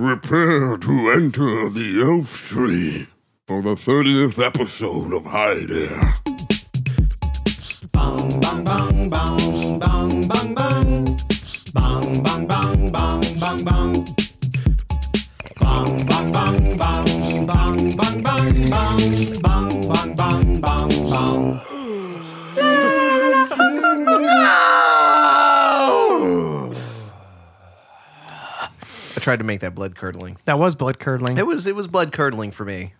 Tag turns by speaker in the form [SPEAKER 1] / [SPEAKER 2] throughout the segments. [SPEAKER 1] Prepare to enter the Elf Tree for the 30th episode of Hi There.
[SPEAKER 2] I tried to make that blood curdling.
[SPEAKER 3] That was blood curdling.
[SPEAKER 2] It was it was blood curdling for me.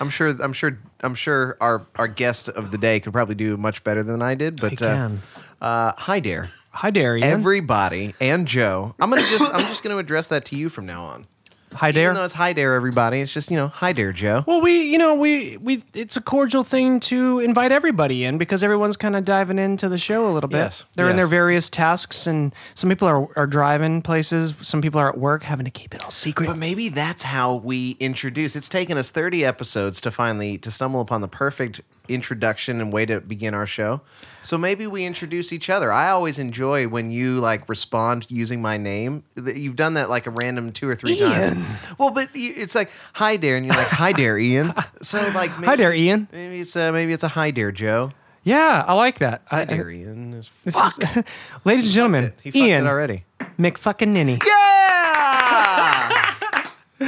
[SPEAKER 2] I'm sure I'm sure I'm sure our our guest of the day could probably do much better than I did. But
[SPEAKER 3] He can.
[SPEAKER 2] Uh, uh, hi, dare
[SPEAKER 3] Hi, dare Ian.
[SPEAKER 2] everybody and Joe. I'm gonna just I'm just gonna address that to you from now on.
[SPEAKER 3] Hi,
[SPEAKER 2] Even though
[SPEAKER 3] dare.
[SPEAKER 2] it's hi dare everybody, it's just you know hi dare Joe.
[SPEAKER 3] Well, we, you know, we, we, it's a cordial thing to invite everybody in because everyone's kind of diving into the show a little bit.
[SPEAKER 2] Yes,
[SPEAKER 3] They're in
[SPEAKER 2] yes.
[SPEAKER 3] their various tasks, and some people are, are driving places, some people are at work having to keep it all secret.
[SPEAKER 2] But maybe that's how we introduce. It's taken us 30 episodes to finally to stumble upon the perfect introduction and way to begin our show. So maybe we introduce each other. I always enjoy when you like respond using my name. That You've done that like a random two or three
[SPEAKER 3] Ian.
[SPEAKER 2] times. Well, but you, it's like hi dare, and you're like hi dare Ian. So like maybe,
[SPEAKER 3] Hi dare, Ian.
[SPEAKER 2] Maybe it's a, maybe it's a hi dare Joe.
[SPEAKER 3] yeah, I like that. I,
[SPEAKER 2] Hi dare Ian. It's-
[SPEAKER 3] This is- ladies and gentlemen,
[SPEAKER 2] He fucked
[SPEAKER 3] Ian
[SPEAKER 2] it already.
[SPEAKER 3] McFucking Ninny.
[SPEAKER 2] Yeah.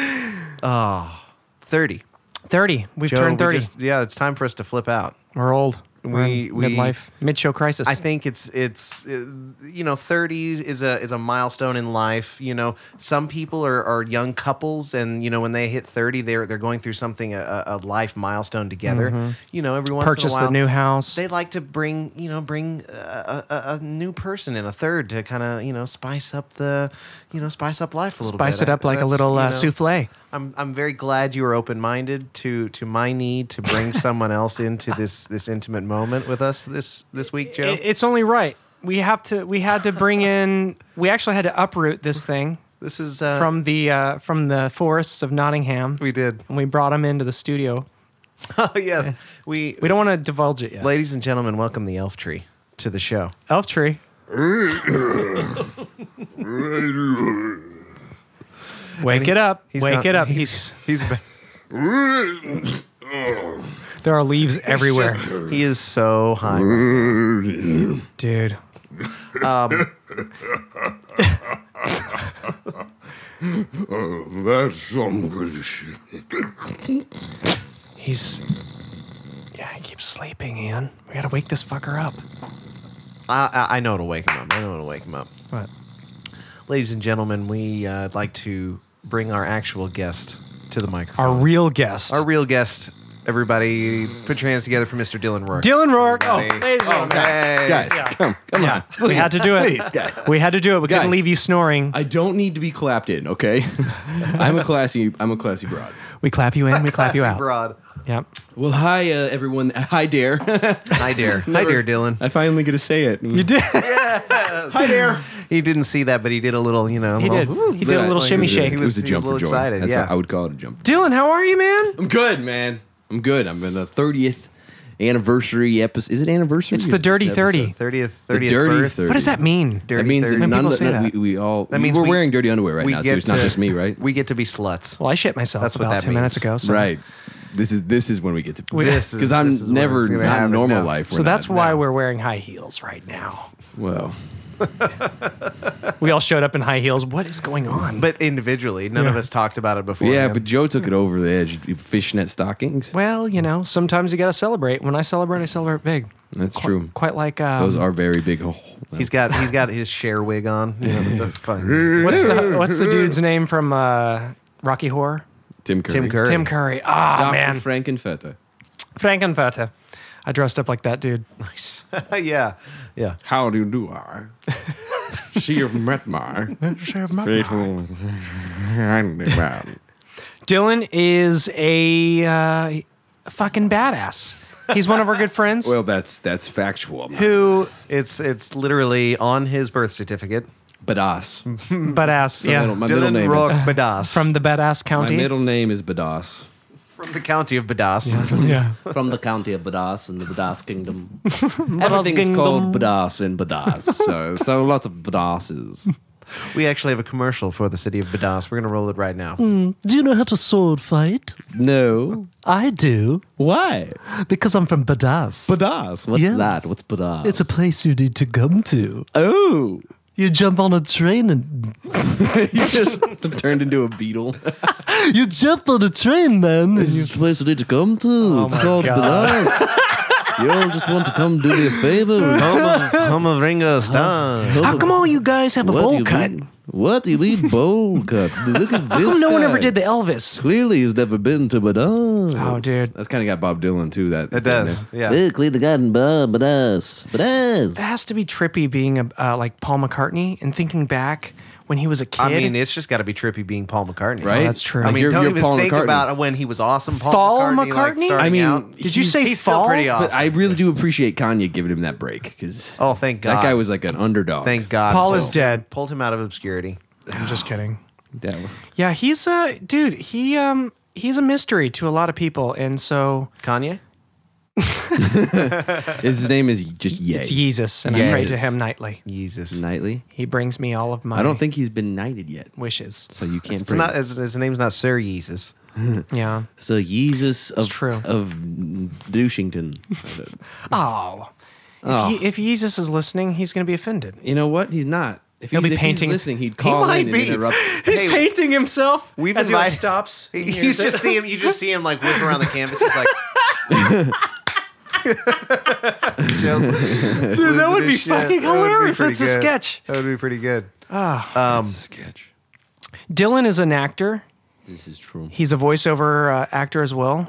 [SPEAKER 2] oh, 30.
[SPEAKER 3] 30. We've
[SPEAKER 2] Joe,
[SPEAKER 3] turned
[SPEAKER 2] we
[SPEAKER 3] 30.
[SPEAKER 2] just- yeah, it's time for us to flip out.
[SPEAKER 3] We are old. We're
[SPEAKER 2] We-
[SPEAKER 3] in
[SPEAKER 2] we-
[SPEAKER 3] midlife, mid show crisis.
[SPEAKER 2] I think it's it's uh, you know 30s is a is a milestone in life. You know, some people are, are young couples, and you know when they hit 30, they're they're going through something a, a life milestone together. You know, every once
[SPEAKER 3] Mm-hmm. Purchase
[SPEAKER 2] in a while,
[SPEAKER 3] the new house.
[SPEAKER 2] They like to bring you know bring a, a, a new person in a third to kind of you know spice up the you know spice up life a little bit.
[SPEAKER 3] Spice it up like a
[SPEAKER 2] That's,
[SPEAKER 3] little
[SPEAKER 2] you
[SPEAKER 3] uh,
[SPEAKER 2] know,
[SPEAKER 3] souffle.
[SPEAKER 2] I'm I'm very glad you were open minded to to my need to bring someone else into this this intimate moment with us this this week, Joe.
[SPEAKER 3] It- it's only right. We have to. We had to bring in. We actually had to uproot this thing
[SPEAKER 2] this is uh,
[SPEAKER 3] from the uh, from the forests of Nottingham,
[SPEAKER 2] we did.
[SPEAKER 3] and we brought him into the studio.
[SPEAKER 2] Oh yes, we,
[SPEAKER 3] We don't want to divulge it yet.
[SPEAKER 2] ladies and gentlemen, welcome the elf tree to the show.
[SPEAKER 3] Elf tree. Wake it up!
[SPEAKER 2] he's
[SPEAKER 3] Wake
[SPEAKER 2] gone-
[SPEAKER 3] it up!
[SPEAKER 2] he's-
[SPEAKER 3] He's,
[SPEAKER 2] He's ba-
[SPEAKER 3] there are leaves everywhere,
[SPEAKER 2] he is so high.
[SPEAKER 3] dude.
[SPEAKER 1] That's some good shit.
[SPEAKER 3] He's yeah. He keeps sleeping, Ian. We gotta wake this fucker up.
[SPEAKER 2] I, I I know it'll wake him up. I know it'll wake him up.
[SPEAKER 3] What?
[SPEAKER 2] Ladies and gentlemen, we uh, would like to bring our actual guest to the microphone.
[SPEAKER 3] Our real guest,
[SPEAKER 2] Our real guest, everybody, put your hands together for Mr. Dylan Rourke.
[SPEAKER 3] Dylan Rourke. Oh,
[SPEAKER 2] Everybody.
[SPEAKER 3] ladies and
[SPEAKER 2] Oh,
[SPEAKER 3] gentlemen.
[SPEAKER 2] guys.
[SPEAKER 4] guys, come, come
[SPEAKER 3] Yeah,
[SPEAKER 4] on.
[SPEAKER 3] we had to do it.
[SPEAKER 4] Please, guys.
[SPEAKER 3] We had to do it. We couldn't
[SPEAKER 4] Guys.
[SPEAKER 3] leave you snoring.
[SPEAKER 4] I don't need to be clapped in, okay? I'm a classy, I'm a classy broad.
[SPEAKER 3] we clap you in. We clap you
[SPEAKER 2] Classy
[SPEAKER 3] out.
[SPEAKER 2] broad.
[SPEAKER 3] Yep.
[SPEAKER 4] Well, hi uh, everyone. Hi, dare.
[SPEAKER 2] Hi, dear. Hi, dear Dylan.
[SPEAKER 4] I finally get to say it.
[SPEAKER 3] You did.
[SPEAKER 4] Hi, dare.
[SPEAKER 2] He didn't see that, but he did a little, you know.
[SPEAKER 3] He did.
[SPEAKER 2] little-
[SPEAKER 3] He did a little
[SPEAKER 2] Like,
[SPEAKER 3] shimmy
[SPEAKER 2] he
[SPEAKER 3] shake.
[SPEAKER 4] It
[SPEAKER 2] was-
[SPEAKER 4] was a
[SPEAKER 2] he was
[SPEAKER 4] jump
[SPEAKER 2] a little
[SPEAKER 4] for joy.
[SPEAKER 2] excited,
[SPEAKER 4] That's
[SPEAKER 2] yeah.
[SPEAKER 4] what I would call it a jump. for-
[SPEAKER 3] Dylan, how are you, man?
[SPEAKER 4] I'm good, man. I'm good. I'm in the 30th anniversary episode. Is it anniversary?
[SPEAKER 3] It's the
[SPEAKER 4] Is it
[SPEAKER 3] Dirty
[SPEAKER 4] episode?
[SPEAKER 3] 30.
[SPEAKER 2] 30th,
[SPEAKER 4] The
[SPEAKER 2] 30th
[SPEAKER 4] dirty
[SPEAKER 2] birth.
[SPEAKER 4] 30.
[SPEAKER 3] What does that mean?
[SPEAKER 2] Dirty
[SPEAKER 4] That means
[SPEAKER 2] 30.
[SPEAKER 4] that
[SPEAKER 3] When
[SPEAKER 4] none
[SPEAKER 3] people
[SPEAKER 4] of-
[SPEAKER 3] say
[SPEAKER 4] none-
[SPEAKER 3] that.
[SPEAKER 4] we, we all
[SPEAKER 2] That
[SPEAKER 4] that
[SPEAKER 2] means
[SPEAKER 4] means we're
[SPEAKER 2] we-
[SPEAKER 4] wearing dirty underwear right
[SPEAKER 2] we
[SPEAKER 4] now
[SPEAKER 2] get
[SPEAKER 4] too. It's not
[SPEAKER 2] to-
[SPEAKER 4] just me, right?
[SPEAKER 2] We get to be sluts.
[SPEAKER 3] Well, I shit myself
[SPEAKER 2] That's what
[SPEAKER 3] about
[SPEAKER 2] that
[SPEAKER 3] 10 minutes
[SPEAKER 2] means.
[SPEAKER 3] ago. So.
[SPEAKER 4] Right. This is this is when we get to
[SPEAKER 2] This is-
[SPEAKER 4] because I'm
[SPEAKER 2] this is when
[SPEAKER 4] never
[SPEAKER 2] it's gonna
[SPEAKER 4] not
[SPEAKER 2] happen
[SPEAKER 4] in normal
[SPEAKER 2] now.
[SPEAKER 4] life.
[SPEAKER 3] So
[SPEAKER 4] we're
[SPEAKER 3] that's
[SPEAKER 4] not-
[SPEAKER 3] why
[SPEAKER 4] no.
[SPEAKER 3] we're wearing high heels right now.
[SPEAKER 4] well.
[SPEAKER 3] We all showed up in high heels. What is going on?
[SPEAKER 2] But individually, none of
[SPEAKER 3] Yeah.
[SPEAKER 2] us talked about it before.
[SPEAKER 4] Yeah,
[SPEAKER 2] him.
[SPEAKER 4] but Joe took it over the edge. Fishnet stockings.
[SPEAKER 3] well, you know, sometimes you got to celebrate. When I celebrate, I celebrate big.
[SPEAKER 4] That's
[SPEAKER 3] Qui-
[SPEAKER 4] true.
[SPEAKER 3] Quite like um,
[SPEAKER 4] Those are very big. Oh,
[SPEAKER 2] he's got he's got his share wig on. You know, with the fucking-
[SPEAKER 3] What's the What's the dude's name from uh, Rocky Horror?
[SPEAKER 4] Tim Curry.
[SPEAKER 2] Tim Curry. Oh,
[SPEAKER 3] Tim Curry. Ah,
[SPEAKER 4] Dr.
[SPEAKER 3] man.
[SPEAKER 4] Frankenfurter.
[SPEAKER 3] Frankenfurter. I dressed up like that dude.
[SPEAKER 2] yeah, yeah.
[SPEAKER 4] How do you do, I? she have met my faithful handyman.
[SPEAKER 3] Dylan is a uh, fucking badass. He's one of our good friends
[SPEAKER 4] Well, that's that's factual.
[SPEAKER 3] who,
[SPEAKER 2] It's it's literally on his birth certificate.
[SPEAKER 5] Mm-hmm.
[SPEAKER 4] Badass.
[SPEAKER 3] badass, yeah,
[SPEAKER 4] middle- my middle
[SPEAKER 2] Dylan
[SPEAKER 4] name
[SPEAKER 2] Rourke
[SPEAKER 4] is
[SPEAKER 2] Badass
[SPEAKER 3] Uh, from the badass
[SPEAKER 4] my
[SPEAKER 3] county.
[SPEAKER 4] middle name is Badass.
[SPEAKER 2] from the county of Badass.
[SPEAKER 3] yeah.
[SPEAKER 6] from the county of Badas in the Badas kingdom.
[SPEAKER 4] Everything's
[SPEAKER 3] Kingdom.
[SPEAKER 4] called Badass in Badass. so so lots of Badasses.
[SPEAKER 2] We actually have a commercial for the city of Badass. We're going to roll it right now.
[SPEAKER 7] Do you know how to sword fight?
[SPEAKER 5] No.
[SPEAKER 7] I do,
[SPEAKER 5] Why?
[SPEAKER 7] because I'm from Badass.
[SPEAKER 5] Badass. What's
[SPEAKER 7] Yes.
[SPEAKER 5] that? What's badass?
[SPEAKER 7] it's a place you need to come to.
[SPEAKER 5] oh.
[SPEAKER 7] You jump on a train and
[SPEAKER 5] You just turned into a beetle.
[SPEAKER 7] you jump on a train, man. and
[SPEAKER 5] This
[SPEAKER 7] you-
[SPEAKER 5] is the place you need to come to. it's
[SPEAKER 3] my
[SPEAKER 5] called Badass. You all just want to come do me a favor.
[SPEAKER 2] Home of, home of Ringo Starr.
[SPEAKER 3] How Oh, come all you guys have a
[SPEAKER 5] What do
[SPEAKER 3] bowl
[SPEAKER 5] you
[SPEAKER 3] cut?
[SPEAKER 5] mean? What? You need bowl cut. Look at this.
[SPEAKER 3] How come no one
[SPEAKER 5] guy.
[SPEAKER 3] ever did the Elvis?
[SPEAKER 5] Clearly, he's never been to Badass.
[SPEAKER 3] Oh, dude.
[SPEAKER 6] That's kind of got Bob Dylan too. That
[SPEAKER 2] It does. Yeah.
[SPEAKER 5] Hey, clearly gotten Ba- Badass. Badass.
[SPEAKER 3] It has to be trippy being a, uh, like Paul McCartney and thinking back when he was a kid.
[SPEAKER 2] I mean, it's just got to be trippy being Paul McCartney.
[SPEAKER 6] Right?
[SPEAKER 3] Oh, that's true.
[SPEAKER 2] I mean,
[SPEAKER 6] You're-
[SPEAKER 2] don't
[SPEAKER 6] you're
[SPEAKER 2] even
[SPEAKER 6] Paul
[SPEAKER 2] think
[SPEAKER 6] McCartney.
[SPEAKER 2] about when he was awesome. Paul,
[SPEAKER 3] Fall
[SPEAKER 2] McCartney. like,
[SPEAKER 3] McCartney?
[SPEAKER 2] starting
[SPEAKER 6] I mean,
[SPEAKER 2] out.
[SPEAKER 3] did you
[SPEAKER 2] He's-
[SPEAKER 3] say
[SPEAKER 2] he's still
[SPEAKER 3] fall?
[SPEAKER 2] pretty
[SPEAKER 3] But
[SPEAKER 2] awesome?
[SPEAKER 6] But I really do appreciate Kanye giving him that break because
[SPEAKER 2] oh, thank God.
[SPEAKER 6] that guy was like an underdog.
[SPEAKER 2] Thank God.
[SPEAKER 3] Paul
[SPEAKER 2] So-
[SPEAKER 3] is dead.
[SPEAKER 2] Pulled him out of obscurity.
[SPEAKER 3] I'm just kidding.
[SPEAKER 6] That one.
[SPEAKER 3] Yeah, he's a dude. He um he's a mystery to a lot of people, and so
[SPEAKER 2] Kanye.
[SPEAKER 6] His name is just Ye.
[SPEAKER 3] it's Jesus, and I pray to him nightly.
[SPEAKER 2] Jesus.
[SPEAKER 6] Nightly.
[SPEAKER 3] He brings me all of my
[SPEAKER 6] I don't think he's been knighted yet,
[SPEAKER 3] wishes.
[SPEAKER 6] so you can't.
[SPEAKER 2] It's not his, his name's not Sir Yeezus.
[SPEAKER 3] Yeah.
[SPEAKER 5] So Jesus of
[SPEAKER 3] true.
[SPEAKER 5] of Douchington.
[SPEAKER 3] Oh. If, he, if Jesus is listening, he's going to be offended.
[SPEAKER 6] You know what? He's not. If
[SPEAKER 3] He'll
[SPEAKER 6] he's,
[SPEAKER 3] be
[SPEAKER 6] if
[SPEAKER 3] painting.
[SPEAKER 6] He's listening, he'd call
[SPEAKER 2] might
[SPEAKER 6] in
[SPEAKER 2] be.
[SPEAKER 6] and interrupt.
[SPEAKER 3] He's
[SPEAKER 2] Hey,
[SPEAKER 3] painting himself.
[SPEAKER 2] we've
[SPEAKER 3] as he like
[SPEAKER 2] invited-
[SPEAKER 3] stops. and
[SPEAKER 2] You
[SPEAKER 3] hears
[SPEAKER 2] just
[SPEAKER 3] it.
[SPEAKER 2] see him. You just see him like whip around the canvas. He's like. Joe's-
[SPEAKER 3] Dude, that would
[SPEAKER 2] losing
[SPEAKER 3] be
[SPEAKER 2] his shit.
[SPEAKER 3] fucking
[SPEAKER 2] That would be
[SPEAKER 3] hilarious.
[SPEAKER 2] pretty
[SPEAKER 3] It's a
[SPEAKER 2] good.
[SPEAKER 3] sketch.
[SPEAKER 2] That would be pretty good. Um,
[SPEAKER 6] sketch.
[SPEAKER 3] Dylan is an actor.
[SPEAKER 5] This is true.
[SPEAKER 3] He's a voiceover uh, actor as well.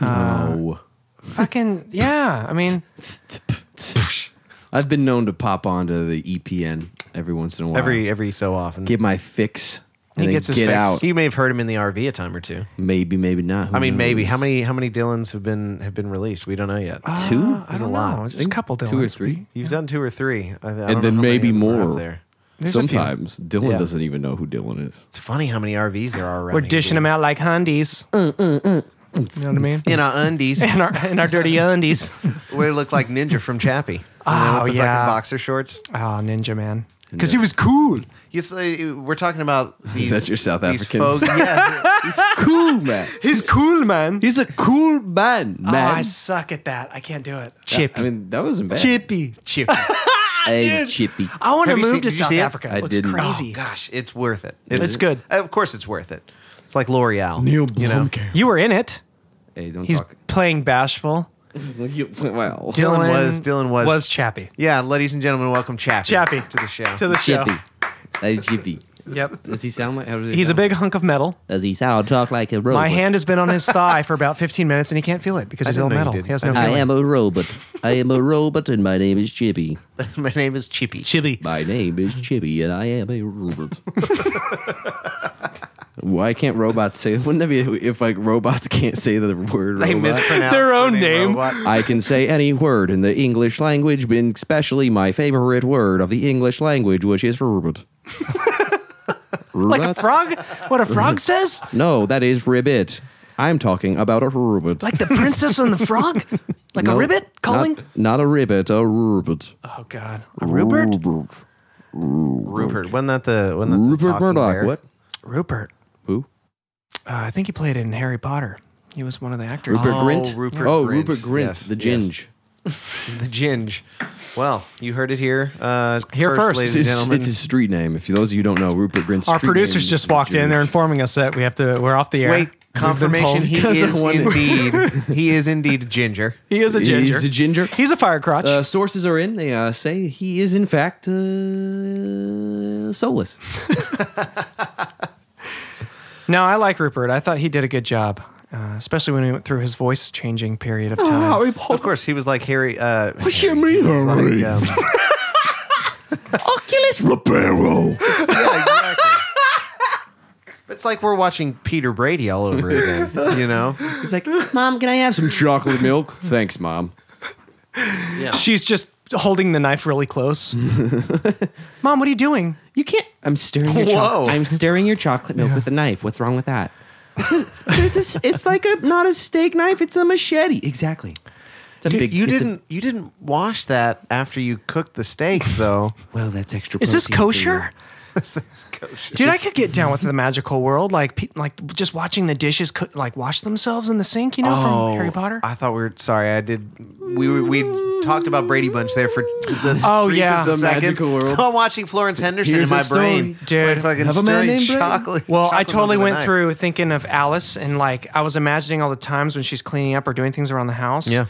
[SPEAKER 6] Oh.
[SPEAKER 3] fucking yeah. I mean,
[SPEAKER 6] I've been known to pop onto the EPN every once in a while.
[SPEAKER 2] Every every so often.
[SPEAKER 6] get my fix and
[SPEAKER 3] He
[SPEAKER 6] then
[SPEAKER 3] gets his
[SPEAKER 6] get
[SPEAKER 3] fix.
[SPEAKER 6] out.
[SPEAKER 2] you may have heard him in the RV a time or two.
[SPEAKER 6] Maybe, maybe not. Who
[SPEAKER 2] I mean, maybe.
[SPEAKER 6] knows?
[SPEAKER 2] How many how many Dylans have been have been released? We don't know yet.
[SPEAKER 6] Two?
[SPEAKER 3] I
[SPEAKER 2] There's a
[SPEAKER 3] don't
[SPEAKER 2] lot.
[SPEAKER 3] know. There's Uh, a couple Dylans.
[SPEAKER 6] Two or three?
[SPEAKER 2] You've done two or three, I, I don't
[SPEAKER 6] And
[SPEAKER 2] know
[SPEAKER 6] then
[SPEAKER 2] how many
[SPEAKER 6] maybe
[SPEAKER 2] of them are up
[SPEAKER 6] more.
[SPEAKER 2] There,
[SPEAKER 3] There's a few.
[SPEAKER 6] Sometimes Dylan
[SPEAKER 2] Yeah.
[SPEAKER 6] doesn't even know who Dylan is.
[SPEAKER 2] it's funny how many RVs there are around.
[SPEAKER 3] We're
[SPEAKER 2] here,
[SPEAKER 3] dishing
[SPEAKER 2] dude.
[SPEAKER 3] them out like hundies.
[SPEAKER 2] Mm,
[SPEAKER 3] You know what I mean?
[SPEAKER 2] in our undies.
[SPEAKER 3] In our in our dirty undies.
[SPEAKER 2] we look like Ninja from Chappie. You know,
[SPEAKER 3] Oh,
[SPEAKER 2] with the
[SPEAKER 3] yeah.
[SPEAKER 2] fucking boxer shorts.
[SPEAKER 3] Oh, Ninja Man.
[SPEAKER 6] Because he was
[SPEAKER 2] You say, we're talking about these.
[SPEAKER 6] that your South
[SPEAKER 2] these
[SPEAKER 6] African?
[SPEAKER 2] folk- yeah,
[SPEAKER 6] cool, man.
[SPEAKER 3] He's cool, man.
[SPEAKER 6] He's a cool man,
[SPEAKER 3] Oh, I
[SPEAKER 6] man.
[SPEAKER 3] suck at that. I can't do it.
[SPEAKER 6] Chippy. I mean, that wasn't bad.
[SPEAKER 3] Chippy. Ah. Chippy.
[SPEAKER 5] Hey, Chippy.
[SPEAKER 3] I want to
[SPEAKER 2] Have you
[SPEAKER 3] move
[SPEAKER 2] seen-
[SPEAKER 3] to
[SPEAKER 2] did you
[SPEAKER 3] South
[SPEAKER 2] see it?
[SPEAKER 3] Africa.
[SPEAKER 6] I
[SPEAKER 3] It looks
[SPEAKER 6] didn't.
[SPEAKER 3] crazy.
[SPEAKER 2] Oh, gosh, it's worth it.
[SPEAKER 3] It's good.
[SPEAKER 2] Of course, it's worth it. It's like L'Oreal. you know?
[SPEAKER 3] You were in it.
[SPEAKER 6] Hey, don't
[SPEAKER 3] He's
[SPEAKER 6] talk.
[SPEAKER 3] playing bashful.
[SPEAKER 6] well,
[SPEAKER 2] Dylan was- Dylan was-
[SPEAKER 3] was Chappie.
[SPEAKER 2] Yeah, ladies and gentlemen, welcome Chappie.
[SPEAKER 3] Chappie.
[SPEAKER 2] to the show.
[SPEAKER 3] To the show.
[SPEAKER 5] Chippy. Hey, Chippy.
[SPEAKER 3] Yep.
[SPEAKER 5] Does he sound like? How does he
[SPEAKER 3] He's a
[SPEAKER 5] sound?
[SPEAKER 3] big hunk of metal.
[SPEAKER 5] Does he sound talk like a robot?
[SPEAKER 3] My hand has been on his thigh for about 15 minutes and he can't feel it because he's
[SPEAKER 2] didn't
[SPEAKER 3] all
[SPEAKER 2] know you
[SPEAKER 3] metal.
[SPEAKER 2] did
[SPEAKER 3] He has no
[SPEAKER 5] I
[SPEAKER 3] feeling.
[SPEAKER 5] am a robot. I am a robot, and my name is Chippy.
[SPEAKER 2] My name is Chippy.
[SPEAKER 3] Chibi.
[SPEAKER 5] My name is Chippy, and I am a robot.
[SPEAKER 6] why can't robots say? Wouldn't that be if like robots can't say the word?
[SPEAKER 2] They
[SPEAKER 6] robot?
[SPEAKER 2] mispronounced
[SPEAKER 3] Their own
[SPEAKER 2] the
[SPEAKER 3] name.
[SPEAKER 2] robot.
[SPEAKER 6] I can say any word in the English language, being especially my favorite word of the English language, which is ribbit.
[SPEAKER 3] Like a frog? What a frog says?
[SPEAKER 6] No, that is ribbit. I'm talking about a ribbit.
[SPEAKER 3] Like the princess and the frog? Like
[SPEAKER 6] No,
[SPEAKER 3] a ribbit calling?
[SPEAKER 6] Not, not a ribbit, a ribbit.
[SPEAKER 3] Oh, God. A Rupert?
[SPEAKER 6] Rupert,
[SPEAKER 2] Rupert. Wasn't that the wasn't that the
[SPEAKER 6] Rupert
[SPEAKER 2] talking
[SPEAKER 6] Murdoch.
[SPEAKER 2] bear?
[SPEAKER 6] What?
[SPEAKER 3] Rupert.
[SPEAKER 6] Who?
[SPEAKER 3] Uh, I think he played in Harry Potter. He was one of the actors.
[SPEAKER 6] Rupert
[SPEAKER 2] Oh,
[SPEAKER 6] Grint.
[SPEAKER 2] Rupert
[SPEAKER 6] oh,
[SPEAKER 2] Grint.
[SPEAKER 6] Rupert Grint,
[SPEAKER 2] Yes,
[SPEAKER 6] the
[SPEAKER 2] yes.
[SPEAKER 6] ginge.
[SPEAKER 2] The Ginge. Well, you heard it here. Uh,
[SPEAKER 3] Here first.
[SPEAKER 2] ladies
[SPEAKER 6] It's, his-
[SPEAKER 2] and gentlemen.
[SPEAKER 6] it's his street name. If you, those of you who don't know, Rupert Grint's
[SPEAKER 3] Our
[SPEAKER 6] street name
[SPEAKER 3] producers
[SPEAKER 6] is
[SPEAKER 3] just walked in. They're
[SPEAKER 6] Ginge.
[SPEAKER 3] informing us that we have to. We're off the air.
[SPEAKER 2] Wait, confirmation. He
[SPEAKER 6] Because I
[SPEAKER 2] is
[SPEAKER 6] wanted-
[SPEAKER 2] indeed. he is indeed Ginger.
[SPEAKER 3] He is a ginger.
[SPEAKER 6] He's a ginger.
[SPEAKER 3] He's a fire crotch.
[SPEAKER 6] Uh, sources are in. They uh, say he is, in fact, uh, soulless.
[SPEAKER 3] no, I like Rupert. I thought he did a good job, uh, especially when he went through his voice changing period of
[SPEAKER 6] Oh,
[SPEAKER 3] time.
[SPEAKER 2] Of course, he was like Harry. Uh,
[SPEAKER 8] What's your mean, Harry?
[SPEAKER 2] like, um,
[SPEAKER 8] Oculus Ribeiro.
[SPEAKER 2] yeah, exactly. It's like we're watching Peter Brady all over again, you know?
[SPEAKER 6] He's like, Mom, can I have some chocolate milk? Thanks, Mom.
[SPEAKER 3] She's just holding the knife really close. Mom, what are you doing?
[SPEAKER 6] You can't. I'm stirring your
[SPEAKER 2] Whoa.
[SPEAKER 6] chocolate. I'm stirring your chocolate milk with a knife. What's wrong with that? There's this. It's like a not a steak knife. It's a machete. Exactly. It's a big.
[SPEAKER 2] you
[SPEAKER 6] it's a-
[SPEAKER 2] didn't you didn't wash that after you cooked the steaks though.
[SPEAKER 6] well, that's extra.
[SPEAKER 3] Is this
[SPEAKER 6] protein for you.
[SPEAKER 3] kosher?
[SPEAKER 2] This is kosher.
[SPEAKER 3] Dude, I could get down with the magical world, like pe- like just watching the dishes cook, like wash themselves in the sink, you know, from Harry Potter.
[SPEAKER 2] Oh, I thought we were sorry. I did. We were- we talked about Brady Bunch there for just this.
[SPEAKER 3] Oh,
[SPEAKER 2] briefest
[SPEAKER 3] yeah.
[SPEAKER 2] of
[SPEAKER 3] The
[SPEAKER 2] seconds.
[SPEAKER 6] magical world.
[SPEAKER 2] So I'm watching Florence Henderson
[SPEAKER 6] Here's
[SPEAKER 2] in my
[SPEAKER 6] a story,
[SPEAKER 2] brain,
[SPEAKER 3] dude.
[SPEAKER 2] like fucking
[SPEAKER 6] Have a man
[SPEAKER 2] stirring
[SPEAKER 6] named Brady.
[SPEAKER 2] chocolate.
[SPEAKER 3] Well, I
[SPEAKER 2] chocolate
[SPEAKER 3] totally
[SPEAKER 2] over the
[SPEAKER 3] went
[SPEAKER 2] knife.
[SPEAKER 3] through thinking of Alice and like I was imagining all the times when she's cleaning up or doing things around the house.
[SPEAKER 2] Yeah.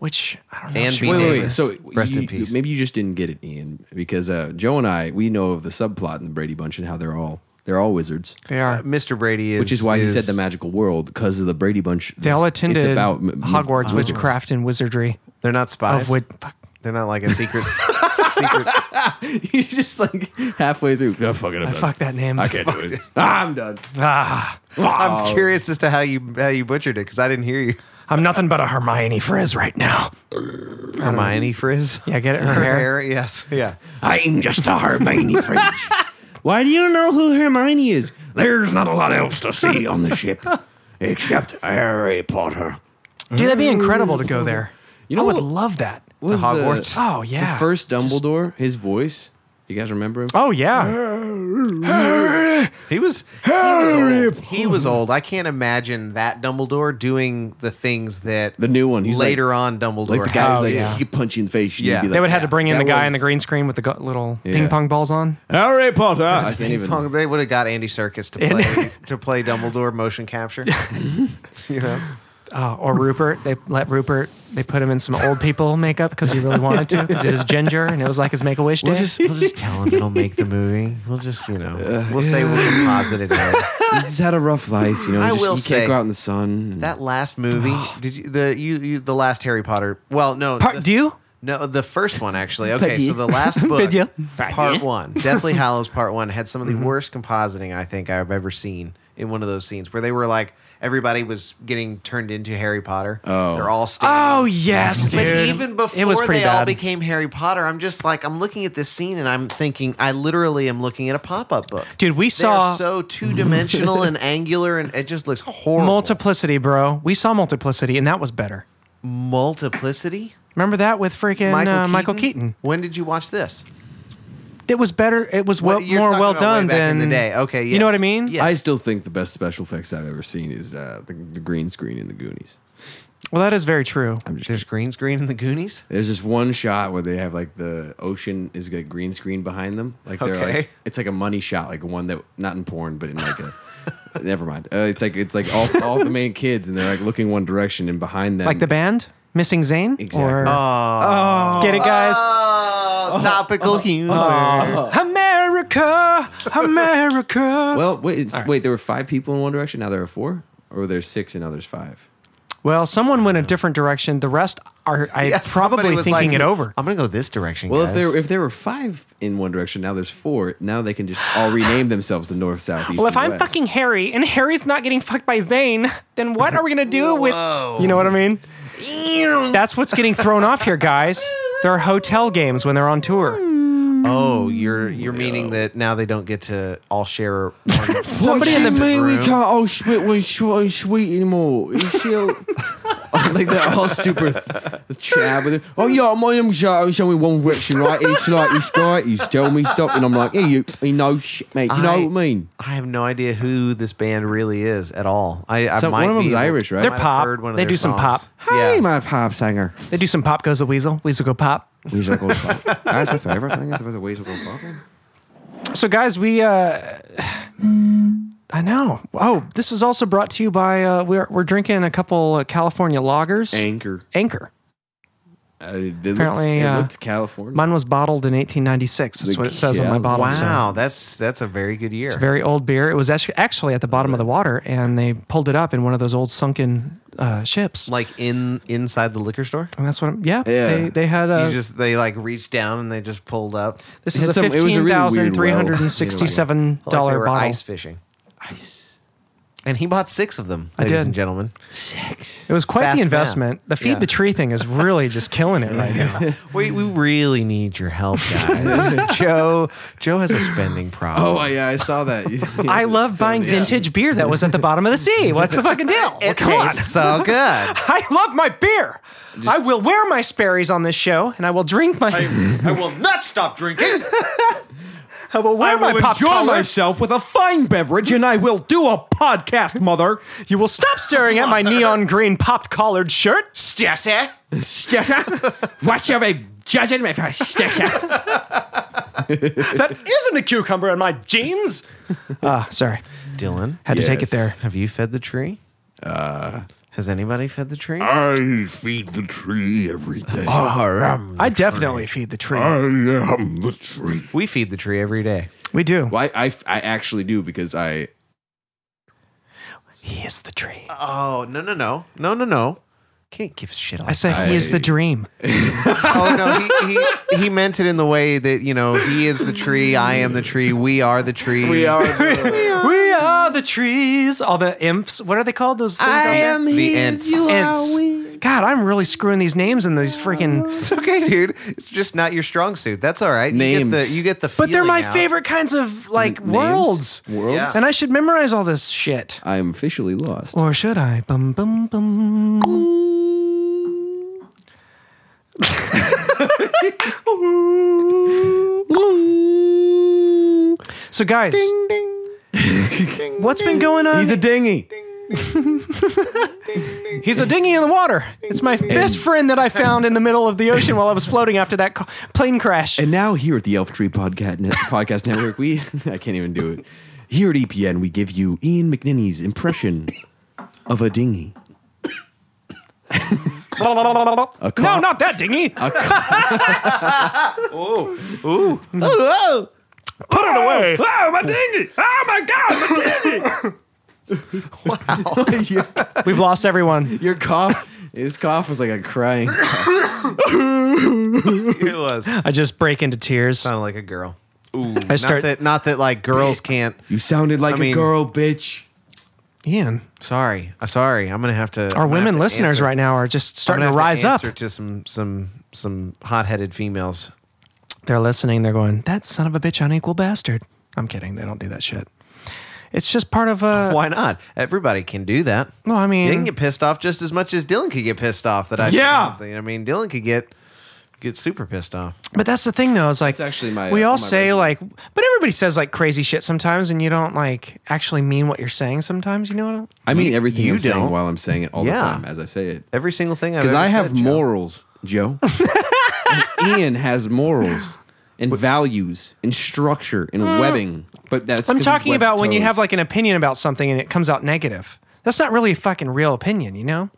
[SPEAKER 3] Which I don't know. if
[SPEAKER 2] And
[SPEAKER 3] she
[SPEAKER 2] being
[SPEAKER 3] would
[SPEAKER 2] Pete
[SPEAKER 6] wait, wait, wait.
[SPEAKER 3] do
[SPEAKER 2] Davis.
[SPEAKER 3] this.
[SPEAKER 6] So
[SPEAKER 2] Rest in
[SPEAKER 6] you-
[SPEAKER 2] peace.
[SPEAKER 6] Maybe you just didn't get it, Ian, because uh, Joe and I we know of the subplot in the Brady Bunch and how they're all they're all wizards,
[SPEAKER 3] they are.
[SPEAKER 2] Mr. Brady is,
[SPEAKER 6] which is why he said the magical world because of the Brady Bunch.
[SPEAKER 3] they all attended
[SPEAKER 6] it's about m- m-
[SPEAKER 3] Hogwarts
[SPEAKER 6] wizards.
[SPEAKER 3] witchcraft and wizardry.
[SPEAKER 2] They're not spies.
[SPEAKER 3] Of which, fuck.
[SPEAKER 2] They're not like a secret. secret.
[SPEAKER 6] You're just like halfway through. Oh, fuck it, I'm
[SPEAKER 3] I
[SPEAKER 2] Uh,
[SPEAKER 6] done.
[SPEAKER 3] fucked that name.
[SPEAKER 6] I can't do it. Ah, I'm done.
[SPEAKER 3] Ah,
[SPEAKER 2] I'm curious as to how you how you butchered it because I didn't hear you.
[SPEAKER 3] I'm nothing but a Hermione Frizz right now.
[SPEAKER 2] Hermione Frizz.
[SPEAKER 3] Yeah, get it. Her
[SPEAKER 2] Her
[SPEAKER 3] hair.
[SPEAKER 2] hair. Yes. Yeah.
[SPEAKER 6] I'm just a Hermione French. Why do you know who Hermione is? There's not a lot else to see on the ship, except Harry Potter.
[SPEAKER 3] Dude, that'd be incredible to go there. You know, I
[SPEAKER 6] know
[SPEAKER 3] would
[SPEAKER 6] what-
[SPEAKER 3] love that.
[SPEAKER 6] Was, uh,
[SPEAKER 2] Hogwarts.
[SPEAKER 3] Oh yeah.
[SPEAKER 6] The first Dumbledore, his voice. You guys remember him?
[SPEAKER 3] Oh yeah.
[SPEAKER 2] He was he was, old. he was old. I can't imagine that Dumbledore doing the things that
[SPEAKER 6] The new one. He's
[SPEAKER 2] later
[SPEAKER 6] like,
[SPEAKER 2] on Dumbledore.
[SPEAKER 6] Like the guy
[SPEAKER 2] had
[SPEAKER 6] who's
[SPEAKER 2] to
[SPEAKER 6] like,
[SPEAKER 2] do.
[SPEAKER 3] yeah.
[SPEAKER 6] he could punch you in the face. and
[SPEAKER 2] Yeah.
[SPEAKER 6] you'd be
[SPEAKER 3] They would
[SPEAKER 6] like,
[SPEAKER 3] have to bring in the
[SPEAKER 6] "That
[SPEAKER 3] guy
[SPEAKER 6] was
[SPEAKER 3] in the green screen with the go- little
[SPEAKER 6] Yeah.
[SPEAKER 3] ping pong balls on.
[SPEAKER 6] Harry Potter. I can't even.
[SPEAKER 2] Pong- they would have got Andy Circus to play to play Dumbledore motion capture. you know,
[SPEAKER 3] Uh, or Rupert. They let Rupert. They put him in some old people makeup because he really wanted to. Because he was ginger and it was like his Make a Wish day.
[SPEAKER 2] we'll just tell him it'll make the movie. We'll just you know we'll say we'll composite it. in.
[SPEAKER 6] He's had a rough life. You know,
[SPEAKER 2] I
[SPEAKER 6] just,
[SPEAKER 2] will
[SPEAKER 6] he
[SPEAKER 2] say-
[SPEAKER 6] can't go out in the sun.
[SPEAKER 2] That last movie, did you the you, you the last Harry Potter? Well, no,
[SPEAKER 3] Part
[SPEAKER 2] the,
[SPEAKER 3] two?
[SPEAKER 2] No, the first one actually. Okay,
[SPEAKER 6] two.
[SPEAKER 2] so the last book,
[SPEAKER 9] Part two.
[SPEAKER 2] part one, Deathly Hallows Part One, had some of the
[SPEAKER 3] Mm-hmm.
[SPEAKER 2] worst compositing I think I've ever seen in one of those scenes where they were like everybody was getting turned into Harry Potter.
[SPEAKER 6] Oh.
[SPEAKER 2] they're all standing.
[SPEAKER 3] Oh yes, dude.
[SPEAKER 2] But even before
[SPEAKER 3] it was pretty
[SPEAKER 2] they
[SPEAKER 3] bad.
[SPEAKER 2] all became Harry Potter, I'm just like I'm looking at this scene and I'm thinking I literally am looking at a pop-up book.
[SPEAKER 3] Dude, we
[SPEAKER 2] They're
[SPEAKER 3] saw-
[SPEAKER 2] so two-dimensional and angular, and it just looks horrible.
[SPEAKER 3] multiplicity, bro. We saw multiplicity and that was better.
[SPEAKER 2] multiplicity.
[SPEAKER 3] Remember that with freaking Michael, uh, Michael Keaton.
[SPEAKER 2] When did you watch this?
[SPEAKER 3] It was better. It was well,
[SPEAKER 2] What- you're
[SPEAKER 3] more
[SPEAKER 2] talking
[SPEAKER 3] well
[SPEAKER 2] about way
[SPEAKER 3] done
[SPEAKER 2] back in
[SPEAKER 3] than
[SPEAKER 2] the day. Okay,
[SPEAKER 3] you know what I
[SPEAKER 2] yes.
[SPEAKER 3] mean.
[SPEAKER 2] Yeah.
[SPEAKER 6] I still think the best special effects I've ever seen is uh, the, the green screen in the Goonies.
[SPEAKER 3] Well, that is very true.
[SPEAKER 6] I'm just
[SPEAKER 2] There's green screen in the Goonies.
[SPEAKER 6] There's this one shot where they have like the ocean is a green screen behind them. Like they're
[SPEAKER 2] Okay.
[SPEAKER 6] like it's like a money shot, like one that not in porn, but in like a never mind. Uh, it's like it's like all, all the main kids and they're like looking one direction and behind them
[SPEAKER 3] Like the band Missing Zane
[SPEAKER 6] Exactly.
[SPEAKER 3] or get it, guys.
[SPEAKER 2] Oh, topical humor.
[SPEAKER 6] oh,
[SPEAKER 2] Oh.
[SPEAKER 3] America, America.
[SPEAKER 6] Well, wait, it's, wait, there were five people in one direction, now there are four? Or were there six and now there's five?
[SPEAKER 3] Well, someone went a different direction. The rest are I
[SPEAKER 2] Yeah, somebody
[SPEAKER 3] probably
[SPEAKER 2] was
[SPEAKER 3] thinking
[SPEAKER 2] like,
[SPEAKER 3] it over.
[SPEAKER 2] I'm gonna go this direction.
[SPEAKER 6] Well, if
[SPEAKER 2] guys.
[SPEAKER 6] there if there were five in one direction, now there's four. Now they can just all rename themselves the north, south, east.
[SPEAKER 3] Well, if
[SPEAKER 6] and
[SPEAKER 3] I'm
[SPEAKER 6] west.
[SPEAKER 3] fucking Harry and Harry's not getting fucked by Zayn, then what are we gonna do with? You know what I mean? That's what's getting thrown off here, guys. There are hotel games when they're on tour.
[SPEAKER 2] oh, you're
[SPEAKER 6] Mm.
[SPEAKER 2] you're meaning that now they don't get to all share. one
[SPEAKER 3] Somebody in
[SPEAKER 2] separate
[SPEAKER 3] the
[SPEAKER 6] we
[SPEAKER 2] room?
[SPEAKER 6] can't all sweet when sweet, sweet anymore. You see, Oh, like they're all super th- chab. with it. Oh yeah, my name's uh, it's only one direction, right? And it's like this guy, he's telling me stop, and I'm like, yeah, you, you know, shit, mate, you know what I mean?
[SPEAKER 2] I have no idea who this band really is at all. I, I
[SPEAKER 6] So,
[SPEAKER 2] might
[SPEAKER 6] one of
[SPEAKER 2] be
[SPEAKER 6] them's
[SPEAKER 2] able-
[SPEAKER 6] Irish, right?
[SPEAKER 2] I
[SPEAKER 3] They're
[SPEAKER 2] might have
[SPEAKER 3] pop.
[SPEAKER 2] heard one of
[SPEAKER 3] They
[SPEAKER 2] their
[SPEAKER 3] do some
[SPEAKER 2] songs.
[SPEAKER 3] pop.
[SPEAKER 6] Hey,
[SPEAKER 2] Yeah.
[SPEAKER 6] my pop singer.
[SPEAKER 3] They do some pop goes the weasel. Weasel go pop.
[SPEAKER 6] Weasel go pop. That's my favorite thing. Is about the weasel go pop.
[SPEAKER 3] So, guys, we. uh I know. Oh, this is also brought to you by. Uh, we're we're drinking a couple uh, California lagers.
[SPEAKER 6] Anchor.
[SPEAKER 3] Anchor.
[SPEAKER 6] Uh, it looked-
[SPEAKER 3] Apparently,
[SPEAKER 6] it
[SPEAKER 3] uh,
[SPEAKER 6] looked California.
[SPEAKER 3] Mine was bottled in 1896. That's
[SPEAKER 6] The
[SPEAKER 3] what it says on my
[SPEAKER 6] Cal-
[SPEAKER 3] bottle. so-
[SPEAKER 2] Wow, that's that's a very good year.
[SPEAKER 3] It's a very old beer. It was actu- actually at the bottom of the water, and they pulled it up in one of those old sunken uh, ships.
[SPEAKER 2] like in inside the liquor store.
[SPEAKER 3] And that's what, I'm, yeah,
[SPEAKER 6] Yeah.
[SPEAKER 3] They, they had a.
[SPEAKER 2] you just they like reached down and they just pulled up.
[SPEAKER 3] this
[SPEAKER 6] It
[SPEAKER 3] is
[SPEAKER 6] had
[SPEAKER 3] a
[SPEAKER 6] some- it was a really
[SPEAKER 3] fifteen
[SPEAKER 6] weird
[SPEAKER 3] thousand three hundred and sixty-seven
[SPEAKER 2] Like
[SPEAKER 3] dollar
[SPEAKER 2] they were
[SPEAKER 3] bottle.
[SPEAKER 2] ice fishing,
[SPEAKER 6] Ice.
[SPEAKER 2] and he bought six of them,
[SPEAKER 3] I
[SPEAKER 2] ladies
[SPEAKER 3] did.
[SPEAKER 2] and gentlemen.
[SPEAKER 6] Sex.
[SPEAKER 3] It was quite
[SPEAKER 2] Fast math.
[SPEAKER 3] the investment. The feed
[SPEAKER 2] Yeah.
[SPEAKER 3] the tree thing is really just killing it right now.
[SPEAKER 2] We we really need your help, guys. Joe Joe has a spending problem.
[SPEAKER 6] Oh yeah, I saw that.
[SPEAKER 3] I love buying vintage beer that was at the bottom of the sea. What's the fucking deal? Well,
[SPEAKER 2] it
[SPEAKER 3] come on.
[SPEAKER 2] tastes so good.
[SPEAKER 3] I love my beer. I will wear my Sperry's on this show, and I will drink my.
[SPEAKER 2] I will not stop drinking.
[SPEAKER 3] I will wear
[SPEAKER 6] I
[SPEAKER 3] my
[SPEAKER 6] will
[SPEAKER 3] pop
[SPEAKER 6] enjoy
[SPEAKER 3] collar.
[SPEAKER 6] myself with a fine beverage, and I will do a podcast, mother.
[SPEAKER 3] You will stop staring at my neon green popped collared shirt.
[SPEAKER 2] Jesse.
[SPEAKER 6] Watch out, babe. Judge it, my face.
[SPEAKER 3] That isn't a cucumber in my jeans. Ah, sorry.
[SPEAKER 2] Dylan,
[SPEAKER 3] Had to take it there.
[SPEAKER 2] have you fed the tree? Uh, Has anybody fed the tree?
[SPEAKER 1] I feed the tree every day.
[SPEAKER 3] I definitely feed the tree.
[SPEAKER 1] I am the tree.
[SPEAKER 2] we feed the tree every day.
[SPEAKER 3] We do.
[SPEAKER 6] Well, I, I, I actually do because I.
[SPEAKER 3] He is the tree.
[SPEAKER 2] Oh, no, no, no. No, no, no. Can't give a shit on
[SPEAKER 3] I say he is the dream.
[SPEAKER 2] Oh, no. He, he, he meant it in the way that, you know, he is the tree, I am the tree, we are the tree. We are
[SPEAKER 3] We are the trees. All the imps. What are they called? Those things out there?
[SPEAKER 2] the ants.
[SPEAKER 3] Ents. God, I'm really screwing these names in these freaking.
[SPEAKER 2] It's okay, dude. It's just not your strong suit. That's all right. You get
[SPEAKER 6] Names.
[SPEAKER 2] the, you get the
[SPEAKER 3] But they're
[SPEAKER 2] feeling
[SPEAKER 3] my
[SPEAKER 2] out.
[SPEAKER 3] favorite kinds of like worlds.
[SPEAKER 6] Worlds?
[SPEAKER 2] Yeah.
[SPEAKER 3] And I should memorize all this shit.
[SPEAKER 6] I'm officially lost.
[SPEAKER 3] Or should I? Bum bum bum. So guys, what's been going on? He's a,
[SPEAKER 6] dingy.
[SPEAKER 3] dinghy in the water. It's my best friend that I found in the middle of the ocean while I was floating after that ca- plane crash.
[SPEAKER 6] And now here at the Elf Tree Podcast, Net- Podcast Network, we I can't even do it. Here at EPN, we give you Ian McNinney's impression of a dinghy.
[SPEAKER 3] no, not that dinghy. Put it away.
[SPEAKER 6] Oh my dinghy! Oh my god!
[SPEAKER 3] We've lost everyone.
[SPEAKER 6] Your cough, his cough was like a crying.
[SPEAKER 2] It was. Sounded
[SPEAKER 3] I just break into tears.
[SPEAKER 2] like a girl.
[SPEAKER 3] I start.
[SPEAKER 2] Not that, not that like girls can't.
[SPEAKER 6] You sounded like
[SPEAKER 2] I mean-
[SPEAKER 6] a girl, bitch.
[SPEAKER 3] Ian,
[SPEAKER 2] Sorry. Uh, sorry. I'm going to have to.
[SPEAKER 3] our women listeners right now are just starting to rise up.
[SPEAKER 2] to some some some hot-headed females.
[SPEAKER 3] They're listening. They're going, "That son of a bitch, unequal bastard." I'm kidding. They don't do that shit. It's just part of uh, a.
[SPEAKER 2] Why not? Everybody can do that.
[SPEAKER 3] Well, I
[SPEAKER 2] They can
[SPEAKER 3] mean,
[SPEAKER 2] get pissed off just as much as Dylan could get pissed off that I said
[SPEAKER 6] Yeah.
[SPEAKER 2] something. I mean, Dylan could get get super pissed off.
[SPEAKER 3] but that's the thing, though. It's like
[SPEAKER 6] actually my,
[SPEAKER 3] we
[SPEAKER 6] uh,
[SPEAKER 3] all
[SPEAKER 6] on my
[SPEAKER 3] say
[SPEAKER 6] resume.
[SPEAKER 3] like, but everybody says like crazy shit sometimes, and you don't like actually mean what you're saying sometimes. You know what? I'm,
[SPEAKER 6] I mean everything
[SPEAKER 2] you
[SPEAKER 6] I'm saying
[SPEAKER 2] don't.
[SPEAKER 6] while I'm saying it all the
[SPEAKER 2] Yeah.
[SPEAKER 6] time as I say it.
[SPEAKER 2] Every single thing I've
[SPEAKER 6] Because
[SPEAKER 2] ever
[SPEAKER 6] I have
[SPEAKER 2] said, Joe.
[SPEAKER 6] morals, Joe. And Ian has morals and values and structure and webbing. But that's 'cause
[SPEAKER 3] I'm
[SPEAKER 6] he's
[SPEAKER 3] talking
[SPEAKER 6] webbed
[SPEAKER 3] about when you
[SPEAKER 6] toes.
[SPEAKER 3] have like an opinion about something and it comes out negative. That's not really a fucking real opinion, you know?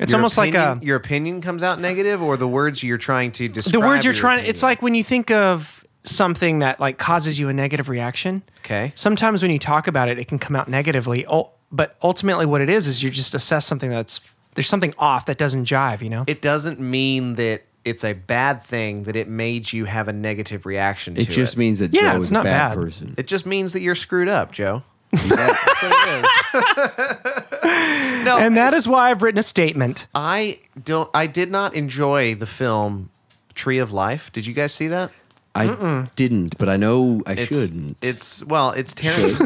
[SPEAKER 3] It's
[SPEAKER 2] Your
[SPEAKER 3] almost like uh,
[SPEAKER 2] opinion-
[SPEAKER 3] a
[SPEAKER 2] your opinion comes out negative, or the words you're trying to describe.
[SPEAKER 3] the word you're
[SPEAKER 2] your
[SPEAKER 3] trying
[SPEAKER 2] opinion.
[SPEAKER 3] it's like when you think of something that like causes you a negative reaction
[SPEAKER 2] Okay.
[SPEAKER 3] sometimes when you talk about it it can come out negatively ul- but ultimately what it is is you just assess something that's there's something off that doesn't jive you know
[SPEAKER 2] it doesn't mean that it's a bad thing that it made you have a negative reaction to
[SPEAKER 6] It
[SPEAKER 2] it.
[SPEAKER 6] just means that
[SPEAKER 3] Yeah,
[SPEAKER 6] Joe
[SPEAKER 3] it's
[SPEAKER 6] is
[SPEAKER 3] not
[SPEAKER 6] a bad,
[SPEAKER 3] bad.
[SPEAKER 6] person.
[SPEAKER 2] it just means that you're screwed up, Joe.
[SPEAKER 6] That-
[SPEAKER 2] No,
[SPEAKER 3] and that is why i've written a statement
[SPEAKER 2] I don't. I did not enjoy the film Tree of Life. Did you guys see that?
[SPEAKER 6] I didn't, but I know I
[SPEAKER 2] It's,
[SPEAKER 6] shouldn't.
[SPEAKER 2] It's well, it's Terrence.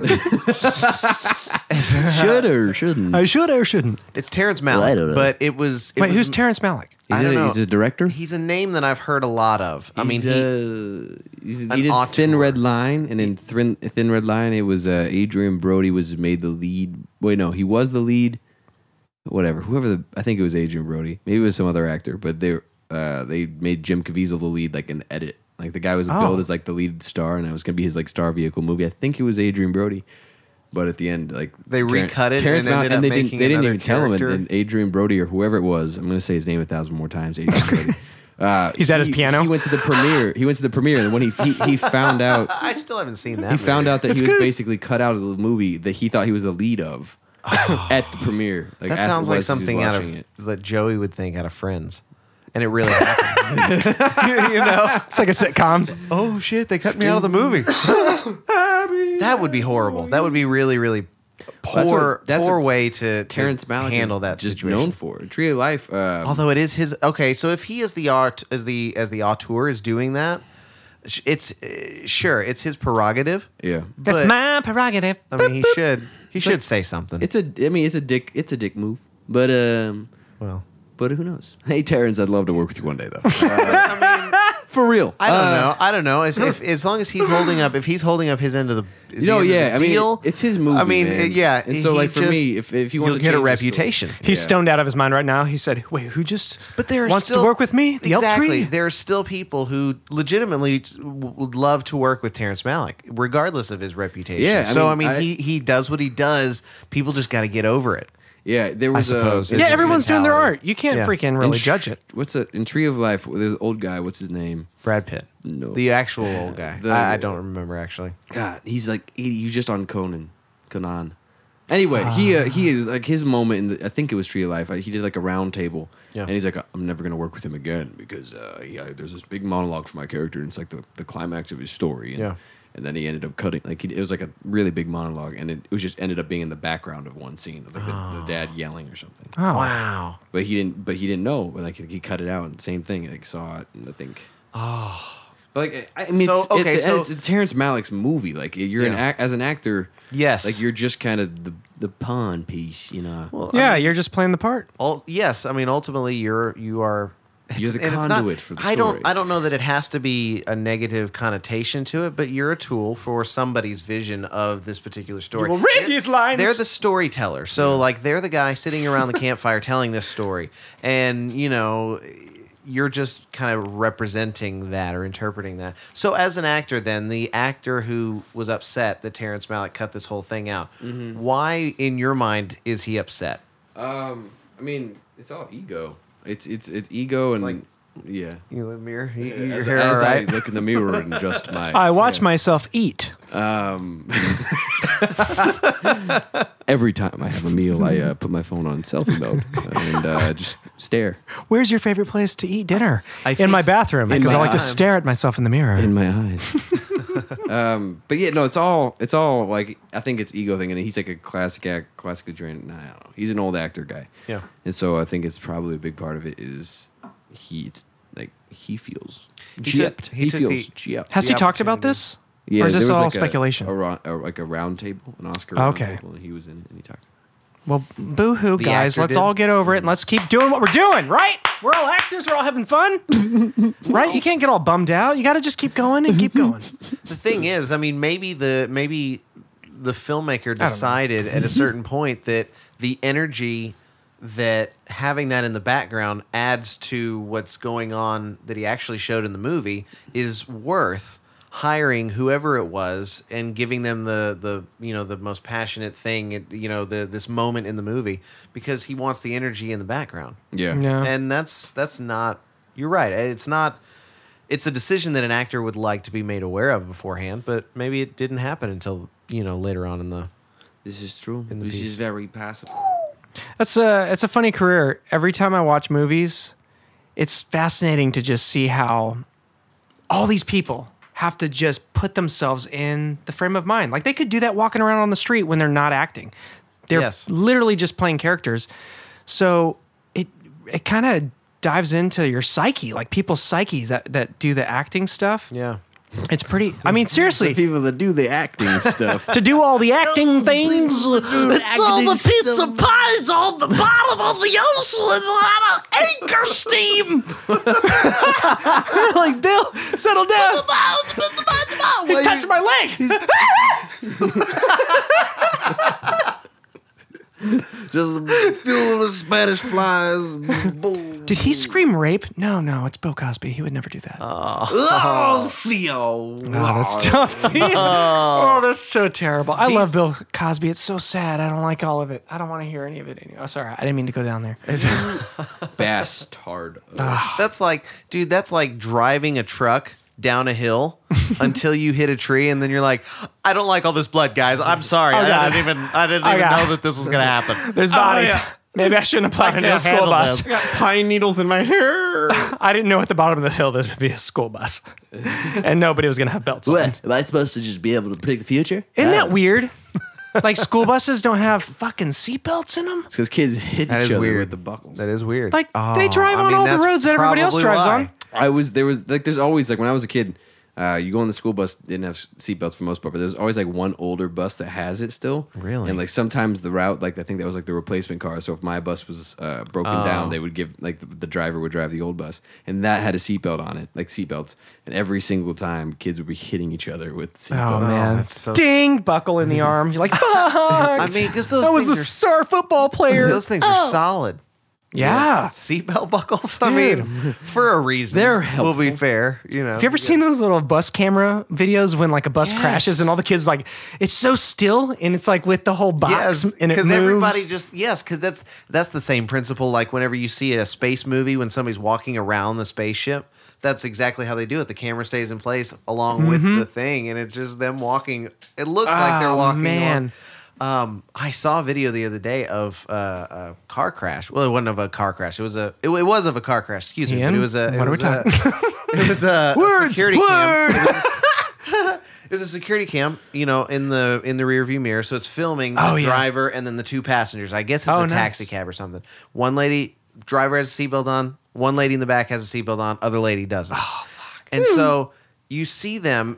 [SPEAKER 6] Should or shouldn't?
[SPEAKER 9] I should or shouldn't.
[SPEAKER 2] it's Terrence
[SPEAKER 6] Well, I don't know.
[SPEAKER 2] Malick, but it was. It
[SPEAKER 3] wait
[SPEAKER 2] was,
[SPEAKER 3] who's terrence
[SPEAKER 6] Is
[SPEAKER 3] malick
[SPEAKER 2] I don't
[SPEAKER 6] it-
[SPEAKER 2] know.
[SPEAKER 6] he's a director?
[SPEAKER 2] He's a name that I've heard a lot of. I mean,
[SPEAKER 6] he's,
[SPEAKER 2] he,
[SPEAKER 6] uh, he's,
[SPEAKER 2] an
[SPEAKER 6] he did Thin
[SPEAKER 2] auteur.
[SPEAKER 6] Red Line, and in Thin, thin Red Line, it was uh, Adrian Brody was made the lead. Wait, no, he was the lead. Whatever, whoever the I think it was Adrian Brody. Maybe it was some other actor, but they uh, they made Jim Caviezel the lead, like in the edit. Like the guy was
[SPEAKER 3] Oh.
[SPEAKER 6] billed as like the lead star, and it was gonna be his like star vehicle movie. I think it was Adrian Brody. But at the end, like
[SPEAKER 2] They
[SPEAKER 6] Terren-
[SPEAKER 2] recut it
[SPEAKER 6] Terrence
[SPEAKER 2] and
[SPEAKER 6] Malick-
[SPEAKER 2] ended up
[SPEAKER 6] they didn't,
[SPEAKER 2] making
[SPEAKER 6] they didn't
[SPEAKER 2] another
[SPEAKER 6] even tell him. And,
[SPEAKER 2] character.
[SPEAKER 6] and Adrian Brody or whoever it was, I'm gonna say his name a thousand more times. Adrian Brody. Uh,
[SPEAKER 3] He's at his
[SPEAKER 6] he-
[SPEAKER 3] piano?
[SPEAKER 6] He went to the premiere. He went to the premiere, and when he he, he found out,
[SPEAKER 2] I still haven't seen that.
[SPEAKER 6] he found
[SPEAKER 2] movie.
[SPEAKER 6] out that he was basically cut out of the movie that he thought he was the lead of at the premiere. Like,
[SPEAKER 2] Oh. That
[SPEAKER 6] as it
[SPEAKER 2] sounds like
[SPEAKER 6] was as he was
[SPEAKER 2] something out of
[SPEAKER 6] watching it.
[SPEAKER 2] that Joey would think out of Friends, and it really happened. you know?
[SPEAKER 3] it's like a sitcom
[SPEAKER 2] Oh shit! They cut me out of the movie. that would be horrible. That would be really, really
[SPEAKER 6] what-
[SPEAKER 2] poor,
[SPEAKER 6] that's
[SPEAKER 2] poor
[SPEAKER 6] what
[SPEAKER 2] way to, to
[SPEAKER 6] Terrence Malick
[SPEAKER 2] handle
[SPEAKER 6] is
[SPEAKER 2] that
[SPEAKER 6] just
[SPEAKER 2] situation.
[SPEAKER 6] known for Tree of Life. Uh,
[SPEAKER 2] Although it is his okay, so if he is the art as the as the auteur is doing that, sh- it's uh, sure it's his prerogative.
[SPEAKER 6] yeah,
[SPEAKER 3] that's
[SPEAKER 2] But- Um,
[SPEAKER 3] my prerogative
[SPEAKER 2] I mean, he should he should say something.
[SPEAKER 6] it's a. I mean, it's a dick. It's a dick move, but um,
[SPEAKER 2] well,
[SPEAKER 6] but who knows? Hey, Terrence, I'd love to work with you one day, though. Uh, For real.
[SPEAKER 2] I don't
[SPEAKER 6] Uh,
[SPEAKER 2] know. I don't know. As if as long as he's holding up, if he's holding up his end of the,
[SPEAKER 6] You know, yeah. I mean,
[SPEAKER 2] deal,
[SPEAKER 6] it's his movie.
[SPEAKER 2] I mean,
[SPEAKER 6] man.
[SPEAKER 2] it- yeah.
[SPEAKER 6] And so,
[SPEAKER 2] he
[SPEAKER 6] like for
[SPEAKER 2] just-
[SPEAKER 6] me, if if you want
[SPEAKER 2] you'll
[SPEAKER 6] to
[SPEAKER 2] get
[SPEAKER 6] change the
[SPEAKER 2] a
[SPEAKER 6] story-
[SPEAKER 2] reputation,
[SPEAKER 3] He's
[SPEAKER 6] Yeah.
[SPEAKER 3] stoned out of his mind right now. He said, "Wait, who just?
[SPEAKER 2] but there are
[SPEAKER 3] wants
[SPEAKER 2] still,
[SPEAKER 3] to work with me. The
[SPEAKER 2] exactly.
[SPEAKER 3] elf tree.
[SPEAKER 2] There are still people who legitimately t- w- would love to work with Terrence Malick, regardless of his reputation.
[SPEAKER 6] Yeah, I
[SPEAKER 2] so
[SPEAKER 6] mean,
[SPEAKER 2] I mean,
[SPEAKER 6] I-
[SPEAKER 2] he he does what he does. People just got to get over it.
[SPEAKER 6] Yeah, there was
[SPEAKER 2] suppose.
[SPEAKER 6] a
[SPEAKER 2] It's
[SPEAKER 3] yeah,
[SPEAKER 2] his
[SPEAKER 3] everyone's doing their
[SPEAKER 2] mentality.
[SPEAKER 3] art. You can't
[SPEAKER 2] Yeah.
[SPEAKER 3] freaking really
[SPEAKER 6] in-
[SPEAKER 3] judge it.
[SPEAKER 6] What's a, in Tree of Life? There's an old guy. What's his name?
[SPEAKER 2] Brad Pitt,
[SPEAKER 6] No.
[SPEAKER 2] the actual old guy.
[SPEAKER 6] The-
[SPEAKER 2] I, I don't remember actually.
[SPEAKER 6] God, he's like eighty. You just on Conan, Conan. Anyway, he uh, he is like his moment in the, I think it was Tree of Life. uh, He did like a round table,
[SPEAKER 2] Yeah.
[SPEAKER 6] and he's like, I'm never gonna work with him again because uh, he, I, there's this big monologue for my character, and it's like the, the climax of his story. And,
[SPEAKER 2] Yeah.
[SPEAKER 6] And then he ended up cutting like he, it was like a really big monologue, and it, it was just ended up being in the background of one scene of like the, the
[SPEAKER 2] Ah.
[SPEAKER 6] dad yelling or something.
[SPEAKER 3] Oh,
[SPEAKER 2] Wow.
[SPEAKER 6] But he didn't. But he didn't know. But like he cut it out, and same thing. Like saw it, and I think. Oh. Like I I mean,
[SPEAKER 2] Ah. So,
[SPEAKER 6] it's, okay,
[SPEAKER 2] okay,
[SPEAKER 6] it's,
[SPEAKER 2] so-
[SPEAKER 6] it's Terrence Malick's movie. Like you're an
[SPEAKER 2] Yeah.
[SPEAKER 6] ac- as an actor.
[SPEAKER 2] Yes.
[SPEAKER 6] Like you're just kind of the the pawn piece, you know.
[SPEAKER 2] Well, I
[SPEAKER 3] yeah, you're just playing the part.
[SPEAKER 2] Ul- yes, I mean ultimately you're you are
[SPEAKER 6] You're
[SPEAKER 2] it's-
[SPEAKER 6] the
[SPEAKER 2] and it's
[SPEAKER 6] conduit for the
[SPEAKER 2] I don't
[SPEAKER 6] story.
[SPEAKER 2] I don't know that it has to be a negative connotation to it, but you're a tool for somebody's vision of this particular story.
[SPEAKER 3] will read these lines.
[SPEAKER 2] They're the storyteller. So like they're the guy sitting around the campfire telling this story. And you know, you're just kind of representing that or interpreting that. So as an actor then, the actor who was upset that Terrence Malick cut this whole thing out,
[SPEAKER 6] Mm-hmm.
[SPEAKER 2] why in your mind is he upset?
[SPEAKER 6] um, I mean, it's all ego. It's it's it's ego and
[SPEAKER 2] Like-
[SPEAKER 6] yeah.
[SPEAKER 2] You look in the mirror. You,
[SPEAKER 6] As,
[SPEAKER 2] your
[SPEAKER 6] as
[SPEAKER 2] hair, all right?
[SPEAKER 6] I look in the mirror and adjust my.
[SPEAKER 3] I watch myself eat.
[SPEAKER 6] Every time I have a meal, I uh, put my phone on selfie mode and uh, just stare
[SPEAKER 3] Where's your favorite place to eat dinner?
[SPEAKER 2] I
[SPEAKER 3] in my
[SPEAKER 2] fix-
[SPEAKER 3] bathroom
[SPEAKER 2] I
[SPEAKER 3] because I
[SPEAKER 2] fix
[SPEAKER 3] like to
[SPEAKER 2] time.
[SPEAKER 3] stare at myself in the mirror.
[SPEAKER 6] in my eyes. um, but yeah, no, it's all it's all like I think it's ego thing, and he's like a classic act, classically trained. Nah, I don't know. He's an old actor guy.
[SPEAKER 2] Yeah.
[SPEAKER 6] and so I think it's probably a big part of it is he it's like he feels
[SPEAKER 2] He
[SPEAKER 6] gypped.
[SPEAKER 2] took- he took
[SPEAKER 6] feels
[SPEAKER 2] the-
[SPEAKER 6] gypped.
[SPEAKER 3] Has
[SPEAKER 2] The
[SPEAKER 3] he talked about
[SPEAKER 2] opportunity.
[SPEAKER 3] this? or is this
[SPEAKER 6] there was,
[SPEAKER 3] all
[SPEAKER 6] like, a-
[SPEAKER 3] speculation?
[SPEAKER 6] A, ro- a- like a round table, an Oscar.
[SPEAKER 3] Oh,
[SPEAKER 6] round
[SPEAKER 3] okay.
[SPEAKER 6] table, and he was in it, and he talked.
[SPEAKER 3] Well, boo hoo,
[SPEAKER 2] The
[SPEAKER 3] guys.
[SPEAKER 2] actor
[SPEAKER 3] Let's
[SPEAKER 2] did.
[SPEAKER 3] all get over it and let's keep doing what we're doing, right? We're all actors. We're all having fun, right? You can't get all bummed out. You got to just keep going and keep going.
[SPEAKER 2] the thing is, I mean, maybe the maybe the filmmaker
[SPEAKER 3] know.
[SPEAKER 2] decided at a certain point that the energy that having that in the background adds to what's going on that he actually showed in the movie is worth hiring whoever it was and giving them the the you know the most passionate thing you know the this moment in the movie because he wants the energy in the background
[SPEAKER 6] Yeah,
[SPEAKER 3] Yeah.
[SPEAKER 2] and that's that's not you're right it's not it's a decision that an actor would like to be made aware of beforehand but maybe it didn't happen until you know later on in the
[SPEAKER 6] this is true.
[SPEAKER 2] the
[SPEAKER 6] This
[SPEAKER 2] piece.
[SPEAKER 6] is very possible.
[SPEAKER 3] That's a it's a funny career. Every time I watch movies, it's fascinating to just see how all these people have to just put themselves in the frame of mind. Like they could do that walking around on the street when they're not acting. They're
[SPEAKER 2] Yes.
[SPEAKER 3] literally just playing characters. So it it kind of dives into your psyche, like people's psyches that that do the acting stuff.
[SPEAKER 2] yeah
[SPEAKER 3] It's pretty I mean seriously,
[SPEAKER 6] People that do the acting stuff.
[SPEAKER 3] to do all the acting things. It's all the pizza pies on the bottom of the ocean and a lot of anchor steam. like Bill, settle down. He's touching my leg.
[SPEAKER 6] just filled with Spanish flies. Boom.
[SPEAKER 3] Did he scream rape? No, no, it's Bill Cosby. He would never do that. Oh,
[SPEAKER 6] Oh, Theo.
[SPEAKER 3] that's tough. oh, that's so terrible. I love Bill Cosby. It's so sad. I don't like all of it. I don't want to hear any of it anymore. Sorry, I didn't mean to go down there.
[SPEAKER 6] Bastard.
[SPEAKER 2] Uh, that's like dude that's like driving a truck down a hill until you hit a tree and then you're like i don't like all this blood guys i'm sorry
[SPEAKER 3] Oh,
[SPEAKER 2] i
[SPEAKER 3] God.
[SPEAKER 2] didn't even i didn't
[SPEAKER 3] Oh,
[SPEAKER 2] even
[SPEAKER 3] God.
[SPEAKER 2] know that this was gonna happen
[SPEAKER 3] There's bodies. Maybe I shouldn't apply to a
[SPEAKER 2] can't
[SPEAKER 3] school
[SPEAKER 2] handle
[SPEAKER 3] bus.
[SPEAKER 2] this.
[SPEAKER 9] Pine needles in my hair.
[SPEAKER 3] I didn't know at the bottom of the hill there would be a school bus, and nobody was gonna have belts. on.
[SPEAKER 4] Am I supposed to just be able to predict the future?
[SPEAKER 3] Isn't that weird? like school buses don't have fucking seatbelts in them.
[SPEAKER 6] It's because kids hit
[SPEAKER 2] That
[SPEAKER 6] each
[SPEAKER 2] is
[SPEAKER 6] other
[SPEAKER 2] weird.
[SPEAKER 6] with the buckles.
[SPEAKER 2] that is weird Oh,
[SPEAKER 3] Like, they drive on all the
[SPEAKER 2] that's
[SPEAKER 3] roads that everybody else
[SPEAKER 2] probably
[SPEAKER 3] drives
[SPEAKER 2] why.
[SPEAKER 3] on.
[SPEAKER 6] I was there was like there's always like when I was a kid, Uh, you go on the school bus didn't have seatbelts for most part, but there's always like one older bus that has it still.
[SPEAKER 2] Really?
[SPEAKER 6] And like sometimes the route, like I think that was like the replacement car. So if my bus was uh, broken
[SPEAKER 2] Oh.
[SPEAKER 6] down, they would give like the, the driver would drive the old bus, and that had a seatbelt on it, like seatbelts. And every single time, kids would be hitting each other with seatbelts.
[SPEAKER 3] Oh, man,
[SPEAKER 2] that's so-
[SPEAKER 3] ding! Buckle in the arm. You're like, fuck.
[SPEAKER 2] I
[SPEAKER 3] I
[SPEAKER 2] mean, because those
[SPEAKER 3] that was
[SPEAKER 2] things
[SPEAKER 3] the
[SPEAKER 2] are s-
[SPEAKER 3] star football player.
[SPEAKER 2] Those things are solid.
[SPEAKER 3] yeah.
[SPEAKER 2] Seatbelt buckles. I
[SPEAKER 3] Dude.
[SPEAKER 2] mean, for a reason.
[SPEAKER 3] They're
[SPEAKER 2] We'll be fair. You know.
[SPEAKER 3] Have you ever seen those little bus camera videos when like a bus crashes and all the kids like it's so still and it's like with the whole box
[SPEAKER 2] Yes,
[SPEAKER 3] and it moves.
[SPEAKER 2] because everybody just yes, because that's that's the same principle. Like whenever you see a space movie, when somebody's walking around the spaceship, that's exactly how they do it. The camera stays in place along with the thing, and it's just them walking. It looks like they're
[SPEAKER 3] Mm-hmm. Oh,
[SPEAKER 2] walking.
[SPEAKER 3] man.
[SPEAKER 2] along. Um, I saw a video the other day of uh, a car crash. Well, it wasn't of a car crash. It was a. It, it was of a car crash. Excuse me. But it
[SPEAKER 3] Ian,
[SPEAKER 2] was a. It
[SPEAKER 3] what are we
[SPEAKER 2] was a- It was a, a
[SPEAKER 3] Words,
[SPEAKER 2] security cam. It was a- It was a security cam, you know, in the in the rearview mirror. So it's filming the
[SPEAKER 3] Oh, yeah.
[SPEAKER 2] driver and then the two passengers. I guess it's
[SPEAKER 3] Oh,
[SPEAKER 2] a
[SPEAKER 3] nice.
[SPEAKER 2] taxi cab or something. One lady driver has a seatbelt on. One lady in the back has a seatbelt on. Other lady doesn't. Oh fuck! And
[SPEAKER 3] Hmm.
[SPEAKER 2] so you see them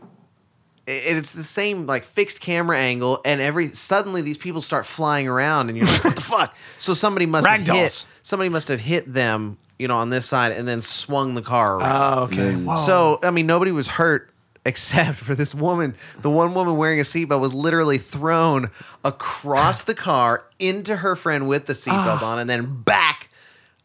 [SPEAKER 2] it- it's the same like fixed camera angle, and every suddenly these people start flying around, and you're like, what the fuck? So somebody must have hit
[SPEAKER 3] Ragdolls.
[SPEAKER 2] somebody must have hit them, you know, on this side, and then swung the car around.
[SPEAKER 3] Oh, okay. Whoa.
[SPEAKER 2] So I mean, nobody was hurt except for this woman. The one woman wearing a seatbelt was literally thrown across the car into her friend with the
[SPEAKER 3] Ah.
[SPEAKER 2] seatbelt on, and then back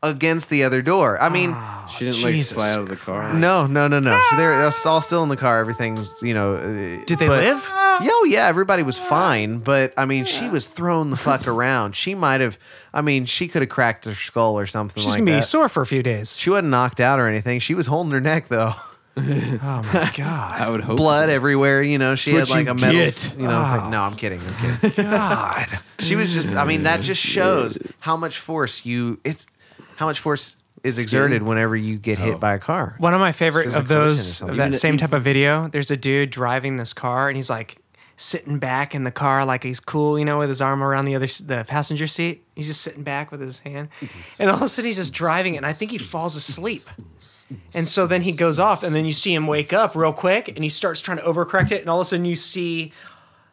[SPEAKER 2] against the other door. I mean.
[SPEAKER 3] Ah.
[SPEAKER 6] She didn't
[SPEAKER 3] Jesus
[SPEAKER 6] like fly out of the car.
[SPEAKER 2] No, no, no, no. So they're, they're all still in the car. Everything's, you know. uh,
[SPEAKER 3] Did they
[SPEAKER 2] but-
[SPEAKER 3] live?
[SPEAKER 2] yeah, oh yeah, everybody was fine, but I mean, she was thrown the fuck around. She might have, I mean, she could have cracked her skull or something
[SPEAKER 3] She's
[SPEAKER 2] like
[SPEAKER 3] gonna be
[SPEAKER 2] that.
[SPEAKER 3] sore for a few days.
[SPEAKER 2] she wasn't knocked out or anything. She was holding her neck though,
[SPEAKER 3] Oh my god.
[SPEAKER 6] I would hope.
[SPEAKER 2] blood everywhere. You know, she had
[SPEAKER 6] What
[SPEAKER 2] like
[SPEAKER 6] you
[SPEAKER 2] a metal.
[SPEAKER 6] get.
[SPEAKER 2] You know,
[SPEAKER 3] Ah.
[SPEAKER 2] thing. no, I'm kidding. I'm kidding.
[SPEAKER 3] God.
[SPEAKER 2] She was just. I mean, that just shows how much force you. It's how much force is exerted whenever you get
[SPEAKER 3] Oh.
[SPEAKER 2] hit by a car.
[SPEAKER 3] One of my favorite
[SPEAKER 2] She's a
[SPEAKER 3] of
[SPEAKER 2] collision or
[SPEAKER 3] those
[SPEAKER 2] something.
[SPEAKER 3] of that
[SPEAKER 6] Even-
[SPEAKER 3] same type of video. There's a dude driving this car and he's like sitting back in the car like he's cool, you know, with his arm around the other s- the passenger seat. He's just sitting back with his hand, and all of a sudden he's just driving it, and I think he falls asleep. And so then he goes off, and then you see him wake up real quick, and he starts trying to overcorrect it, and all of a sudden you see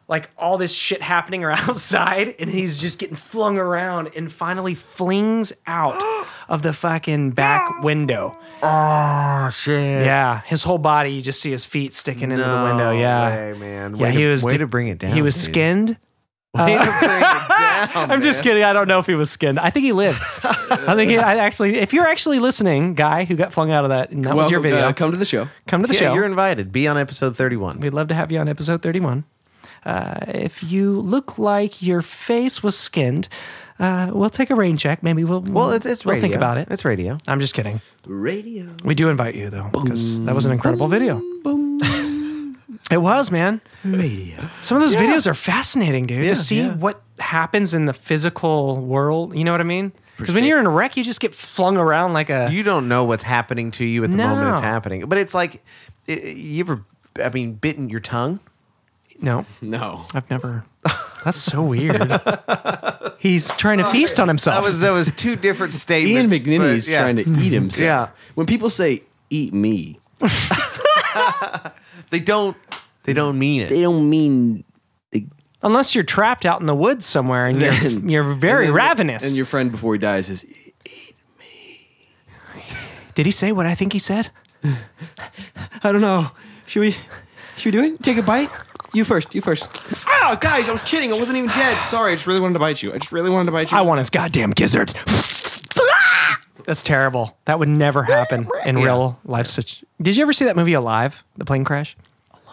[SPEAKER 3] like all this shit happening around outside, and he's just getting flung around, and finally flings out of the fucking back window.
[SPEAKER 2] Oh shit!
[SPEAKER 3] Yeah, his whole body. You just see his feet sticking into the
[SPEAKER 2] No
[SPEAKER 3] window. Yeah,
[SPEAKER 2] way, man.
[SPEAKER 3] yeah.
[SPEAKER 2] Way
[SPEAKER 3] he
[SPEAKER 2] to-
[SPEAKER 3] was
[SPEAKER 2] way
[SPEAKER 3] di-
[SPEAKER 2] to bring it down.
[SPEAKER 3] He was
[SPEAKER 2] dude.
[SPEAKER 3] skinned.
[SPEAKER 2] Way to bring it down.
[SPEAKER 3] I'm just kidding. I don't know if he was skinned. I think he lived. I think he, I actually. If you're actually listening, guy who got flung out of that, and that
[SPEAKER 6] Well,
[SPEAKER 3] was your video. uh, come,
[SPEAKER 6] come to the show.
[SPEAKER 3] to the
[SPEAKER 2] yeah,
[SPEAKER 3] show.
[SPEAKER 2] you're invited. Be on episode 31.
[SPEAKER 3] We'd love to have you on episode 31. Uh, if you look like your face was skinned, uh, we'll take a rain check. Maybe we'll
[SPEAKER 2] Well, it's, it's
[SPEAKER 3] we'll
[SPEAKER 2] radio.
[SPEAKER 3] think about it.
[SPEAKER 2] It's radio.
[SPEAKER 3] I'm just kidding.
[SPEAKER 6] Radio.
[SPEAKER 3] We do invite you though, because that was an incredible video. it was, man.
[SPEAKER 6] Radio.
[SPEAKER 3] Some of those videos are fascinating, dude.
[SPEAKER 2] Yeah,
[SPEAKER 3] to see
[SPEAKER 2] yeah.
[SPEAKER 3] what happens in the physical world. You know what I mean? Because when you're in a wreck, you just get flung around like a.
[SPEAKER 2] You don't know what's happening to you at the moment it's
[SPEAKER 3] No.
[SPEAKER 2] happening. But it's like, i- you ever, I mean, bitten your tongue?
[SPEAKER 3] no,
[SPEAKER 6] No.
[SPEAKER 3] I've never. That's so weird. He's trying to feast on
[SPEAKER 2] That
[SPEAKER 3] himself.
[SPEAKER 2] was that was two different
[SPEAKER 6] Ian
[SPEAKER 2] statements.
[SPEAKER 6] McNinney
[SPEAKER 2] but
[SPEAKER 6] is
[SPEAKER 2] yeah.
[SPEAKER 6] trying to eat himself.
[SPEAKER 2] Yeah.
[SPEAKER 6] When people say "eat me,"
[SPEAKER 2] They don't. They don't mean it.
[SPEAKER 6] they don't mean
[SPEAKER 3] Unless you're trapped out in the woods somewhere and you're
[SPEAKER 6] Then-
[SPEAKER 3] you're very
[SPEAKER 6] And then-
[SPEAKER 3] ravenous.
[SPEAKER 6] And your friend before he dies is
[SPEAKER 3] Did he say what I think he said?
[SPEAKER 4] I don't know. Should we? Should we do it? Take a bite. You first. You first. Oh, guys, I was kidding. I wasn't even dead. Sorry. I just really wanted to bite you. I just really wanted to bite you.
[SPEAKER 3] I want his goddamn gizzards. That's terrible. That would never happen in real life. Such. Did you ever see that movie Alive? The plane crash. Alive.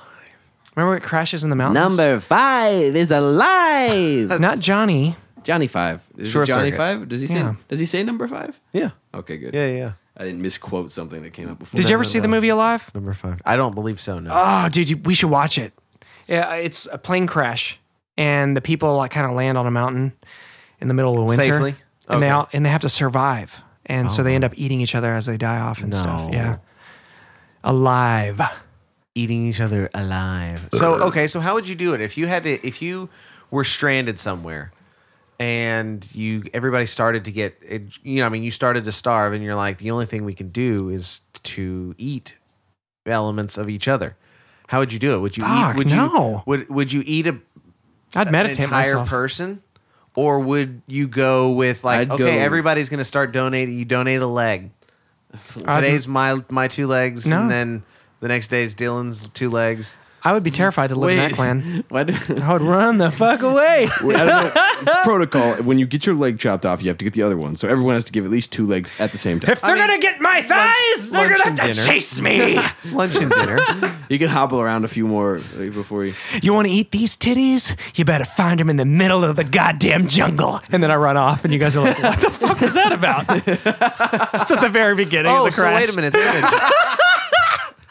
[SPEAKER 3] Remember it crashes in the mountains.
[SPEAKER 6] five is alive.
[SPEAKER 3] Not Johnny.
[SPEAKER 6] Johnny Five. Is it
[SPEAKER 2] Short
[SPEAKER 6] Johnny
[SPEAKER 2] circuit.
[SPEAKER 6] Five? Does he say?
[SPEAKER 3] Yeah.
[SPEAKER 6] Does he say number five?
[SPEAKER 2] yeah.
[SPEAKER 6] Okay, good.
[SPEAKER 2] Yeah. Yeah.
[SPEAKER 6] I didn't misquote something that came up before.
[SPEAKER 3] Did you ever see the movie Alive?
[SPEAKER 2] Number five. I don't believe so. No.
[SPEAKER 3] Oh, dude, you, we should watch it. Yeah, it's a plane crash, and the people like kind of land on a mountain in the middle of winter,
[SPEAKER 2] Safely?
[SPEAKER 3] and they
[SPEAKER 2] Okay. Oh.
[SPEAKER 3] all and they have to survive, and so they end up eating each other as they die off and stuff.
[SPEAKER 2] No.
[SPEAKER 3] Yeah, alive.
[SPEAKER 2] Eating each other alive. So okay. So how would you do it if you had to? If you were stranded somewhere, and you everybody started to get it- you know I mean you started to starve and you're like the only thing we can do is to eat elements of each other. How would you do it? Would you
[SPEAKER 3] Fuck,
[SPEAKER 2] eat? Would you
[SPEAKER 3] no.
[SPEAKER 2] would would you eat a
[SPEAKER 3] I'd
[SPEAKER 2] an
[SPEAKER 3] meditate
[SPEAKER 2] entire
[SPEAKER 3] myself.
[SPEAKER 2] person, or would you go with like
[SPEAKER 6] I'd
[SPEAKER 2] okay,
[SPEAKER 6] go-
[SPEAKER 2] everybody's gonna start donating? You donate a leg. Today's my my two legs,
[SPEAKER 3] No.
[SPEAKER 2] and then the next day's Dylan's two legs.
[SPEAKER 3] I would be terrified to live in that
[SPEAKER 6] Wait.
[SPEAKER 3] clan.
[SPEAKER 6] Why do-
[SPEAKER 3] Mm-hmm. I would run the fuck away.
[SPEAKER 6] Wait, I don't know. It's protocol. When you get your leg chopped off, you have to get the other one. So everyone has to give at least two legs at the same time.
[SPEAKER 3] If they're gonna get my thighs, they're
[SPEAKER 2] lunch
[SPEAKER 3] gonna have
[SPEAKER 2] and
[SPEAKER 3] to
[SPEAKER 2] dinner.
[SPEAKER 3] chase me.
[SPEAKER 2] Lunch and dinner.
[SPEAKER 6] You can hobble around a few more like, before you.
[SPEAKER 3] you want to eat these titties? You better find them in the middle of the goddamn jungle. And then I run off, and you guys are like, "What the fuck is that about?" it's at the very beginning
[SPEAKER 2] oh,
[SPEAKER 3] of the
[SPEAKER 2] so
[SPEAKER 3] crash.
[SPEAKER 2] wait a minute. They're gonna-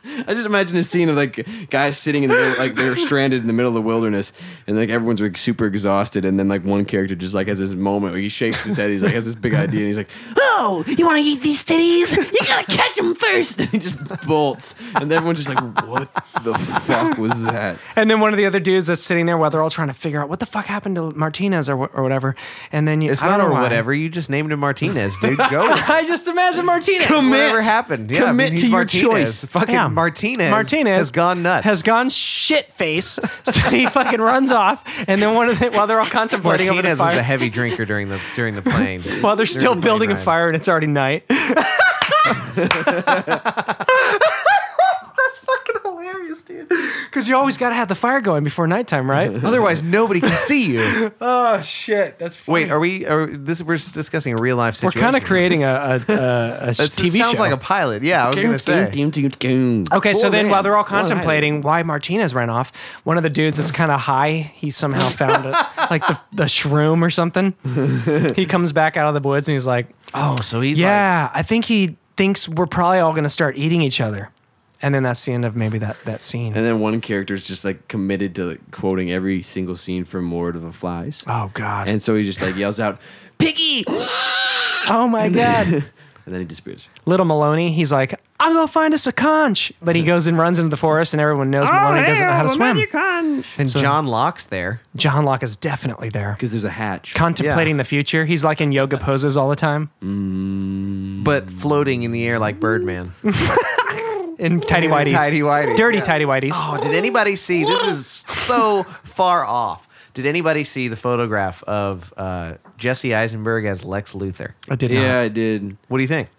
[SPEAKER 6] I just imagine a scene of like guys sitting in the middle, like they're stranded in the middle of the wilderness, and like everyone's like super exhausted, and then like one character just like has this moment where he shakes his head, he's like has this big idea, and he's like, "Oh, you want to eat these titties? You gotta catch them first. And he just bolts, and everyone's just like, "What the fuck was that?"
[SPEAKER 3] And then one of the other dudes that's sitting there while they're all trying to figure out what the fuck happened to Martinez or, wh- or whatever. And then you,
[SPEAKER 2] it's
[SPEAKER 3] I don't
[SPEAKER 2] not
[SPEAKER 3] know
[SPEAKER 2] or
[SPEAKER 3] why.
[SPEAKER 2] whatever. You just named him Martinez, dude. Go. with it.
[SPEAKER 3] I just imagine Martinez.
[SPEAKER 2] Whatever happened? Yeah, I mean,
[SPEAKER 6] Commit
[SPEAKER 2] he's
[SPEAKER 6] to your
[SPEAKER 2] Martinez.
[SPEAKER 6] choice.
[SPEAKER 2] Fucking
[SPEAKER 3] Yeah.
[SPEAKER 2] Martinez.
[SPEAKER 3] Martinez
[SPEAKER 2] has gone nuts.
[SPEAKER 3] Has gone shit face. So he fucking runs off. And then one of the, while they're all contemplating over the
[SPEAKER 2] Martinez was
[SPEAKER 3] fire,
[SPEAKER 2] a heavy drinker during the during the plane.
[SPEAKER 3] while they're still
[SPEAKER 2] plane
[SPEAKER 3] building a
[SPEAKER 2] ride.
[SPEAKER 3] fire and it's already night. That's fucking hilarious, dude. Because you always gotta have the fire going before nighttime, right?
[SPEAKER 2] Otherwise, nobody can see you.
[SPEAKER 3] oh shit, that's funny.
[SPEAKER 2] Wait, are we? Are this? We're just discussing a real life
[SPEAKER 3] We're
[SPEAKER 2] situation.
[SPEAKER 3] kind of creating a, a, a, a
[SPEAKER 2] That's-
[SPEAKER 3] TV
[SPEAKER 2] it sounds
[SPEAKER 3] show.
[SPEAKER 2] like a pilot. Yeah, I was gonna say.
[SPEAKER 3] Okay, so
[SPEAKER 6] Oh,
[SPEAKER 3] then
[SPEAKER 6] man.
[SPEAKER 3] while they're all
[SPEAKER 6] Well, hey.
[SPEAKER 3] contemplating why Martinez ran off, one of the dudes is kind of high. He somehow found it, like the, the shroom or something. he comes back out of the woods and he's like,
[SPEAKER 2] Oh, so he's
[SPEAKER 3] Yeah, I think he thinks we're probably all going to start eating each other. And then that's the end of maybe that, that scene.
[SPEAKER 6] And then one character is just like committed to like, quoting every single scene from Lord of the Flies,
[SPEAKER 3] oh, God.
[SPEAKER 6] and so he just like yells out, "Piggy!"
[SPEAKER 3] oh, my God.
[SPEAKER 6] and then he disappears.
[SPEAKER 3] Little Maloney, he's like, I'm going to find us a conch. But he goes and runs into the forest, and everyone knows Maloney doesn't
[SPEAKER 2] Oh,
[SPEAKER 3] know how to
[SPEAKER 6] Ah,
[SPEAKER 3] swim.
[SPEAKER 2] like, and John Locke's there.
[SPEAKER 3] John Locke is definitely there.
[SPEAKER 6] Because there's a hatch.
[SPEAKER 3] Contemplating the future. He's like in yoga poses all the time.
[SPEAKER 2] but floating in the air like Birdman.
[SPEAKER 3] in tidy whities,
[SPEAKER 2] tidy whities,
[SPEAKER 3] dirty
[SPEAKER 2] yeah.
[SPEAKER 3] tidy whities.
[SPEAKER 2] Oh, did anybody see? This is so far off. Did anybody see the photograph of uh, Jesse Eisenberg as Lex Luthor?
[SPEAKER 3] I did
[SPEAKER 6] Yeah,
[SPEAKER 3] not.
[SPEAKER 6] I did.
[SPEAKER 2] What do you think?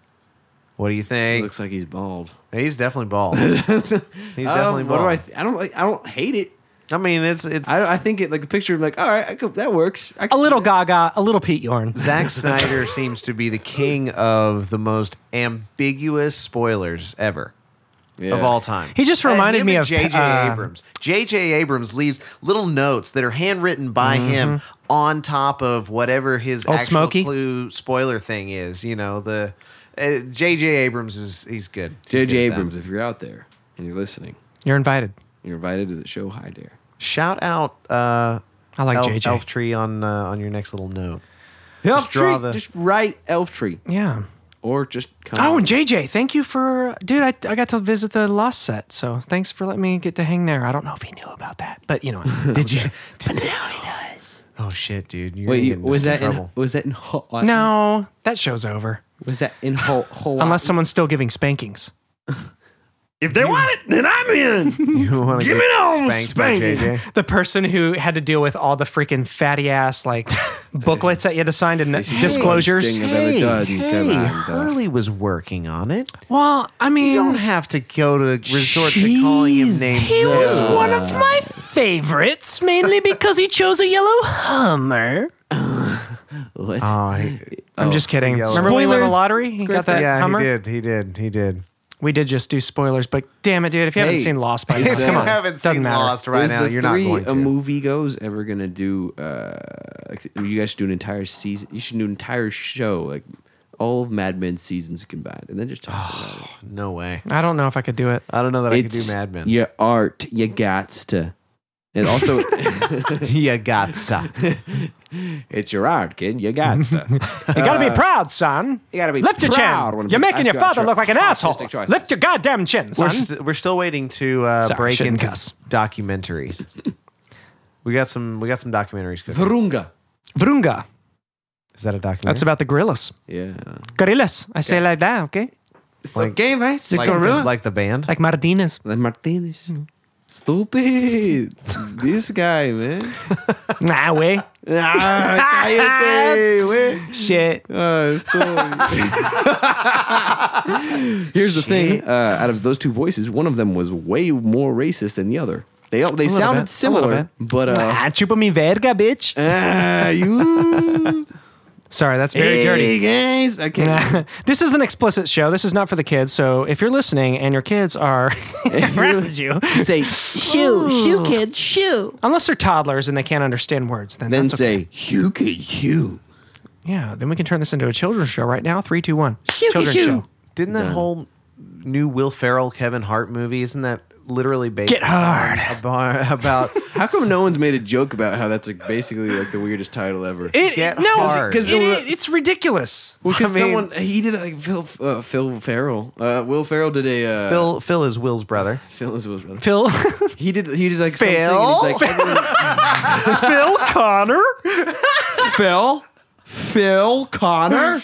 [SPEAKER 2] What do you think?
[SPEAKER 6] Looks like he's bald.
[SPEAKER 2] He's definitely bald. He's definitely
[SPEAKER 6] Um,
[SPEAKER 2] bald.
[SPEAKER 6] What do I? Th- I don't. Like, I don't hate it.
[SPEAKER 2] I mean, it's it's
[SPEAKER 6] I, I think it like the picture. I'm like, all right, I could, that works. I
[SPEAKER 3] A
[SPEAKER 6] could-
[SPEAKER 3] little Gaga, a little Pete Yorn.
[SPEAKER 2] Zack Snyder seems to be the king of the most ambiguous spoilers ever
[SPEAKER 6] Yeah.
[SPEAKER 2] of all time.
[SPEAKER 3] He just
[SPEAKER 2] Uh,
[SPEAKER 3] reminded
[SPEAKER 2] him
[SPEAKER 3] me
[SPEAKER 2] and
[SPEAKER 3] of,
[SPEAKER 2] J.J.
[SPEAKER 3] uh,
[SPEAKER 2] Abrams. J.J. Abrams leaves little notes that are handwritten by him on top of whatever his
[SPEAKER 3] Mm-hmm. Old
[SPEAKER 2] actual
[SPEAKER 3] Smokey?
[SPEAKER 2] clue spoiler thing is. You know the uh, J.J. Abrams is he's good. He's
[SPEAKER 6] J.J.
[SPEAKER 2] good at that.
[SPEAKER 6] Abrams, if you're out there and you're listening,
[SPEAKER 3] You're invited.
[SPEAKER 6] you're invited to the show. Hi there.
[SPEAKER 2] Shout out. Uh,
[SPEAKER 3] I like
[SPEAKER 2] Elf,
[SPEAKER 3] JJ.
[SPEAKER 2] Elf Tree on uh, on your next little note.
[SPEAKER 6] Elf
[SPEAKER 2] draw
[SPEAKER 6] tree.
[SPEAKER 2] the-
[SPEAKER 6] Just write elf tree,
[SPEAKER 3] Yeah.
[SPEAKER 6] or just come.
[SPEAKER 3] Oh, and JJ, thank you for, dude. I, I got to visit the Lost set, so thanks for letting me get to hang there. I don't know if he knew about that, but you know, did you?
[SPEAKER 2] Oh shit, dude! You're
[SPEAKER 6] wait.
[SPEAKER 2] gonna
[SPEAKER 6] you-
[SPEAKER 2] get into
[SPEAKER 6] was
[SPEAKER 2] some
[SPEAKER 6] that in,
[SPEAKER 2] trouble.
[SPEAKER 6] was that in Ho- Hawaii?
[SPEAKER 3] No, that show's over.
[SPEAKER 6] Was that in Ho- Hawaii?
[SPEAKER 3] Unless someone's still giving spankings.
[SPEAKER 9] If they want it, then I'm in.
[SPEAKER 2] you want to
[SPEAKER 9] Give me
[SPEAKER 2] get
[SPEAKER 9] an old
[SPEAKER 2] spanked by
[SPEAKER 9] spanking.
[SPEAKER 2] JJ?
[SPEAKER 3] The person who had to deal with all the freaking fatty ass like booklets that you had to sign and disclosures.
[SPEAKER 6] Thing I've ever done. uh, Come on, dog.
[SPEAKER 2] Hurley was working on it.
[SPEAKER 3] Well, I
[SPEAKER 2] You
[SPEAKER 3] mean,
[SPEAKER 2] don't have to go to resort to calling him names.
[SPEAKER 3] He
[SPEAKER 2] now.
[SPEAKER 3] was one of my favorites, mainly because he chose a yellow Hummer.
[SPEAKER 6] What?
[SPEAKER 3] Uh,
[SPEAKER 2] Oh, he-
[SPEAKER 3] I'm just kidding.
[SPEAKER 2] yellow.
[SPEAKER 3] Remember when we won the
[SPEAKER 6] Spoilers.
[SPEAKER 3] lottery? He got that
[SPEAKER 2] yeah,
[SPEAKER 3] Hummer.
[SPEAKER 2] he did. He did. He did.
[SPEAKER 3] We did just do spoilers, but damn it, dude! If you haven't
[SPEAKER 6] Hey,
[SPEAKER 3] seen Lost by now,
[SPEAKER 6] If you
[SPEAKER 3] come on,
[SPEAKER 2] haven't
[SPEAKER 3] doesn't
[SPEAKER 2] seen
[SPEAKER 3] matter.
[SPEAKER 2] Lost right
[SPEAKER 6] Is
[SPEAKER 2] now,
[SPEAKER 6] the
[SPEAKER 2] you're not
[SPEAKER 6] three
[SPEAKER 2] going to.
[SPEAKER 6] A movie goes ever gonna do? Uh, you guys should do an entire season. You should do an entire show, like all of Mad Men seasons combined, and then just talk about it.
[SPEAKER 2] No way.
[SPEAKER 3] I don't know if I Oh, could do it.
[SPEAKER 2] I don't know that I could do
[SPEAKER 6] It's
[SPEAKER 2] Mad Men.
[SPEAKER 6] Your art, you gots to. And also,
[SPEAKER 2] you got stuck.
[SPEAKER 6] it's your art, kid. You gots to. Uh,
[SPEAKER 3] You gotta
[SPEAKER 2] Uh,
[SPEAKER 3] be proud, son.
[SPEAKER 6] You gotta be
[SPEAKER 3] Lift your
[SPEAKER 6] proud
[SPEAKER 3] chin.
[SPEAKER 6] when-
[SPEAKER 3] You're making your
[SPEAKER 6] that's your
[SPEAKER 3] father look like an
[SPEAKER 6] artistic
[SPEAKER 3] asshole.
[SPEAKER 6] choice.
[SPEAKER 3] Lift your goddamn chin,
[SPEAKER 2] We're,
[SPEAKER 3] son.
[SPEAKER 2] st- we're still waiting to uh,
[SPEAKER 3] Sorry,
[SPEAKER 2] break
[SPEAKER 3] shouldn't
[SPEAKER 2] into
[SPEAKER 3] cuss.
[SPEAKER 2] documentaries. we got some. We got some documentaries cooking.
[SPEAKER 6] Vrunga.
[SPEAKER 3] Vrunga.
[SPEAKER 2] Is that a documentary?
[SPEAKER 3] That's about the gorillas.
[SPEAKER 6] Yeah.
[SPEAKER 3] Gorillas. I say like that, okay?
[SPEAKER 6] It's okay, man. It's a
[SPEAKER 2] like, the,
[SPEAKER 6] gorilla.
[SPEAKER 2] like the band.
[SPEAKER 3] Like Martinez.
[SPEAKER 6] Like Martinez. Stupid. this guy, man.
[SPEAKER 3] Nah, way.
[SPEAKER 6] ah, cállate, güey.
[SPEAKER 3] Shit.
[SPEAKER 6] Ah, estoy- Here's the thing: uh, out of those two voices, one of them was way more racist than the other. They they
[SPEAKER 3] little
[SPEAKER 6] sounded
[SPEAKER 3] bit, a little
[SPEAKER 6] similar,
[SPEAKER 3] bit.
[SPEAKER 6] but uh,
[SPEAKER 3] ah, chupa mi verga, bitch.
[SPEAKER 6] ah, you
[SPEAKER 3] Sorry, that's very
[SPEAKER 6] hey,
[SPEAKER 3] dirty.
[SPEAKER 6] guys. I can't.
[SPEAKER 3] Nah. this is an explicit show. This is not for the kids. So if you're listening and your kids are around you,
[SPEAKER 6] say
[SPEAKER 10] Shoo, shoo, kids, shoo.
[SPEAKER 3] unless they're toddlers and they can't understand words, then,
[SPEAKER 6] then
[SPEAKER 3] that's okay.
[SPEAKER 6] say you could you.
[SPEAKER 3] yeah. Then we can turn this into a children's show right now. Three, two, one.
[SPEAKER 10] Shoo,
[SPEAKER 3] children's
[SPEAKER 10] shoo.
[SPEAKER 3] show.
[SPEAKER 2] Didn't that whole new Will Ferrell Kevin Hart movie isn't that literally based
[SPEAKER 3] Get hard.
[SPEAKER 2] on a bar- about
[SPEAKER 6] How come no one's made a joke about how that's like basically like the weirdest title ever?
[SPEAKER 3] It,
[SPEAKER 2] Get
[SPEAKER 3] no,
[SPEAKER 2] hard.
[SPEAKER 3] It, it- it's ridiculous.
[SPEAKER 6] Well, because
[SPEAKER 2] I mean-
[SPEAKER 6] someone he did it like Phil uh, Phil Farrell. Uh, Will Farrell did a uh,
[SPEAKER 2] Phil Phil is Will's brother.
[SPEAKER 6] Phil is Will's brother.
[SPEAKER 3] Phil,
[SPEAKER 6] He did he did like
[SPEAKER 2] Phil?
[SPEAKER 6] something. and He's like,
[SPEAKER 9] Phil Connor?
[SPEAKER 6] Phil Phil Connor.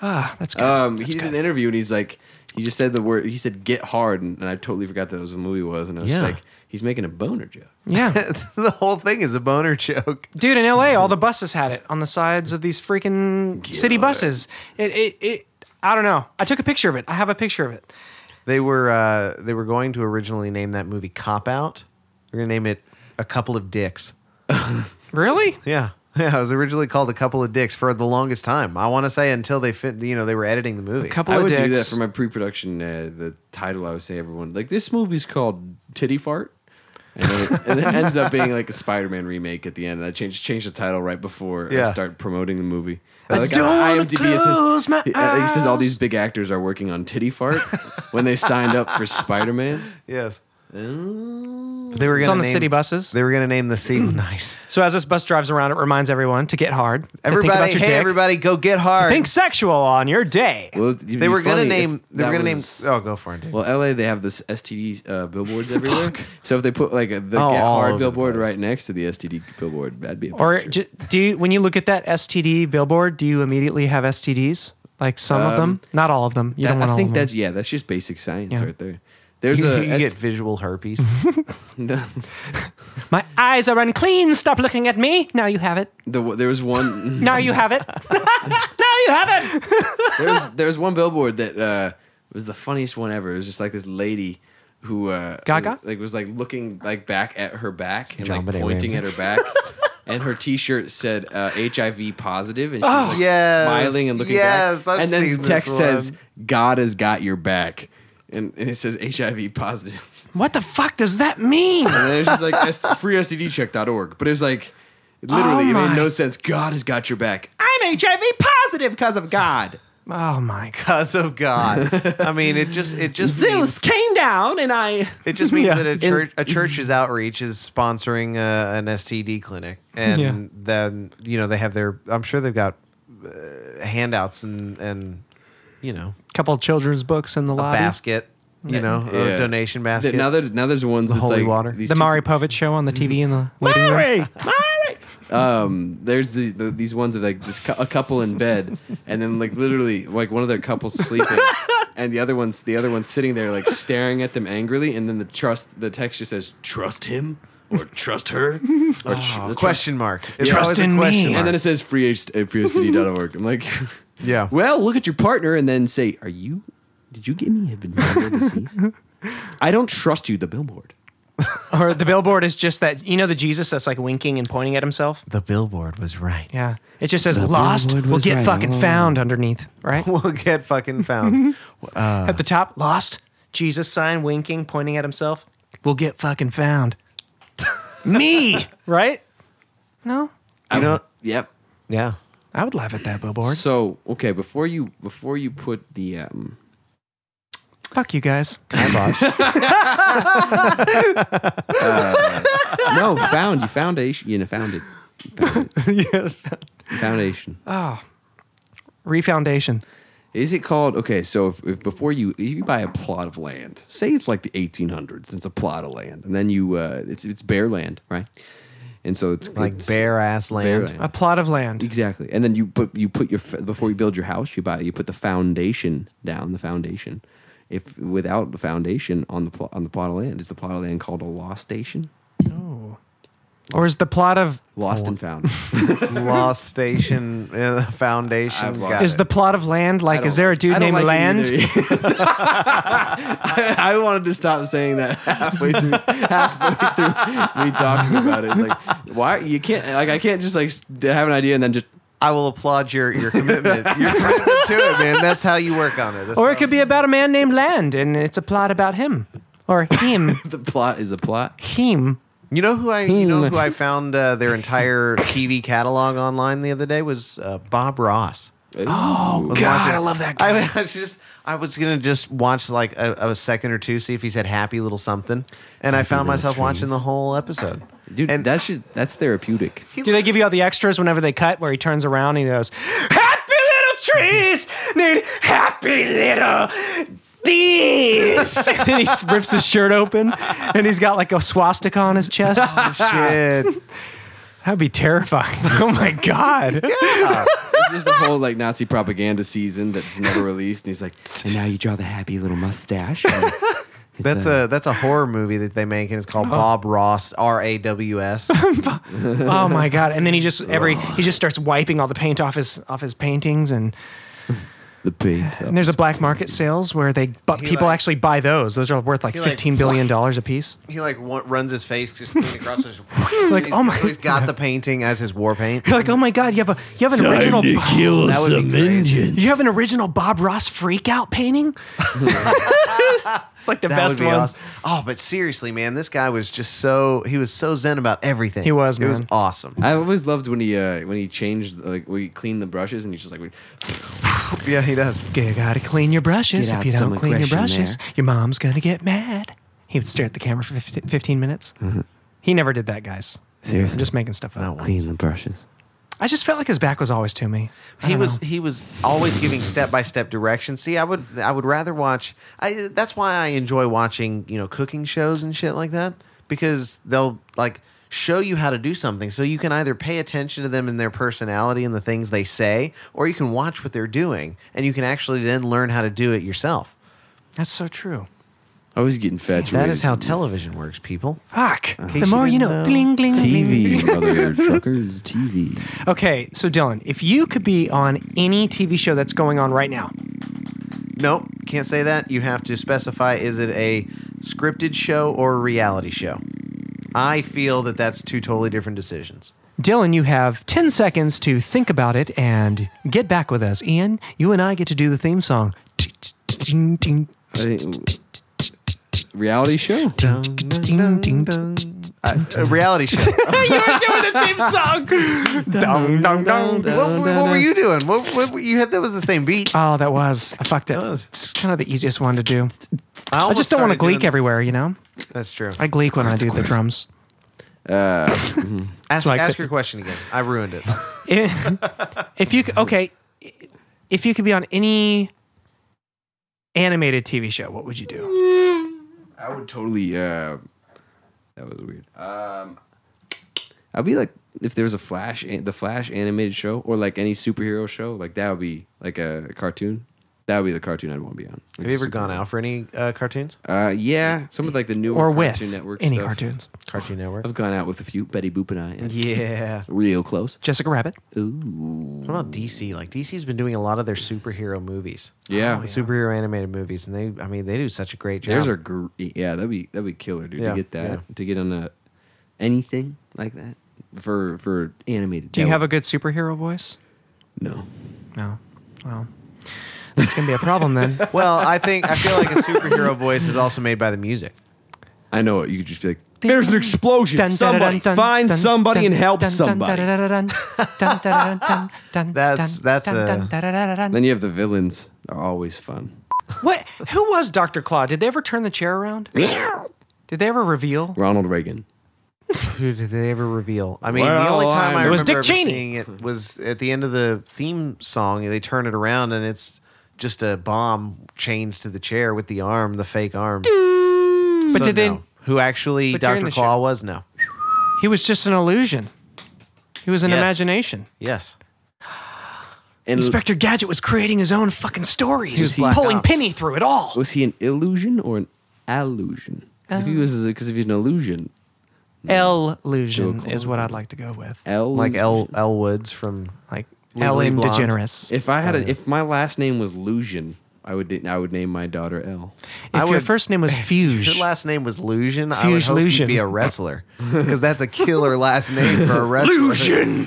[SPEAKER 3] that's good.
[SPEAKER 6] Um, he did an interview and he's like, he just said the word. He said get hard, and, and I totally forgot that was what the movie was, and I was just
[SPEAKER 2] Yeah.
[SPEAKER 6] like, he's making a boner joke.
[SPEAKER 3] yeah,
[SPEAKER 2] the whole thing is a boner joke.
[SPEAKER 3] dude. In L.A., all the buses had it on the sides of these freaking city buses. It, it, it. I don't know. I took a picture of it. I have a picture of it.
[SPEAKER 2] They were uh, they were going to originally name that movie Cop Out. They're gonna name it A Couple of Dicks.
[SPEAKER 3] Really?
[SPEAKER 2] Yeah. Yeah, it was originally called A Couple of Dicks for the longest time. I want to say until they fit, you know, they were editing the movie.
[SPEAKER 3] couple
[SPEAKER 6] I
[SPEAKER 3] of
[SPEAKER 6] would
[SPEAKER 3] dicks.
[SPEAKER 6] do that for my pre-production. Uh, the title I would say everyone like this movie's called Titty Fart, and it, and it ends up being like a Spider-Man remake at the end. And I change change the title right before I
[SPEAKER 2] Yeah.
[SPEAKER 6] start promoting the movie. I like,
[SPEAKER 3] don't wanna close my
[SPEAKER 6] it says, it says all
[SPEAKER 3] eyes.
[SPEAKER 6] these big actors are working on Titty Fart when they signed up for Spider-Man.
[SPEAKER 2] yes. They were
[SPEAKER 3] It's
[SPEAKER 2] gonna
[SPEAKER 3] on the
[SPEAKER 2] name-
[SPEAKER 3] city buses.
[SPEAKER 2] They were going to name the scene. nice.
[SPEAKER 3] So as this bus drives around, it reminds everyone to get hard. to
[SPEAKER 2] Everybody,
[SPEAKER 3] think about your
[SPEAKER 2] hey,
[SPEAKER 3] dick.
[SPEAKER 2] everybody, go get hard.
[SPEAKER 3] Think sexual on your day.
[SPEAKER 6] Well, it'd be
[SPEAKER 2] they were going to
[SPEAKER 6] funny if
[SPEAKER 2] name. They were
[SPEAKER 6] that
[SPEAKER 2] going to
[SPEAKER 6] was-
[SPEAKER 2] name. Oh, go for it. Dude.
[SPEAKER 6] Well, LA they have this STD uh, billboards everywhere. So if they put like a, the
[SPEAKER 2] Oh,
[SPEAKER 6] get
[SPEAKER 2] all over
[SPEAKER 6] hard
[SPEAKER 2] the
[SPEAKER 6] billboard
[SPEAKER 2] place.
[SPEAKER 6] right next to the STD billboard, that'd be a
[SPEAKER 3] Or
[SPEAKER 6] picture.
[SPEAKER 3] j- do you, when you look at that STD billboard, do you immediately have STDs? Like some of them, not all of them. You
[SPEAKER 6] That-
[SPEAKER 3] don't want
[SPEAKER 6] Um, I
[SPEAKER 3] all
[SPEAKER 6] think
[SPEAKER 3] of them.
[SPEAKER 6] that's yeah, that's just basic science
[SPEAKER 3] Yeah.
[SPEAKER 6] right there. There's
[SPEAKER 2] you
[SPEAKER 6] a
[SPEAKER 2] you
[SPEAKER 6] S-
[SPEAKER 2] get visual herpes.
[SPEAKER 3] My eyes are unclean. Stop looking at me. Now you have it.
[SPEAKER 6] the, there was one
[SPEAKER 3] Now you have it. now you have it.
[SPEAKER 6] there was there was one billboard that uh, was the funniest one ever. It was just like this lady who uh,
[SPEAKER 3] Gaga?
[SPEAKER 6] like was like looking like back at her back and like
[SPEAKER 2] Jean-Benet
[SPEAKER 6] pointing
[SPEAKER 2] Ramsey.
[SPEAKER 6] at her back. And her T-shirt said uh, HIV positive, and she was like,
[SPEAKER 2] Oh, yes.
[SPEAKER 6] smiling and looking
[SPEAKER 2] Yes,
[SPEAKER 6] back.
[SPEAKER 2] I've
[SPEAKER 6] and then
[SPEAKER 2] seen
[SPEAKER 6] the text
[SPEAKER 2] this
[SPEAKER 6] says,
[SPEAKER 2] one.
[SPEAKER 6] "God has got your back," and, and it says HIV positive.
[SPEAKER 3] What the fuck does that mean?
[SPEAKER 6] And then it's just like S- freestdcheck.org. But it's like literally, it
[SPEAKER 3] my.
[SPEAKER 2] Oh
[SPEAKER 6] made no sense. God has got your back.
[SPEAKER 4] I'm HIV positive because of God.
[SPEAKER 3] Oh my god.
[SPEAKER 2] Because of God. I mean, it just it just means,
[SPEAKER 4] Zeus came down and I.
[SPEAKER 2] it just means
[SPEAKER 3] Yeah.
[SPEAKER 2] that a
[SPEAKER 3] And-
[SPEAKER 2] church a church's outreach is sponsoring uh, an STD clinic, and
[SPEAKER 3] Yeah.
[SPEAKER 2] then you know they have their. I'm sure they've got uh, handouts and and you know
[SPEAKER 3] Couple of children's books in the
[SPEAKER 2] a
[SPEAKER 3] lobby.
[SPEAKER 2] basket, you know, a
[SPEAKER 6] Yeah.
[SPEAKER 2] donation
[SPEAKER 6] That-
[SPEAKER 2] basket.
[SPEAKER 6] Now, there, now there's ones that's
[SPEAKER 2] holy
[SPEAKER 6] like
[SPEAKER 2] water.
[SPEAKER 6] these
[SPEAKER 3] The
[SPEAKER 6] two- Mm-hmm.
[SPEAKER 3] Mari Povich show on the TV in the waiting room.
[SPEAKER 9] Mary! Mary!
[SPEAKER 6] um, there's the, the these ones of like this cou- a couple in bed, and then like literally like one of their couples sleeping, and the other one's the other one's sitting there like staring at them angrily, and then the trust the text just says trust him or trust her or tr-
[SPEAKER 2] Oh,
[SPEAKER 6] the trust-
[SPEAKER 2] question mark. It's
[SPEAKER 3] Trust
[SPEAKER 2] always a
[SPEAKER 3] in
[SPEAKER 2] question
[SPEAKER 3] me.
[SPEAKER 2] mark.
[SPEAKER 6] and then it says free H- uh, freestd.org. I'm like,
[SPEAKER 2] yeah.
[SPEAKER 6] well, look at your partner and then say, are you? Did you give me a venereal disease? I don't trust you. The billboard.
[SPEAKER 3] Or the billboard is just that you know the Jesus that's like winking and pointing at himself.
[SPEAKER 2] the billboard was right.
[SPEAKER 3] Yeah. It just says lost
[SPEAKER 6] billboard
[SPEAKER 3] will
[SPEAKER 6] was
[SPEAKER 3] get
[SPEAKER 6] right.
[SPEAKER 3] fucking
[SPEAKER 6] Oh.
[SPEAKER 3] found underneath, right?
[SPEAKER 2] We'll get fucking found.
[SPEAKER 3] at the top, lost, Jesus sign winking, pointing at himself, will get fucking found. Me, right? No.
[SPEAKER 6] You know. Yep.
[SPEAKER 2] yeah.
[SPEAKER 3] I would laugh at that billboard.
[SPEAKER 6] So okay, before you before you put the um,
[SPEAKER 3] Fuck you guys.
[SPEAKER 6] no, found you foundation. You know, founded. founded. yeah, foundation.
[SPEAKER 3] Ah. Refoundation.
[SPEAKER 6] Is it called okay? So if, if before you if you buy a plot of land, say it's like the 1800s, it's a plot of land, and then you uh, it's it's bare land, right? And so it's
[SPEAKER 2] Like
[SPEAKER 6] it's
[SPEAKER 2] bare ass
[SPEAKER 6] bare
[SPEAKER 2] land.
[SPEAKER 3] A plot of land.
[SPEAKER 6] Exactly, and then you put you put your f- before you build your house, you buy you put the foundation down, the foundation, if without the foundation on the pl- on the plot of land, is the plot of land called a law station?
[SPEAKER 3] Or is the plot of
[SPEAKER 6] Lost
[SPEAKER 3] Oh.
[SPEAKER 6] and found.
[SPEAKER 2] Lost Station uh, Foundation.
[SPEAKER 6] I've lost
[SPEAKER 2] Got
[SPEAKER 6] it.
[SPEAKER 3] is the plot of land like is there a dude
[SPEAKER 6] I don't like
[SPEAKER 3] named Land?
[SPEAKER 6] it either. I, I wanted to stop saying that halfway through, halfway through me talking about it. It's like why you can't like I can't just like s- have an idea and then just
[SPEAKER 2] I will applaud your your commitment. your commitment to it, man. That's how you work on it. That's
[SPEAKER 3] Or
[SPEAKER 2] how-
[SPEAKER 3] it could be about a man named Land and it's a plot about him or him.
[SPEAKER 6] the plot is a plot.
[SPEAKER 3] him.
[SPEAKER 2] you know who I you know who I found uh, their entire TV catalog online the other day was uh, Bob Ross.
[SPEAKER 6] Oh
[SPEAKER 2] Was
[SPEAKER 3] God,
[SPEAKER 2] watching-
[SPEAKER 3] I love that
[SPEAKER 2] I, was just I was gonna just watch like a, a second or two, see if he said happy little something, and I found myself watching the whole episode.
[SPEAKER 6] dude,
[SPEAKER 2] and
[SPEAKER 6] that should that's therapeutic.
[SPEAKER 3] Do they give you all the extras whenever they cut where he turns around and he goes, Happy little trees need happy little D's. and then he rips his shirt open and he's got like a swastika on his chest.
[SPEAKER 2] shit.
[SPEAKER 3] That'd be terrifying. Oh my God.
[SPEAKER 6] It's just the whole like Nazi propaganda season that's never released, and he's like, and now you draw the happy little mustache. And
[SPEAKER 2] That's a that's a horror movie that they make, and it's called Bob Ross R A W S.
[SPEAKER 3] Oh my God. And then he just every he just starts wiping all the paint off his off his paintings and,
[SPEAKER 6] the paint.
[SPEAKER 3] and there's a black market sales where they but
[SPEAKER 2] He
[SPEAKER 3] people
[SPEAKER 2] like-
[SPEAKER 3] actually buy those. Those are worth like
[SPEAKER 2] like,
[SPEAKER 3] fifteen billion dollars a piece.
[SPEAKER 2] He like wa- runs his face just across. His,
[SPEAKER 3] Like,
[SPEAKER 2] he's-
[SPEAKER 3] oh my-
[SPEAKER 2] so He's got the painting as his war paint.
[SPEAKER 3] You're like, oh my God, you have a you have an original
[SPEAKER 9] kill
[SPEAKER 2] That would be crazy.
[SPEAKER 3] You have an original Bob Ross freakout painting? it's like the
[SPEAKER 2] That
[SPEAKER 3] best
[SPEAKER 2] would be
[SPEAKER 3] ones.
[SPEAKER 2] awesome. Oh, but seriously, man, this guy was just so he was so zen about everything.
[SPEAKER 3] He was,
[SPEAKER 2] It was
[SPEAKER 3] man.
[SPEAKER 2] awesome.
[SPEAKER 6] I always loved when he uh, when he changed like when he cleaned the brushes and he's just like
[SPEAKER 2] Yeah, he does.
[SPEAKER 3] You gotta clean your brushes.
[SPEAKER 6] Get
[SPEAKER 3] If
[SPEAKER 6] out
[SPEAKER 3] you
[SPEAKER 6] some
[SPEAKER 3] don't clean your
[SPEAKER 6] aggression
[SPEAKER 3] brushes,
[SPEAKER 6] there.
[SPEAKER 3] your mom's gonna get mad. He would stare at the camera for 15 15 minutes.
[SPEAKER 2] Mm-hmm.
[SPEAKER 3] He never did that, guys.
[SPEAKER 6] Seriously?
[SPEAKER 3] I'm just making stuff up.
[SPEAKER 6] clean the brushes.
[SPEAKER 3] I just felt like his back was always to me. I
[SPEAKER 2] He
[SPEAKER 3] don't
[SPEAKER 2] was
[SPEAKER 3] know.
[SPEAKER 2] he was always giving step by step directions. See, I would I would rather watch. I that's why I enjoy watching you know cooking shows and shit like that because they'll like show you how to do something so you can either pay attention to them and their personality and the things they say or you can watch what they're doing and you can actually then learn how to do it yourself
[SPEAKER 3] That's so true.
[SPEAKER 6] I was getting fatuated.
[SPEAKER 2] that is how television works people
[SPEAKER 3] Fuck.
[SPEAKER 2] Uh-huh. case
[SPEAKER 3] The
[SPEAKER 2] you
[SPEAKER 3] more you
[SPEAKER 2] didn't
[SPEAKER 3] know.
[SPEAKER 2] know.
[SPEAKER 3] Gling, gling, gling.
[SPEAKER 6] TV, mother truckers, TV.
[SPEAKER 3] Okay, so Dylan, if you could be on any TV show that's going on right now,
[SPEAKER 2] nope can't say that you have to specify is it a scripted show or a reality show i feel that that's two totally different decisions
[SPEAKER 3] Dylan, you have 10 seconds to think about it and get back with us. Ian, you and I get to do the theme song.
[SPEAKER 6] I think- Reality show.
[SPEAKER 2] Uh, a reality show. what, what were you doing? What, what you had? That was the same beat.
[SPEAKER 3] Oh, that was. I fucked it.
[SPEAKER 2] was.
[SPEAKER 3] It's kind of the easiest one to do. I
[SPEAKER 2] almost
[SPEAKER 3] just don't want to
[SPEAKER 2] started doing-
[SPEAKER 3] gleek everywhere, you know?
[SPEAKER 2] That's true.
[SPEAKER 3] I gleek when I do the drums.
[SPEAKER 6] Uh,
[SPEAKER 2] ask
[SPEAKER 3] like-
[SPEAKER 2] ask your question again. I ruined it.
[SPEAKER 3] if you c- okay, if you could be on any animated TV show, what would you do?
[SPEAKER 6] I would totally. Uh, that was weird. Um, I'd be like, if there was a Flash, the Flash animated show, or like any superhero show, like that would be like a cartoon. That would be the cartoon I'd want to be on.
[SPEAKER 2] Have you ever gone out for any uh, cartoons?
[SPEAKER 6] Uh, yeah, some of like the newer
[SPEAKER 3] Or with
[SPEAKER 6] Cartoon Network
[SPEAKER 3] any
[SPEAKER 6] stuff.
[SPEAKER 3] cartoons?
[SPEAKER 2] Cartoon Network.
[SPEAKER 6] I've gone out with a few Betty Boop and I. and
[SPEAKER 2] Yeah.
[SPEAKER 6] Real close.
[SPEAKER 3] Jessica Rabbit.
[SPEAKER 6] Ooh.
[SPEAKER 2] What about DC? Like DC's been doing a lot of their superhero movies.
[SPEAKER 6] Yeah.
[SPEAKER 2] The Superhero animated movies, and they, I mean, they do such a great job.
[SPEAKER 6] There's a gr- yeah, that'd be that'd be killer, dude.
[SPEAKER 2] Yeah,
[SPEAKER 6] to get that,
[SPEAKER 2] yeah.
[SPEAKER 6] to get on a anything like that for for animated.
[SPEAKER 3] Do you have a good superhero voice?
[SPEAKER 6] no?
[SPEAKER 3] No. Well, that's gonna be a problem then.
[SPEAKER 2] well, I think I feel like a superhero voice is also made by the music.
[SPEAKER 6] I know it. You could just be like,
[SPEAKER 4] There's an explosion.
[SPEAKER 3] Dun, dun, dun,
[SPEAKER 4] somebody
[SPEAKER 3] dun,
[SPEAKER 4] find
[SPEAKER 3] dun,
[SPEAKER 4] somebody
[SPEAKER 3] dun,
[SPEAKER 4] and help
[SPEAKER 3] dun, dun,
[SPEAKER 4] somebody.
[SPEAKER 3] dun, dun, dun, dun, dun, dun,
[SPEAKER 2] That's-
[SPEAKER 3] dun,
[SPEAKER 2] that's
[SPEAKER 3] dun,
[SPEAKER 2] a-
[SPEAKER 3] dun, dun, dun, dun, dun.
[SPEAKER 6] then you have the villains. They're always fun.
[SPEAKER 3] What? Who was Doctor Claw? Did they ever turn the chair around? Did they ever reveal?
[SPEAKER 6] Ronald Reagan.
[SPEAKER 2] Who did they ever reveal? I mean, the
[SPEAKER 6] Well,
[SPEAKER 2] only time I
[SPEAKER 6] I'm-
[SPEAKER 2] remember
[SPEAKER 3] It was Dick
[SPEAKER 2] ever
[SPEAKER 3] Cheney.
[SPEAKER 2] seeing it was at the end of the theme song. and They turn it around and it's just a bomb chained to the chair with the arm, the fake arm.
[SPEAKER 3] But did they?
[SPEAKER 2] No. Who actually
[SPEAKER 3] But during
[SPEAKER 2] Dr.
[SPEAKER 3] the
[SPEAKER 2] Claw
[SPEAKER 3] show-
[SPEAKER 2] was? No.
[SPEAKER 3] He was just an illusion. He was an
[SPEAKER 2] Yes.
[SPEAKER 3] imagination.
[SPEAKER 2] Yes.
[SPEAKER 6] And
[SPEAKER 3] Inspector Gadget was creating his own fucking stories,
[SPEAKER 6] Who's Black
[SPEAKER 3] pulling
[SPEAKER 6] Ops?
[SPEAKER 3] Penny through it all.
[SPEAKER 6] was he an illusion or an allusion? Because if he was, because if he's an illusion,
[SPEAKER 3] Illusion
[SPEAKER 6] Joe
[SPEAKER 3] is what I'd like to go with.
[SPEAKER 6] L
[SPEAKER 2] like L. L. Woods from
[SPEAKER 3] Like
[SPEAKER 2] Legally
[SPEAKER 3] Ellen
[SPEAKER 2] Blonde.
[SPEAKER 3] DeGeneres. If,
[SPEAKER 6] If I had,
[SPEAKER 2] Oh,
[SPEAKER 6] a, if my last name was Lusion, I would, I would name my daughter L.
[SPEAKER 2] I
[SPEAKER 3] your
[SPEAKER 2] would-
[SPEAKER 3] first name was
[SPEAKER 2] If
[SPEAKER 3] Fuge,
[SPEAKER 2] your last name was Lusion, I would
[SPEAKER 3] Fuge
[SPEAKER 2] hope
[SPEAKER 3] Lusion.
[SPEAKER 2] you'd be a wrestler because that's a killer last name for a wrestler.
[SPEAKER 1] Lucian!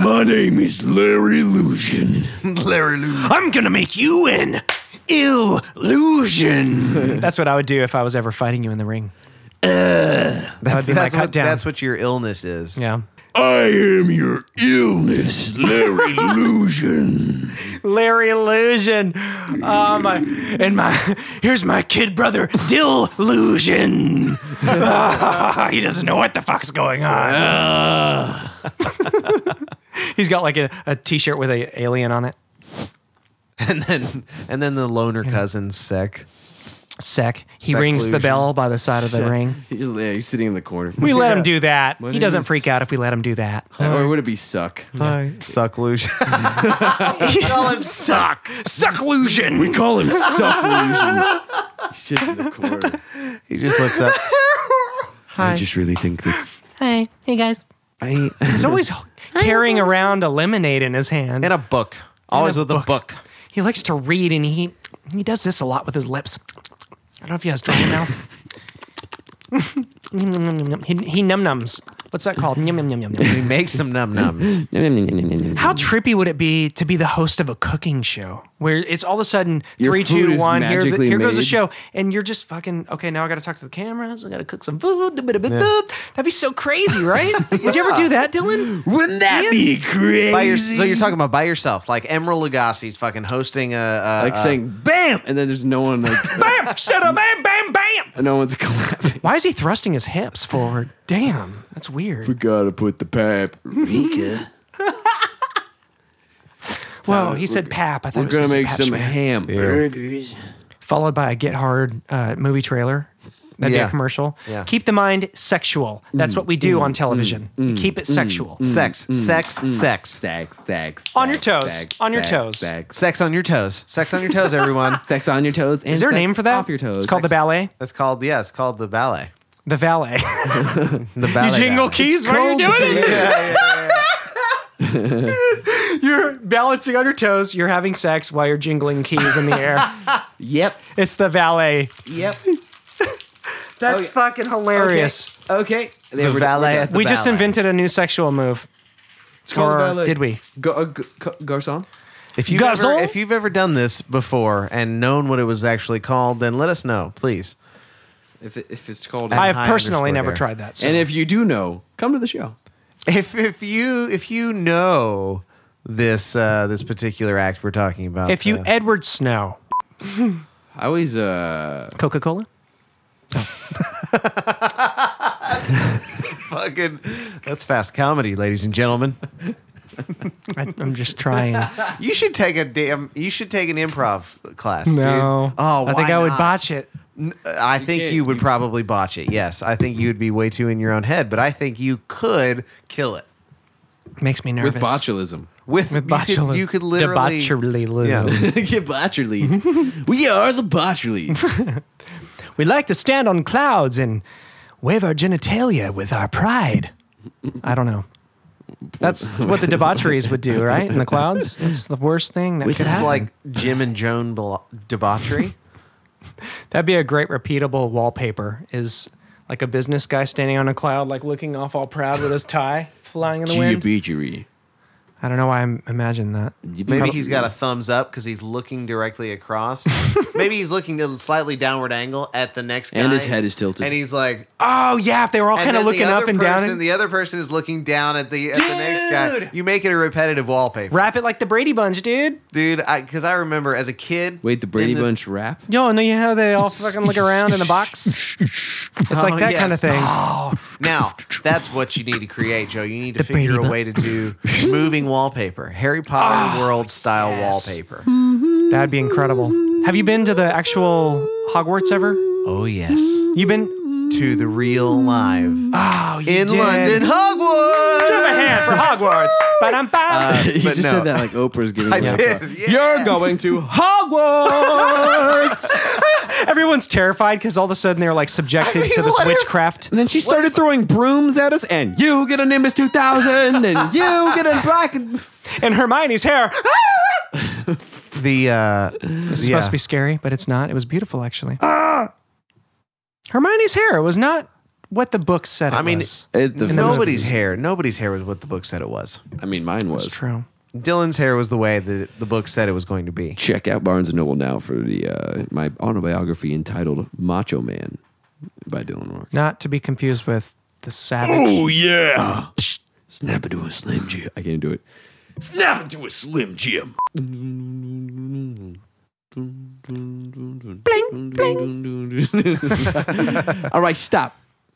[SPEAKER 1] My name is Larry Lucian.
[SPEAKER 2] Larry Lusion.
[SPEAKER 9] I'm gonna make you an illusion.
[SPEAKER 3] that's what I would do if I was ever fighting you in the ring. that would be my
[SPEAKER 2] That's
[SPEAKER 3] cut
[SPEAKER 2] what,
[SPEAKER 3] down.
[SPEAKER 2] that's what your illness is.
[SPEAKER 3] yeah.
[SPEAKER 1] I am your illness, Larry Lucian.
[SPEAKER 3] Larry Illusion. Oh my! And my here's my kid brother Dillusion. he doesn't know what the fuck's going on. He's got like a, a t-shirt with a alien on it.
[SPEAKER 2] And then and then the loner cousin's sick.
[SPEAKER 3] Sec. He
[SPEAKER 2] Sec
[SPEAKER 3] rings the
[SPEAKER 2] Illusion.
[SPEAKER 3] bell by the side of the ring.
[SPEAKER 6] He's just yeah, he's sitting in the corner.
[SPEAKER 3] We let him do that. he
[SPEAKER 6] name
[SPEAKER 3] doesn't
[SPEAKER 6] is-
[SPEAKER 3] freak out if we let him do that.
[SPEAKER 6] or would it be suck?
[SPEAKER 2] Suck Lusion. Call him Suck.
[SPEAKER 3] Sucklusion.
[SPEAKER 6] We call him suck Lusion. He's just in the corner.
[SPEAKER 2] He just looks up.
[SPEAKER 6] I just really think that
[SPEAKER 10] Hi. Hey, guys.
[SPEAKER 6] I.
[SPEAKER 3] He's always carrying around a lemonade in his hand.
[SPEAKER 2] In a book. Always
[SPEAKER 3] In a
[SPEAKER 2] with a book.
[SPEAKER 3] He likes to read and he he does this a lot with his lips. I don't know if he has dry mouth. he he num nums. What's that called? Yum, yum, yum, yum, yum.
[SPEAKER 2] He makes some num nums.
[SPEAKER 3] How trippy would it be to be the host of a cooking show where it's all of a sudden
[SPEAKER 6] Your
[SPEAKER 3] three,
[SPEAKER 6] food
[SPEAKER 3] two,
[SPEAKER 6] is
[SPEAKER 3] one, here, the,
[SPEAKER 6] magically
[SPEAKER 3] here goes the
[SPEAKER 6] made.
[SPEAKER 3] show, and you're just fucking okay. Now I got to talk to the cameras. I got to cook some food. That'd be so crazy, right? Would you ever do that, Dylan?
[SPEAKER 1] Wouldn't that be crazy?
[SPEAKER 2] By your, so you're talking about by yourself, like Emerald Lagasse's fucking hosting a, a
[SPEAKER 6] like
[SPEAKER 2] a-
[SPEAKER 6] saying "bam" and then there's no one like
[SPEAKER 3] uh, bam! Shut up! Bam! Bam! Bam!
[SPEAKER 6] no one's clapping.
[SPEAKER 3] Why is he thrusting his hips forward? Damn, that's weird.
[SPEAKER 6] We gotta put the pap. Rika.
[SPEAKER 3] Whoa, he said pap. I thought
[SPEAKER 6] We're
[SPEAKER 3] it was gonna
[SPEAKER 6] gonna make
[SPEAKER 3] say
[SPEAKER 6] some
[SPEAKER 3] Pap Smear.
[SPEAKER 6] hamburgers.
[SPEAKER 3] Followed by a Get Hard uh, movie trailer. That'd be
[SPEAKER 2] Yeah.
[SPEAKER 3] a commercial.
[SPEAKER 2] Yeah. Mm.
[SPEAKER 3] Keep the mind sexual. That's what we do on television. We Keep it sexual.
[SPEAKER 2] sex, sex, sex.
[SPEAKER 6] mm, Sex, sex,
[SPEAKER 3] On your
[SPEAKER 6] sex,
[SPEAKER 3] toes.
[SPEAKER 6] sex,
[SPEAKER 3] On your
[SPEAKER 6] sex,
[SPEAKER 3] toes.
[SPEAKER 6] Sex,
[SPEAKER 2] Sex on your toes. Sex on your toes, everyone.
[SPEAKER 6] sex on your toes. And
[SPEAKER 3] Is there a
[SPEAKER 6] sex
[SPEAKER 3] name for that?
[SPEAKER 6] Off your toes.
[SPEAKER 3] It's called the ballet.
[SPEAKER 2] That's called yeah, it's called the ballet.
[SPEAKER 3] The valet.
[SPEAKER 2] The ballet.
[SPEAKER 3] you jingle
[SPEAKER 2] ballet.
[SPEAKER 3] keys while you're doing it. You're balancing on your toes. You're having sex while you're jingling keys in the air.
[SPEAKER 6] Yep.
[SPEAKER 3] it's the valet.
[SPEAKER 2] Yep.
[SPEAKER 3] That's fucking hilarious.
[SPEAKER 6] Okay.
[SPEAKER 2] The valet. At the
[SPEAKER 3] We just
[SPEAKER 2] ballet.
[SPEAKER 3] invented a new sexual move.
[SPEAKER 6] called
[SPEAKER 3] or
[SPEAKER 6] the ballet.
[SPEAKER 3] did we?
[SPEAKER 6] Go, uh, g- co- garçon.
[SPEAKER 2] If you've,
[SPEAKER 3] Guzzle?
[SPEAKER 2] ever, if you've ever done this before and known what it was actually called, then let us know, please.
[SPEAKER 6] If, it, if it's called.
[SPEAKER 3] I have
[SPEAKER 2] high
[SPEAKER 3] personally
[SPEAKER 2] underscore
[SPEAKER 3] never
[SPEAKER 2] dare.
[SPEAKER 3] tried that. So.
[SPEAKER 6] and if you do know, come to the show.
[SPEAKER 2] If if you if you know this uh, this particular act we're talking about,
[SPEAKER 3] If you
[SPEAKER 2] uh,
[SPEAKER 3] Edward Snow,
[SPEAKER 6] I always uh
[SPEAKER 3] Coca Cola.
[SPEAKER 2] fucking that's fast comedy, ladies and gentlemen.
[SPEAKER 3] I'm just trying.
[SPEAKER 2] You should take a damn. You should take an improv class. dude.
[SPEAKER 3] no.
[SPEAKER 2] Oh,
[SPEAKER 3] I think
[SPEAKER 2] why
[SPEAKER 3] I would
[SPEAKER 2] not?
[SPEAKER 3] botch it.
[SPEAKER 2] I think
[SPEAKER 6] can't-
[SPEAKER 2] you would probably botch it. Yes, I think you would be way too in your own head, but I think you could kill it
[SPEAKER 3] Makes me nervous.
[SPEAKER 6] with botulism.
[SPEAKER 2] with
[SPEAKER 3] With
[SPEAKER 2] You could,
[SPEAKER 3] botulism.
[SPEAKER 2] you could literally
[SPEAKER 3] Debaucheryism.
[SPEAKER 6] Get botcherly. we are the botcherly.
[SPEAKER 3] We like to stand on clouds and wave our genitalia with our pride. I don't know. That's what the debaucheries would do, right? In the clouds. That's the worst thing that could happen.
[SPEAKER 2] like Jim and Joan blo- debauchery.
[SPEAKER 3] That'd be a great repeatable wallpaper. Is like a business guy standing on a cloud, like looking off all proud with his tie flying in the wind.
[SPEAKER 6] Beachery.
[SPEAKER 3] I don't know why I m- imagined that.
[SPEAKER 2] Maybe he's got a thumbs up because he's looking directly across. Maybe he's looking at a slightly downward angle at the next guy.
[SPEAKER 6] And his head is tilted.
[SPEAKER 2] And he's like,
[SPEAKER 3] Oh yeah, if they were all
[SPEAKER 2] and
[SPEAKER 3] kind of
[SPEAKER 2] then the
[SPEAKER 3] looking up
[SPEAKER 2] other
[SPEAKER 3] and down.
[SPEAKER 2] person-
[SPEAKER 3] and-
[SPEAKER 2] the other person is looking down at the, at the next guy.
[SPEAKER 3] Dude!
[SPEAKER 2] You make it a repetitive wallpaper,
[SPEAKER 3] Wrap it like the Brady Bunch, dude.
[SPEAKER 2] dude. Because I, remember as a kid.
[SPEAKER 6] Wait, the Brady
[SPEAKER 2] in this-
[SPEAKER 6] Bunch rap?
[SPEAKER 3] Yo, know you how they all fucking look around in a box? It's like
[SPEAKER 2] Oh,
[SPEAKER 3] that
[SPEAKER 2] yes.
[SPEAKER 3] kind of thing.
[SPEAKER 2] Now that's what you need to create, Joe. You need to
[SPEAKER 3] The
[SPEAKER 2] figure
[SPEAKER 3] Brady
[SPEAKER 2] a
[SPEAKER 3] Bu-
[SPEAKER 2] way to do moving wallpaper, Harry Potter world style
[SPEAKER 3] Ah, yes.
[SPEAKER 2] wallpaper.
[SPEAKER 3] That'd be incredible. Have you been to the actual Hogwarts ever?
[SPEAKER 2] Oh yes.
[SPEAKER 3] You've been
[SPEAKER 2] to the real live
[SPEAKER 3] Oh, you
[SPEAKER 2] in
[SPEAKER 3] did.
[SPEAKER 2] London,
[SPEAKER 3] Give a
[SPEAKER 2] Hogwarts.
[SPEAKER 3] hand for Hogwarts. Ba-dum-bum.
[SPEAKER 6] you
[SPEAKER 2] but
[SPEAKER 6] just
[SPEAKER 2] no.
[SPEAKER 6] said that like Oprah's giving.
[SPEAKER 2] I
[SPEAKER 6] you a high five.
[SPEAKER 2] did. Yeah.
[SPEAKER 4] You're going to
[SPEAKER 6] Uh,
[SPEAKER 3] Hogwarts. Everyone's terrified because all of a sudden they're like subjected
[SPEAKER 2] I mean,
[SPEAKER 3] to this
[SPEAKER 2] what if-
[SPEAKER 3] witchcraft.
[SPEAKER 6] And then she started throwing brooms at us, and you get a Nimbus 2000, and you get a black. And
[SPEAKER 3] And Hermione's hair.
[SPEAKER 2] the uh,
[SPEAKER 3] It's
[SPEAKER 2] yeah.
[SPEAKER 3] supposed to be scary, but it's not. It was beautiful, actually. Hermione's hair was not what the book said. It
[SPEAKER 2] I mean,
[SPEAKER 3] was.
[SPEAKER 6] It- the-
[SPEAKER 3] In the
[SPEAKER 2] nobody's
[SPEAKER 3] movies.
[SPEAKER 2] hair. Nobody's hair was what the book said it was.
[SPEAKER 6] I mean, mine was.
[SPEAKER 3] It's true.
[SPEAKER 2] Dylan's hair was the way that the book said it was going to be.
[SPEAKER 6] Check out Barnes and Noble now for the uh, my autobiography entitled "Macho Man" by Dylan Rourke.
[SPEAKER 3] Not to be confused with the savage.
[SPEAKER 1] Oh, yeah.
[SPEAKER 6] Ah. Snap into a slim jim. I can't do it.
[SPEAKER 1] Snap into a Slim Jim.
[SPEAKER 6] All right, stop.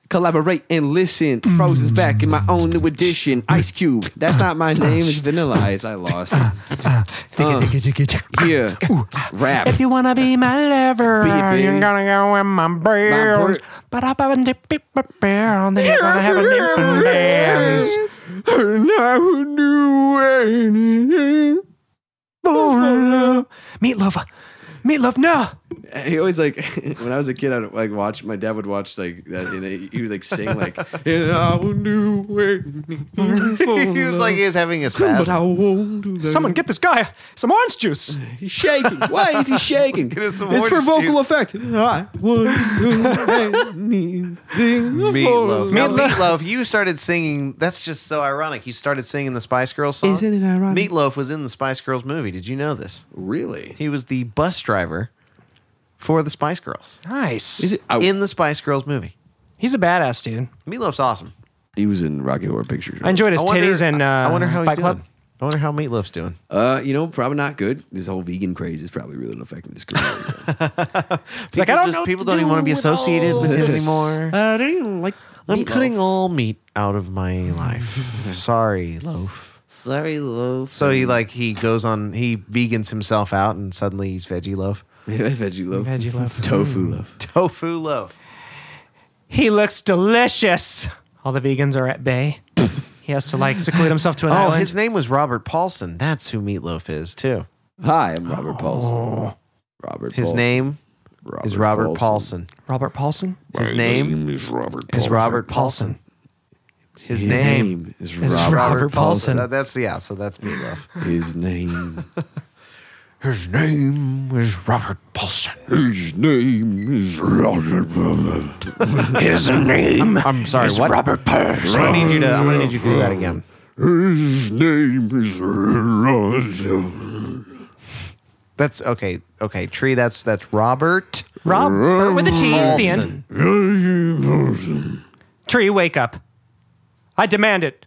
[SPEAKER 6] Collaborate and listen. Frozen's back in my own new edition. Ice Cube. That's not my name. It's Vanilla Ice. I lost. Yeah. Rap.
[SPEAKER 3] If you wanna be my lover,
[SPEAKER 6] Be it, baby.
[SPEAKER 3] you're gonna go in my
[SPEAKER 6] br-
[SPEAKER 3] bills. But up up and dip dip dip down, then you're gonna have a dip and dance.
[SPEAKER 6] And I would do anything.
[SPEAKER 3] Meatloaf, meatloaf, no.
[SPEAKER 6] He always like when I was a kid, I'd like watch. My dad would watch like that, and he- he would like sing like, "And I would do anything."
[SPEAKER 2] he was like he was having a
[SPEAKER 6] "But I
[SPEAKER 2] spasm.
[SPEAKER 6] won't do that."
[SPEAKER 3] Someone get this guy some orange juice.
[SPEAKER 6] He's shaking. Why is he shaking?
[SPEAKER 2] him some
[SPEAKER 6] it's for
[SPEAKER 2] orange
[SPEAKER 6] vocal
[SPEAKER 2] juice.
[SPEAKER 6] effect. I would do anything
[SPEAKER 2] Meatloaf.
[SPEAKER 6] for-
[SPEAKER 2] Now,
[SPEAKER 3] Meatloaf.
[SPEAKER 2] Meatloaf, you started singing. That's just so ironic. You started singing the Spice Girls song.
[SPEAKER 6] Isn't it ironic?
[SPEAKER 2] Meatloaf was in the Spice Girls movie. Did you know this?
[SPEAKER 6] Really?
[SPEAKER 2] He was the bus driver for the Spice Girls
[SPEAKER 3] Nice.
[SPEAKER 6] Is it? I,
[SPEAKER 2] in the Spice Girls movie.
[SPEAKER 3] He's a badass dude.
[SPEAKER 2] Meatloaf's awesome.
[SPEAKER 6] he was in Rocky Horror Picture Show.
[SPEAKER 3] I enjoyed his
[SPEAKER 2] I wonder-
[SPEAKER 3] titties and uh,
[SPEAKER 2] I wonder how he's
[SPEAKER 3] Fight Club.
[SPEAKER 2] doing. I wonder how Meatloaf's doing.
[SPEAKER 6] Uh, you know, probably not good. This whole vegan craze is probably really affecting his career.
[SPEAKER 2] People
[SPEAKER 3] I don't
[SPEAKER 2] just
[SPEAKER 3] know what
[SPEAKER 2] people
[SPEAKER 3] to
[SPEAKER 2] don't even
[SPEAKER 3] do
[SPEAKER 2] want to be
[SPEAKER 3] with
[SPEAKER 2] associated with it
[SPEAKER 6] this.
[SPEAKER 2] anymore.
[SPEAKER 9] I didn't like
[SPEAKER 2] I'm cutting all meat out of my life. Sorry, loaf.
[SPEAKER 10] Sorry, loaf.
[SPEAKER 2] So he like he goes on he vegans himself out and suddenly he's veggie loaf.
[SPEAKER 6] Veggie loaf.
[SPEAKER 3] Veggie loaf.
[SPEAKER 6] Tofu loaf.
[SPEAKER 2] Tofu loaf.
[SPEAKER 3] He looks delicious. All the vegans are at bay. he has to like seclude himself to an
[SPEAKER 2] Oh,
[SPEAKER 3] island.
[SPEAKER 2] his name was Robert Paulson. That's who Meatloaf is too.
[SPEAKER 6] Hi, I'm Robert
[SPEAKER 3] Oh.
[SPEAKER 6] Paulson. Robert
[SPEAKER 2] Oh. His
[SPEAKER 6] Paulson.
[SPEAKER 2] name
[SPEAKER 6] Robert
[SPEAKER 2] is Robert Paulson.
[SPEAKER 3] Robert Paulson.
[SPEAKER 2] His
[SPEAKER 1] My
[SPEAKER 2] name
[SPEAKER 1] is Robert
[SPEAKER 2] is
[SPEAKER 1] Paulson.
[SPEAKER 2] Robert Paulson. His, name,
[SPEAKER 6] is
[SPEAKER 3] is
[SPEAKER 6] Robert.
[SPEAKER 3] Robert Paulson.
[SPEAKER 2] That- Uh, that's yeah. So that's Meatloaf.
[SPEAKER 6] His name.
[SPEAKER 2] His name is Robert Paulson.
[SPEAKER 1] His name is Robert.
[SPEAKER 2] His name. I'm, I'm sorry. What? Robert Paulson. I'm gonna need you to. I'm gonna need you to do that again.
[SPEAKER 1] His name is Robert.
[SPEAKER 2] That's okay. Okay, tree. That's that's Robert.
[SPEAKER 3] Rob or with a T at the
[SPEAKER 2] Paulson.
[SPEAKER 3] end. Tree, wake up. I demand it.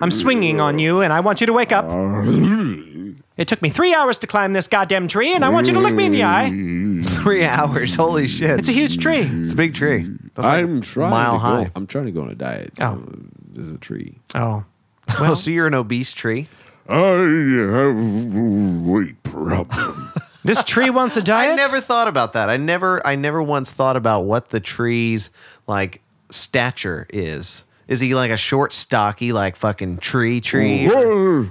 [SPEAKER 3] I'm swinging on you, and I want you to wake up. It took me three hours to climb this goddamn tree, and I want you to look me in the eye.
[SPEAKER 2] Three hours. Holy shit.
[SPEAKER 3] It's a huge Mm, tree.
[SPEAKER 2] It's a big tree. That's like
[SPEAKER 6] I'm trying
[SPEAKER 2] mile
[SPEAKER 6] to go-
[SPEAKER 2] high.
[SPEAKER 6] I'm trying to go on a diet.
[SPEAKER 3] Oh.
[SPEAKER 6] There's a tree.
[SPEAKER 3] Oh,
[SPEAKER 2] oh, so you're an obese tree.
[SPEAKER 1] I have a weight problem.
[SPEAKER 3] this tree wants a diet.
[SPEAKER 2] I never thought about that. I never I never once thought about what the tree's like stature is. Is he like a short, stocky, like fucking tree tree? Or
[SPEAKER 1] What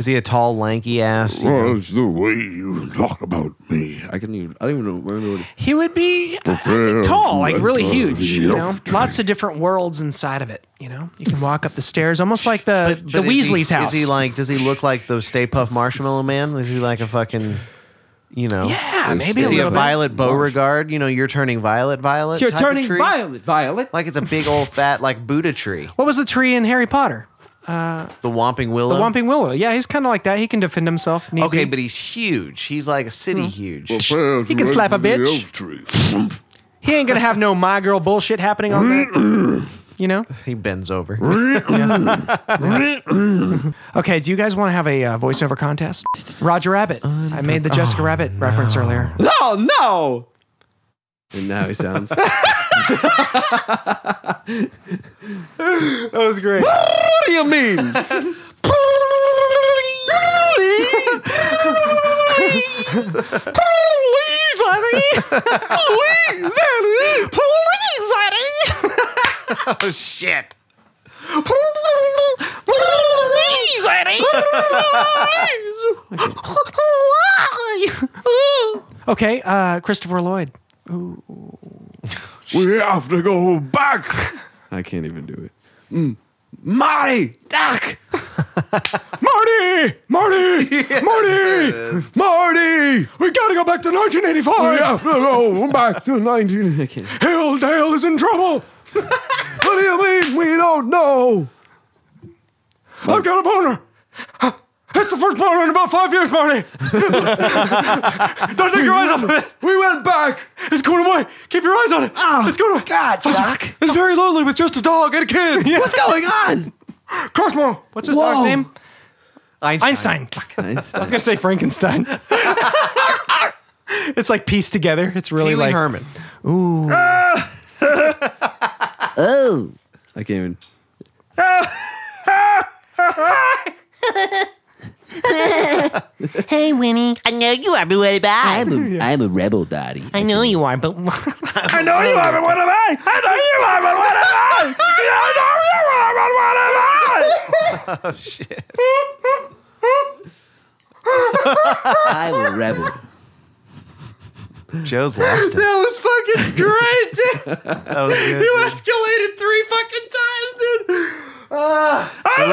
[SPEAKER 2] Is he a tall, lanky ass? you know?
[SPEAKER 1] was the way you talk about me?
[SPEAKER 6] I couldn't even. I don't even know where the.
[SPEAKER 3] He would be I- I think, tall, like really huge. You know, lots of different worlds inside of it. You know, you can walk up the stairs, almost like the the
[SPEAKER 2] But is he-
[SPEAKER 3] Weasley's house.
[SPEAKER 2] Is he like? Does he look like the Stay Puff Marshmallow Man? Is he like a fucking, you know?
[SPEAKER 3] yeah, maybe
[SPEAKER 2] Is he
[SPEAKER 3] a little
[SPEAKER 2] a
[SPEAKER 3] bit.
[SPEAKER 2] Violet Beauregard? You know, you're turning Violet, Violet.
[SPEAKER 6] You're
[SPEAKER 2] type of
[SPEAKER 6] turning
[SPEAKER 2] tree?
[SPEAKER 6] violet, violet.
[SPEAKER 2] Like it's a big old fat like Buddha tree.
[SPEAKER 3] What was the tree in Harry Potter?
[SPEAKER 2] The Whomping Willow.
[SPEAKER 3] The Whomping Willow. Yeah, he's kind of like that. He can defend himself. Need
[SPEAKER 2] Okay,
[SPEAKER 3] be.
[SPEAKER 2] but he's huge. He's like a city
[SPEAKER 3] Hmm.
[SPEAKER 2] huge.
[SPEAKER 1] Pass
[SPEAKER 3] He can
[SPEAKER 1] right
[SPEAKER 3] slap a
[SPEAKER 1] to the
[SPEAKER 3] bitch.
[SPEAKER 1] elf tree.
[SPEAKER 3] he ain't gonna have no my girl bullshit happening on that. You know?
[SPEAKER 2] he bends over.
[SPEAKER 3] Okay. Do you guys want to have a uh, voiceover contest? Roger Rabbit. I made the Jessica Rabbit reference
[SPEAKER 2] Oh,
[SPEAKER 3] earlier.
[SPEAKER 6] No, no. And now he sounds. that was great. What do you mean?
[SPEAKER 2] Please, Eddie! Please, Eddie! oh shit.
[SPEAKER 3] Okay, uh, Christopher Lloyd.
[SPEAKER 1] We have to go back.
[SPEAKER 6] I can't even do it.
[SPEAKER 1] Marty! Doc! Marty! Marty! Marty! Marty!
[SPEAKER 9] We gotta go back to
[SPEAKER 1] We
[SPEAKER 9] 1985.
[SPEAKER 1] have to go back to 19. What
[SPEAKER 9] Hilldale is in trouble.
[SPEAKER 1] do you mean we don't know?
[SPEAKER 9] I've got a boner. It's the first boner in about five years, Marty. Don't take your eyes off of it.
[SPEAKER 1] We went back.
[SPEAKER 9] It's going away. Keep your eyes on it. it's going away. God, Doc.
[SPEAKER 1] It's very lonely with just a dog and a kid.
[SPEAKER 9] What's going on? Cosmo.
[SPEAKER 3] What's his dog's name? Einstein. Fuck. I was gonna say Frankenstein. it's like pieced together. It's really
[SPEAKER 2] Pee Wee
[SPEAKER 3] like
[SPEAKER 2] Herman.
[SPEAKER 6] I can't even.
[SPEAKER 10] Hey, Winnie. I know you are, but what about? i
[SPEAKER 6] a, I'm a rebel daddy.
[SPEAKER 10] know you are, but
[SPEAKER 9] I know you haven't. What am I? I know you haven't. What am I? I know you haven't. What am I?
[SPEAKER 6] I'm a rebel.
[SPEAKER 2] Joe's lost it.
[SPEAKER 4] That was fucking great, dude.
[SPEAKER 2] That was good.
[SPEAKER 4] You escalated three fucking times, dude.
[SPEAKER 2] I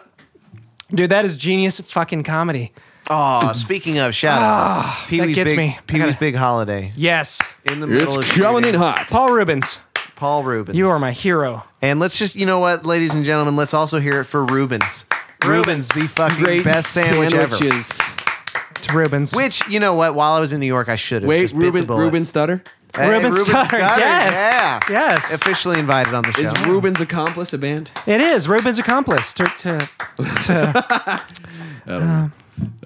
[SPEAKER 2] love these.
[SPEAKER 3] Dude, that is genius fucking comedy.
[SPEAKER 2] Aw, speaking of, shout out. Pee Wee's
[SPEAKER 3] Ah, gets
[SPEAKER 2] big,
[SPEAKER 3] me. I
[SPEAKER 2] Pee Wee's
[SPEAKER 3] gotta-
[SPEAKER 2] big holiday.
[SPEAKER 3] Yes.
[SPEAKER 2] In the middle of
[SPEAKER 6] It's coming in
[SPEAKER 2] shooting,
[SPEAKER 6] hot.
[SPEAKER 3] Paul Rubens,
[SPEAKER 2] Paul Rubens.
[SPEAKER 3] you are my hero.
[SPEAKER 2] And let's just, you know what, ladies and gentlemen, let's also hear it for Rubens. Rubens, the fucking best sandwich ever.
[SPEAKER 6] sandwiches.
[SPEAKER 3] To Rubens.
[SPEAKER 2] Which, you know what, while I was in New York, I should have.
[SPEAKER 6] Wait,
[SPEAKER 2] just bit
[SPEAKER 6] Ruben,
[SPEAKER 2] the bullet.
[SPEAKER 6] Ruben Stutter?
[SPEAKER 2] Hey,
[SPEAKER 3] Ruben Studdard, yes.
[SPEAKER 2] Yeah.
[SPEAKER 3] Yes.
[SPEAKER 2] Officially invited on the show.
[SPEAKER 6] Is Ruben's accomplice a band?
[SPEAKER 3] It is Rubens' accomplice. To, to, to,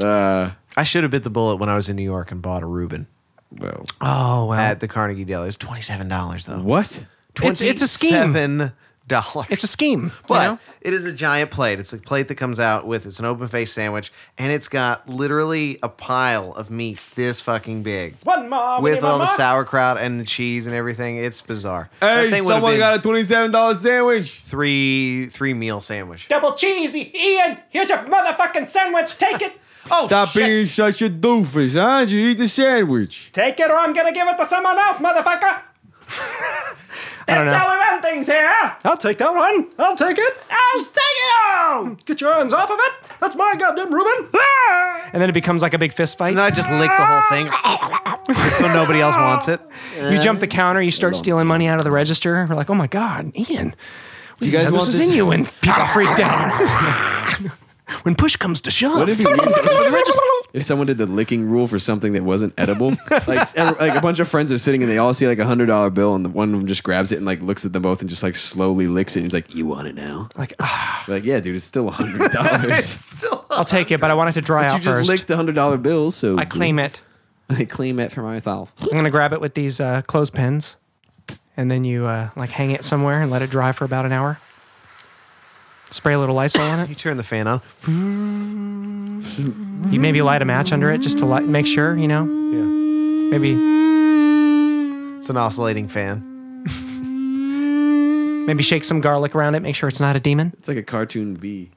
[SPEAKER 2] I should have bit the bullet when I was in New York and bought a Reuben
[SPEAKER 6] Well,
[SPEAKER 3] oh, well.
[SPEAKER 2] at the Carnegie Deli. It was $27, though.
[SPEAKER 6] what?
[SPEAKER 3] it's, it's a scheme.
[SPEAKER 2] $7. It's
[SPEAKER 3] It's a scheme. you
[SPEAKER 2] But
[SPEAKER 3] know?
[SPEAKER 2] it is a giant plate. It's a plate that comes out with it's an open faced sandwich, and it's got literally a pile of meat this fucking big.
[SPEAKER 3] One more, we
[SPEAKER 2] with
[SPEAKER 3] need
[SPEAKER 2] all the
[SPEAKER 3] one more.
[SPEAKER 2] sauerkraut and the cheese and everything. It's bizarre.
[SPEAKER 6] Hey,
[SPEAKER 2] that thing would have
[SPEAKER 6] someone
[SPEAKER 2] been
[SPEAKER 6] got a twenty-seven dollar sandwich.
[SPEAKER 2] three three meal sandwich.
[SPEAKER 3] double cheesy, Ian. Here's your motherfucking sandwich. Take it.
[SPEAKER 2] Oh,
[SPEAKER 6] Stop being such a doofus, huh? You eat the sandwich.
[SPEAKER 3] Take it, or I'm gonna give it to someone else, motherfucker. I don't know.
[SPEAKER 9] We run things here.
[SPEAKER 3] I'll take that one. I'll take it.
[SPEAKER 9] I'll take it all.
[SPEAKER 3] Get your hands off of it. That's my goddamn Reuben.
[SPEAKER 9] Ah!
[SPEAKER 3] And then it becomes like a big fist fight.
[SPEAKER 2] And then I just lick the whole thing so nobody else wants it.
[SPEAKER 3] You jump the counter, you start stealing money out of the register. We're like, oh my god, Ian.
[SPEAKER 6] You
[SPEAKER 3] This
[SPEAKER 6] guys want
[SPEAKER 3] was
[SPEAKER 6] this?
[SPEAKER 3] in you when people freaked out. when push comes to shove.
[SPEAKER 6] Would it be weird if someone did the licking rule for something that wasn't edible? like, ev- like a bunch of friends are sitting and they all see like a hundred dollar bill, and the one of them just grabs it and like looks at them both and just like slowly licks it. And he's like, "You want it now?"
[SPEAKER 3] like, ah,
[SPEAKER 6] You're like, yeah, dude, it's still a hundred dollars.
[SPEAKER 2] Still,
[SPEAKER 3] I'll take it, but I want it to dry
[SPEAKER 6] You
[SPEAKER 3] out
[SPEAKER 6] just
[SPEAKER 3] first.
[SPEAKER 6] licked the hundred dollar bill, so
[SPEAKER 3] I claim it.
[SPEAKER 6] I claim it for myself.
[SPEAKER 3] I'm gonna grab it with these uh, clothespins, and then you uh, like hang it somewhere and let it dry for about an hour. Spray a little Lysol on
[SPEAKER 2] you
[SPEAKER 3] it.
[SPEAKER 2] turn the fan on.
[SPEAKER 3] You maybe light a match under it just to light, make sure, you know.
[SPEAKER 2] Yeah,
[SPEAKER 3] Maybe
[SPEAKER 2] it's an oscillating fan.
[SPEAKER 3] maybe shake some garlic around it, make sure it's not a demon.
[SPEAKER 6] It's like a cartoon bee.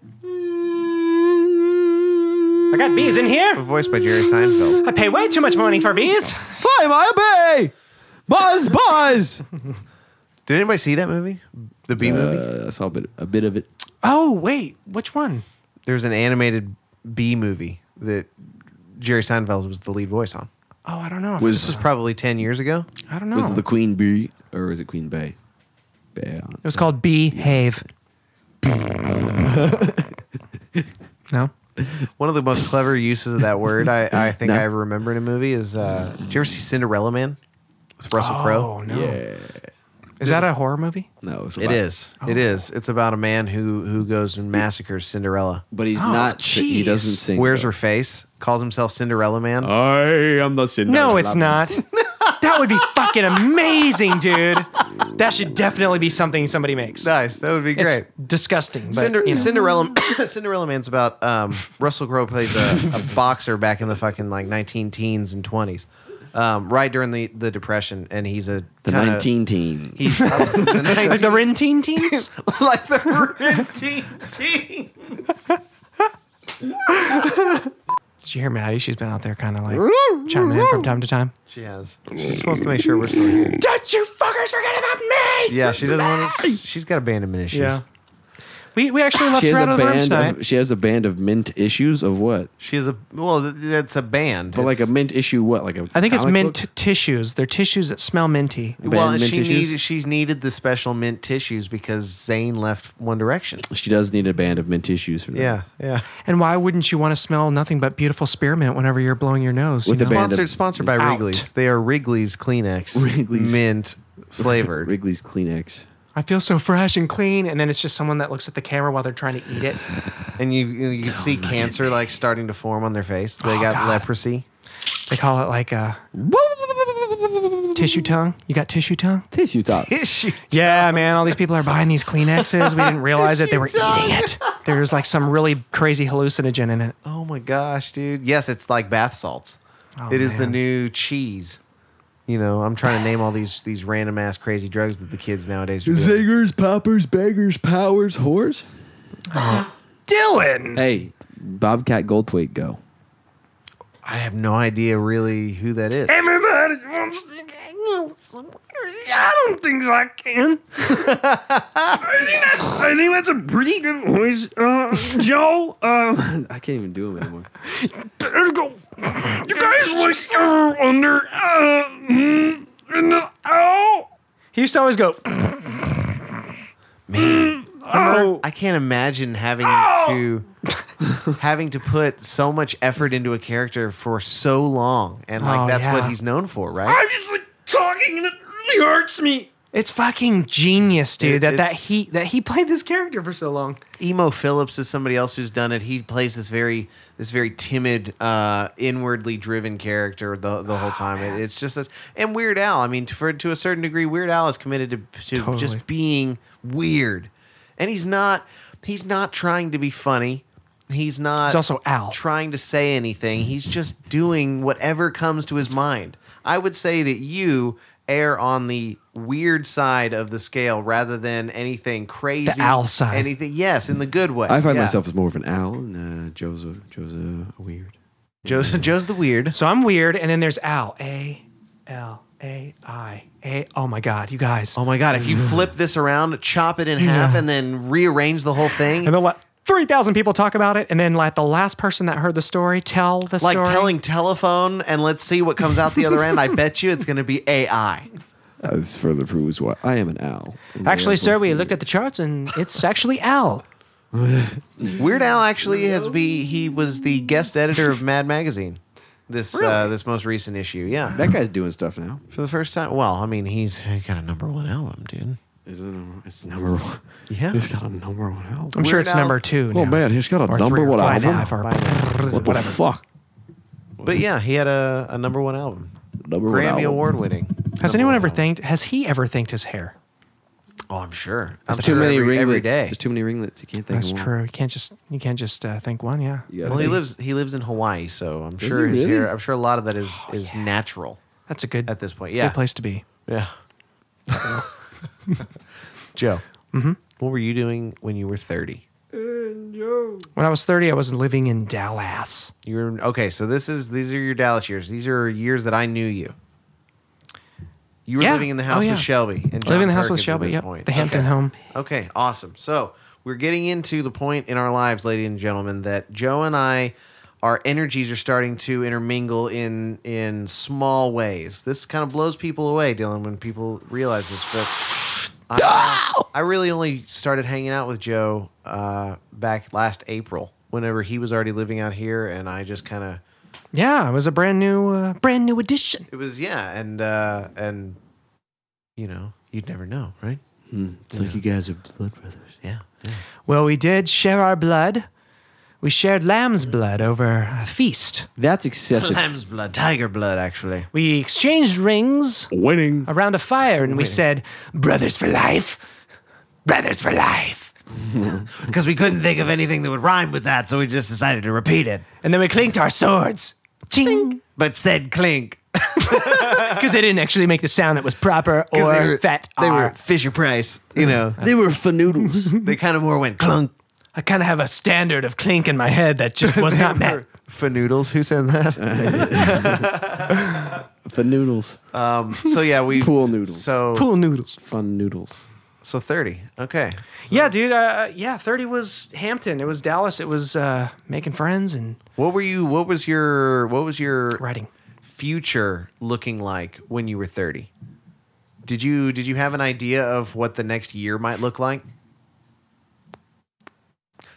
[SPEAKER 3] I got bees in here.
[SPEAKER 2] Voiced by Jerry Seinfeld.
[SPEAKER 3] I pay way too much money for bees.
[SPEAKER 6] Fly my bay, buzz, buzz.
[SPEAKER 2] Did anybody see that movie? The B movie.
[SPEAKER 6] Uh, I saw a bit, a bit of it.
[SPEAKER 3] Oh wait, which one?
[SPEAKER 2] There was an animated B movie that Jerry Seinfeld was the lead voice on.
[SPEAKER 3] Oh, I don't know.
[SPEAKER 2] This
[SPEAKER 6] Was
[SPEAKER 2] was probably ten years ago.
[SPEAKER 3] I don't know.
[SPEAKER 6] was it the Queen Bee or is it Queen Bay? Bay.
[SPEAKER 3] It was called Behave. no.
[SPEAKER 2] One of the most clever uses of that word I, I think
[SPEAKER 6] No.
[SPEAKER 2] I ever remember in a movie is uh, did you ever see Cinderella Man with Russell
[SPEAKER 3] Oh
[SPEAKER 2] Crowe?
[SPEAKER 3] no.
[SPEAKER 6] Yeah.
[SPEAKER 3] Is that a horror movie?
[SPEAKER 6] No, it's
[SPEAKER 2] It is.
[SPEAKER 3] Oh.
[SPEAKER 2] It is. It's about a man who who goes and massacres Cinderella.
[SPEAKER 6] But he's
[SPEAKER 3] Oh,
[SPEAKER 6] not. He
[SPEAKER 3] jeez.
[SPEAKER 6] doesn't sing.
[SPEAKER 2] Wears
[SPEAKER 6] though.
[SPEAKER 2] her face, calls himself Cinderella Man.
[SPEAKER 6] I am the Cinderella.
[SPEAKER 3] No, it's not. that would be fucking amazing, dude. That should definitely be something somebody makes.
[SPEAKER 2] nice. That would be
[SPEAKER 3] it's
[SPEAKER 2] great.
[SPEAKER 3] disgusting. But,
[SPEAKER 2] Cinder-
[SPEAKER 3] you know.
[SPEAKER 2] Cinderella Cinderella Man's about um, Russell Crowe plays a, a boxer back in the fucking like 19 teens and 20s. um, right during the, the Depression, and he's a
[SPEAKER 6] The
[SPEAKER 2] kinda-
[SPEAKER 6] 19 team.
[SPEAKER 2] He's the 19
[SPEAKER 3] Like the Rin Teen Teens?
[SPEAKER 2] like the Rin Tin
[SPEAKER 3] Did you hear Maddie? She's been out there kind of like chiming in from time to time.
[SPEAKER 2] She has. She just wants to make sure we're still here.
[SPEAKER 3] Don't you fuckers forget about me!
[SPEAKER 2] Yeah, she doesn't want to. She's got abandonment issues.
[SPEAKER 3] Yeah. We, we actually left
[SPEAKER 6] She
[SPEAKER 3] her
[SPEAKER 6] has,
[SPEAKER 3] out
[SPEAKER 6] a
[SPEAKER 3] of the room
[SPEAKER 6] band
[SPEAKER 3] tonight.
[SPEAKER 6] of, she has a band of mint issues of what?
[SPEAKER 2] She is a well. th- That's a band.
[SPEAKER 6] But like a
[SPEAKER 2] It's-
[SPEAKER 6] mint issue, what? Like a
[SPEAKER 3] I think it's
[SPEAKER 6] comic
[SPEAKER 3] mint
[SPEAKER 6] book?
[SPEAKER 3] tissues. They're tissues that smell minty.
[SPEAKER 2] well,
[SPEAKER 6] band mint
[SPEAKER 2] she
[SPEAKER 6] tissues?
[SPEAKER 2] needed she's needed the special mint tissues because Zayn left One Direction.
[SPEAKER 6] She does need a band of mint issues for that.
[SPEAKER 2] Yeah, yeah.
[SPEAKER 3] And why wouldn't you want to smell nothing but beautiful spearmint whenever you're blowing your nose?
[SPEAKER 6] With
[SPEAKER 3] you
[SPEAKER 6] a
[SPEAKER 3] know?
[SPEAKER 6] band
[SPEAKER 2] Sponsored
[SPEAKER 6] of-
[SPEAKER 2] sponsored by
[SPEAKER 3] Out.
[SPEAKER 2] Wrigley's. They are Wrigley's Kleenex
[SPEAKER 6] Wrigley's.
[SPEAKER 2] mint flavored.
[SPEAKER 6] Wrigley's Kleenex.
[SPEAKER 3] I feel so fresh and clean. And then it's just someone that looks at the camera while they're trying to eat it.
[SPEAKER 2] and you you can see cancer like starting to form on their face. They got
[SPEAKER 3] God.
[SPEAKER 2] leprosy.
[SPEAKER 3] They call it like a tissue
[SPEAKER 2] Mm-hmm.
[SPEAKER 3] tongue. You got tissue tongue?
[SPEAKER 6] Tissue top.
[SPEAKER 2] Issue.
[SPEAKER 3] Yeah, man. All these people are buying these Kleenexes. We didn't realize it. They were eating it. There's like some really crazy hallucinogen in it.
[SPEAKER 2] Oh my gosh, dude. Yes, it's like bath salts.
[SPEAKER 3] Oh,
[SPEAKER 2] it is the
[SPEAKER 3] man.
[SPEAKER 2] new cheese. You know, I'm trying to name all these these random ass crazy drugs that the kids nowadays are doing.
[SPEAKER 6] Zingers, poppers, beggars, powers, whores.
[SPEAKER 3] Dylan.
[SPEAKER 6] Hey, Bobcat Goldthwait, go.
[SPEAKER 2] I have no idea really who that is.
[SPEAKER 9] Everybody wants to get you somewhere. I don't think I can. I, think that's, I think that's a pretty good voice, uh, Joe. Uh,
[SPEAKER 6] I can't even do him anymore.
[SPEAKER 9] there you go. You guys like uh, under uh, mm, in the ow.
[SPEAKER 3] He used to always go,
[SPEAKER 9] Oh,
[SPEAKER 2] I can't imagine having to having to put so much effort into a character for so long, and like
[SPEAKER 3] Oh,
[SPEAKER 2] that's what
[SPEAKER 3] yeah.
[SPEAKER 2] he's known for, right?
[SPEAKER 9] I'm just like talking, and it really hurts me.
[SPEAKER 3] it's fucking genius, dude.
[SPEAKER 2] It-
[SPEAKER 3] that that
[SPEAKER 2] it's-
[SPEAKER 3] he that he played this character for so long.
[SPEAKER 2] Emo Phillips is somebody else who's done it. He plays this very this very timid, uh, inwardly driven character the the
[SPEAKER 3] Oh,
[SPEAKER 2] whole time. It, it's just this, and Weird Al. I mean, to, for to a certain degree, Weird Al is committed to, to
[SPEAKER 3] Totally.
[SPEAKER 2] just being weird, and he's not he's not trying to be funny. He's not.
[SPEAKER 3] He's also Al.
[SPEAKER 2] trying to say anything. He's just doing whatever comes to his mind. I would say that you err on the weird side of the scale rather than anything crazy.
[SPEAKER 3] owl side.
[SPEAKER 2] Anything, yes, in the good way.
[SPEAKER 6] I find
[SPEAKER 2] yeah.
[SPEAKER 6] myself as more of an owl, and uh, Joe's, a, Joe's a weird.
[SPEAKER 2] Joe's, Joe's the weird.
[SPEAKER 3] So I'm weird, and then there's Al. A L A I A. Oh my God, you guys.
[SPEAKER 2] Oh my god! If you flip this around, chop it in half, and then rearrange the whole thing,
[SPEAKER 3] And then what? Three thousand people talk about it, and then like the last person that heard the story tell the
[SPEAKER 2] like
[SPEAKER 3] story.
[SPEAKER 2] telling telephone, and let's see what comes out the other end. I bet you it's going to be AI.
[SPEAKER 6] Uh, this further proves why I am an owl. And they
[SPEAKER 3] Actually,
[SPEAKER 6] are
[SPEAKER 3] sir,
[SPEAKER 6] both
[SPEAKER 3] we
[SPEAKER 6] weird.
[SPEAKER 3] looked at the charts, and it's actually Al.
[SPEAKER 2] Weird Al actually has be he was the guest editor of Mad Magazine. This uh, this most recent issue, yeah.
[SPEAKER 6] That guy's doing stuff now.
[SPEAKER 2] for the first time. Well, I mean, he's he got a number one album, dude.
[SPEAKER 6] Is it number, it's number one.
[SPEAKER 2] Yeah.
[SPEAKER 6] He's got a number one album.
[SPEAKER 3] I'm sure
[SPEAKER 2] Weird
[SPEAKER 3] it's
[SPEAKER 2] Al-
[SPEAKER 3] number two.
[SPEAKER 6] Oh,
[SPEAKER 3] now.
[SPEAKER 6] man, he's got a
[SPEAKER 3] or
[SPEAKER 6] number
[SPEAKER 3] three or
[SPEAKER 6] one
[SPEAKER 3] five
[SPEAKER 6] album?
[SPEAKER 3] half or-
[SPEAKER 6] What the fuck?
[SPEAKER 2] But yeah, he had a, a number one album,
[SPEAKER 6] Number one
[SPEAKER 2] Grammy
[SPEAKER 6] album.
[SPEAKER 2] award winning.
[SPEAKER 3] Has anyone ever thanked? Has he ever thanked his hair?
[SPEAKER 2] Oh, I'm sure. I'm
[SPEAKER 6] Too
[SPEAKER 2] sure
[SPEAKER 6] many
[SPEAKER 2] every,
[SPEAKER 6] ringlets.
[SPEAKER 2] every day.
[SPEAKER 6] There's too many ringlets. You can't think
[SPEAKER 3] That's
[SPEAKER 6] of one.
[SPEAKER 3] true. You can't just you can't just uh, think one. Yeah.
[SPEAKER 6] You gotta
[SPEAKER 2] Well, he
[SPEAKER 6] think.
[SPEAKER 2] lives he lives in Hawaii, so I'm sure
[SPEAKER 6] he
[SPEAKER 2] his
[SPEAKER 6] really? Oh,
[SPEAKER 2] hair. I'm sure a lot of that is is natural
[SPEAKER 3] That's a good
[SPEAKER 2] at this point. Yeah,
[SPEAKER 3] good place to be.
[SPEAKER 2] yeah. Joe,
[SPEAKER 6] Mm-hmm.
[SPEAKER 2] what were you doing when you were 30?
[SPEAKER 3] When I was 30, I was living in Dallas.
[SPEAKER 2] You were okay. So this is these are your Dallas years. These are years that I knew you. You were
[SPEAKER 3] Yeah.
[SPEAKER 2] living in the
[SPEAKER 3] Oh,
[SPEAKER 2] house
[SPEAKER 3] yeah.
[SPEAKER 2] with Shelby and John
[SPEAKER 3] living in the house
[SPEAKER 2] Perkins
[SPEAKER 3] with
[SPEAKER 2] at
[SPEAKER 3] Shelby.
[SPEAKER 2] this
[SPEAKER 3] Yep.
[SPEAKER 2] point.
[SPEAKER 3] The Hampton
[SPEAKER 2] okay.
[SPEAKER 3] home.
[SPEAKER 2] Okay, awesome. So we're getting into the point in our lives, ladies and gentlemen, that Joe and I, our energies are starting to intermingle in in small ways. This kind of blows people away, Dylan, when people realize this. But I, I really only started hanging out with Joe uh, back last April, whenever he was already living out here, and I just kind of
[SPEAKER 3] Yeah, it was a brand new uh, brand new addition.
[SPEAKER 2] it was yeah, and uh, and you know you'd never know, right?
[SPEAKER 6] Mm, It's like you guys are blood brothers.
[SPEAKER 2] Yeah.
[SPEAKER 3] Well, we did share our blood. We shared lamb's blood over a feast.
[SPEAKER 6] That's excessive.
[SPEAKER 2] Lamb's blood, tiger blood, actually.
[SPEAKER 3] We exchanged rings
[SPEAKER 1] Winning.
[SPEAKER 3] around a fire and we said, "Brothers for life. Brothers for life."
[SPEAKER 2] because we couldn't think of anything that would rhyme with that, so we just decided to repeat it.
[SPEAKER 3] And then we clinked our swords. Ching.
[SPEAKER 2] But said clink.
[SPEAKER 3] because they didn't actually make the sound that was proper
[SPEAKER 2] 'Cause
[SPEAKER 3] or
[SPEAKER 2] they were-
[SPEAKER 3] fat
[SPEAKER 2] They
[SPEAKER 3] R.
[SPEAKER 2] were Fisher Price, you know.
[SPEAKER 6] They were for noodles.
[SPEAKER 2] they kind of more went clunk.
[SPEAKER 3] I kind of have a standard of clink in my head that just was not met.
[SPEAKER 2] Fanoodles, who said that?
[SPEAKER 6] for noodles.
[SPEAKER 2] Um, so yeah, we
[SPEAKER 6] Pool noodles.
[SPEAKER 2] So
[SPEAKER 3] Pool noodles.
[SPEAKER 6] Fun noodles.
[SPEAKER 2] so thirty. Okay,
[SPEAKER 3] Yeah, dude. Uh, yeah, thirty was Hampton. It was Dallas. It was uh, making friends and
[SPEAKER 2] what were you? What was your? What was your
[SPEAKER 3] writing.
[SPEAKER 2] future looking like when you were thirty? Did you did you have an idea of what the next year might look like?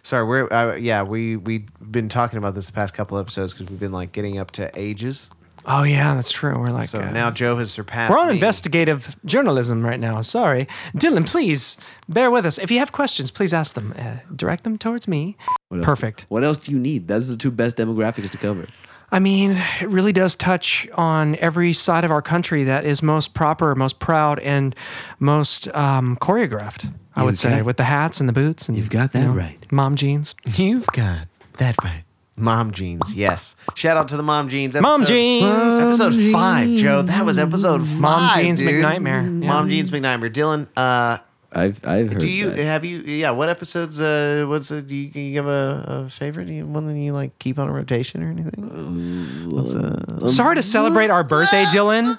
[SPEAKER 2] Sorry, we're uh, yeah we we've been talking about this the past couple episodes because we've been like getting up to ages.
[SPEAKER 3] Oh yeah, that's true. We're like
[SPEAKER 2] So
[SPEAKER 3] uh,
[SPEAKER 2] now Joe has surpassed.
[SPEAKER 3] We're on
[SPEAKER 2] me.
[SPEAKER 3] investigative journalism right now. Sorry, Dylan. Please bear with us. If you have questions, please ask them. Uh, direct them towards me.
[SPEAKER 6] What else-
[SPEAKER 3] Perfect.
[SPEAKER 6] What else do you need? Those are the two best demographics to cover.
[SPEAKER 3] I mean, it really does touch on every side of our country that is most proper, most proud, and most um, choreographed. I would
[SPEAKER 6] You've
[SPEAKER 3] say
[SPEAKER 6] got-
[SPEAKER 3] with the hats and the boots and
[SPEAKER 6] You've got that right.
[SPEAKER 3] Mom jeans.
[SPEAKER 2] You've got that right. Mom jeans, yes. Shout out to the mom jeans. Episode,
[SPEAKER 3] Mom jeans.
[SPEAKER 2] episode five, Joe. That was episode five.
[SPEAKER 3] Mom jeans
[SPEAKER 2] dude.
[SPEAKER 3] McNightmare. Yeah.
[SPEAKER 2] Mom jeans McNightmare. Dylan, uh,
[SPEAKER 6] I've I've heard.
[SPEAKER 2] do you
[SPEAKER 6] that.
[SPEAKER 2] have you? Yeah, what episodes? Uh, what's uh, do you, can you give a, a favorite? Do you, one that you like keep on rotation or anything? uh,
[SPEAKER 3] Sorry to celebrate our birthday, Dylan,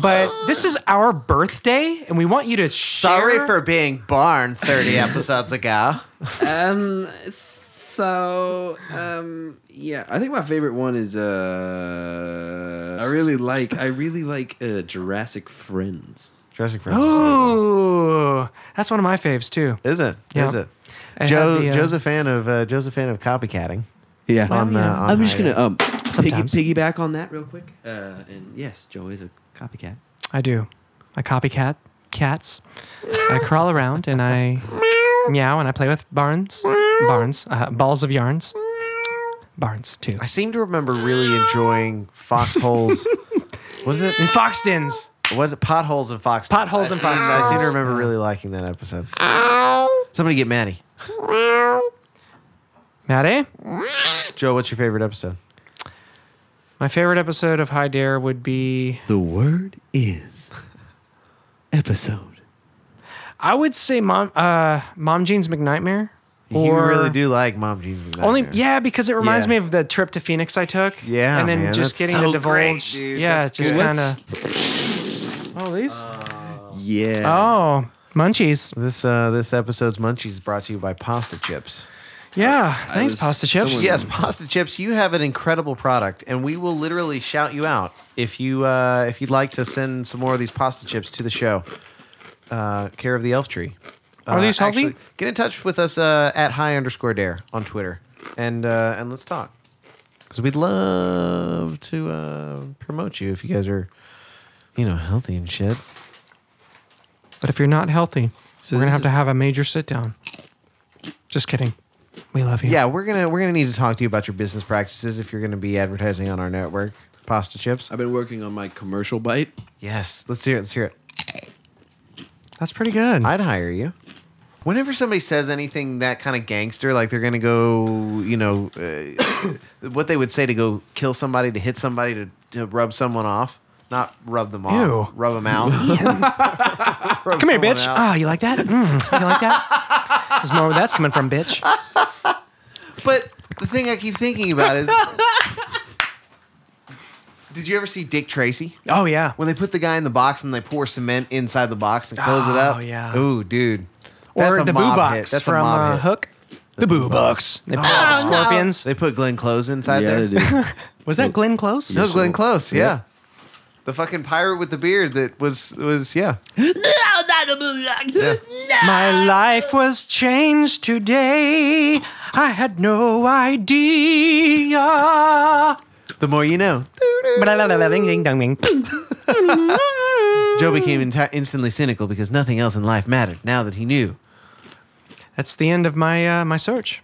[SPEAKER 3] but this is our birthday, and we want you to share.
[SPEAKER 2] Sorry for being born thirty episodes ago.
[SPEAKER 6] Um. So. Um. Yeah. I think my favorite one is. Uh. I really like. I really like uh, Jurassic Friends.
[SPEAKER 2] Jurassic
[SPEAKER 3] Oh. Ooh, that's one of my faves too.
[SPEAKER 2] is it?
[SPEAKER 3] Yeah.
[SPEAKER 2] Is it?
[SPEAKER 3] I had
[SPEAKER 2] Joe,
[SPEAKER 3] the, uh,
[SPEAKER 2] Joe's a fan of uh, Joe's a fan of copycatting.
[SPEAKER 6] Yeah.
[SPEAKER 2] On, uh, on
[SPEAKER 6] I'm just
[SPEAKER 2] Hideout.
[SPEAKER 6] gonna um piggy,
[SPEAKER 3] Sometimes.
[SPEAKER 6] piggyback on that real quick. Uh. And yes, Joe is a copycat.
[SPEAKER 3] I do. I copycat cats. I crawl around and I meow and I play with barns, barns, uh, balls of yarns, barns too.
[SPEAKER 2] I seem to remember really enjoying foxholes. was it?
[SPEAKER 3] And foxtons,
[SPEAKER 2] Was it potholes and foxholes?
[SPEAKER 3] potholes and
[SPEAKER 2] I seem to
[SPEAKER 3] foxtons.
[SPEAKER 2] remember really liking that episode. Somebody get Maddie.
[SPEAKER 3] Maddie,
[SPEAKER 2] Joe, what's your favorite episode?
[SPEAKER 3] my favorite episode of High Dare would be.
[SPEAKER 6] The word is episode.
[SPEAKER 3] I would say mom, uh, mom jeans McNightmare.
[SPEAKER 2] you
[SPEAKER 3] or-
[SPEAKER 2] really do like Mom Jeans. Without
[SPEAKER 3] Only
[SPEAKER 2] Hair.
[SPEAKER 3] yeah, because it reminds
[SPEAKER 2] Yeah.
[SPEAKER 3] me of the trip to Phoenix I took.
[SPEAKER 2] Yeah,
[SPEAKER 3] and then
[SPEAKER 2] man, that's
[SPEAKER 3] just getting
[SPEAKER 2] so
[SPEAKER 3] to divulge.
[SPEAKER 2] great, dude.
[SPEAKER 3] Yeah,
[SPEAKER 2] That's
[SPEAKER 3] just
[SPEAKER 2] good.
[SPEAKER 3] kind of. Oh, these.
[SPEAKER 6] Yeah.
[SPEAKER 3] oh, munchies.
[SPEAKER 2] This uh, this episode's Munchies brought to you by Pasta Chips.
[SPEAKER 3] Yeah, thanks,
[SPEAKER 6] was-
[SPEAKER 3] pasta chips.
[SPEAKER 6] someone-
[SPEAKER 2] Yes, Pasta Chips, you have an incredible product, and we will literally shout you out if you uh, if you'd like to send some more of these pasta chips to the show. Uh, care of the Elf Tree.
[SPEAKER 3] Are
[SPEAKER 2] Uh,
[SPEAKER 3] these healthy?
[SPEAKER 2] actually, get in touch with us uh, at high underscore dare on Twitter, and uh, and let's talk because we'd love to uh, promote you if you guys are, you know, healthy and shit.
[SPEAKER 3] But if you're not healthy, we're gonna
[SPEAKER 6] this
[SPEAKER 3] have
[SPEAKER 6] is-
[SPEAKER 3] to have a major sit down. Just kidding. We love you.
[SPEAKER 2] Yeah, we're gonna we're gonna need to talk to you about your business practices if you're gonna be advertising on our network. Pasta chips.
[SPEAKER 6] I've been working on my commercial bite.
[SPEAKER 2] Yes, let's do it. Let's hear it.
[SPEAKER 3] that's pretty good.
[SPEAKER 2] I'd hire you. Whenever somebody says anything that kind of gangster, like they're gonna go, you know, uh, what they would say to go kill somebody, to hit somebody, to, to rub someone off, not rub them off,
[SPEAKER 3] Ew.
[SPEAKER 2] rub them out. Rub
[SPEAKER 3] Come here,
[SPEAKER 2] someone
[SPEAKER 3] bitch.
[SPEAKER 2] out.
[SPEAKER 3] Ah, you like that? Mm, you like that? There's more where that's coming from, bitch.
[SPEAKER 2] But the thing I keep thinking about is, did you ever see Dick Tracy?
[SPEAKER 3] Oh yeah.
[SPEAKER 2] When they put the guy in the box and they pour cement inside the box and close it
[SPEAKER 3] Oh,
[SPEAKER 2] up.
[SPEAKER 3] yeah.
[SPEAKER 2] Ooh, dude.
[SPEAKER 3] Or
[SPEAKER 2] That's a
[SPEAKER 3] the boo
[SPEAKER 2] mob
[SPEAKER 3] box
[SPEAKER 2] hit. That's a
[SPEAKER 3] from
[SPEAKER 2] mob
[SPEAKER 3] uh,
[SPEAKER 2] hit.
[SPEAKER 3] Hook. The boo box. They put all the scorpions.
[SPEAKER 2] They put Glenn Close inside there.
[SPEAKER 6] they do.
[SPEAKER 3] Was that Glenn Close?
[SPEAKER 2] That was Glenn
[SPEAKER 6] so-
[SPEAKER 2] Close, yeah.
[SPEAKER 6] yeah.
[SPEAKER 2] The fucking pirate with the beard that was was yeah.
[SPEAKER 3] My life was changed today. I had no idea.
[SPEAKER 2] The more you know.
[SPEAKER 3] Ding-ding-dong-ding.
[SPEAKER 2] Joe became enti- instantly cynical because nothing else in life mattered now that he knew.
[SPEAKER 3] That's the end of my uh, my search.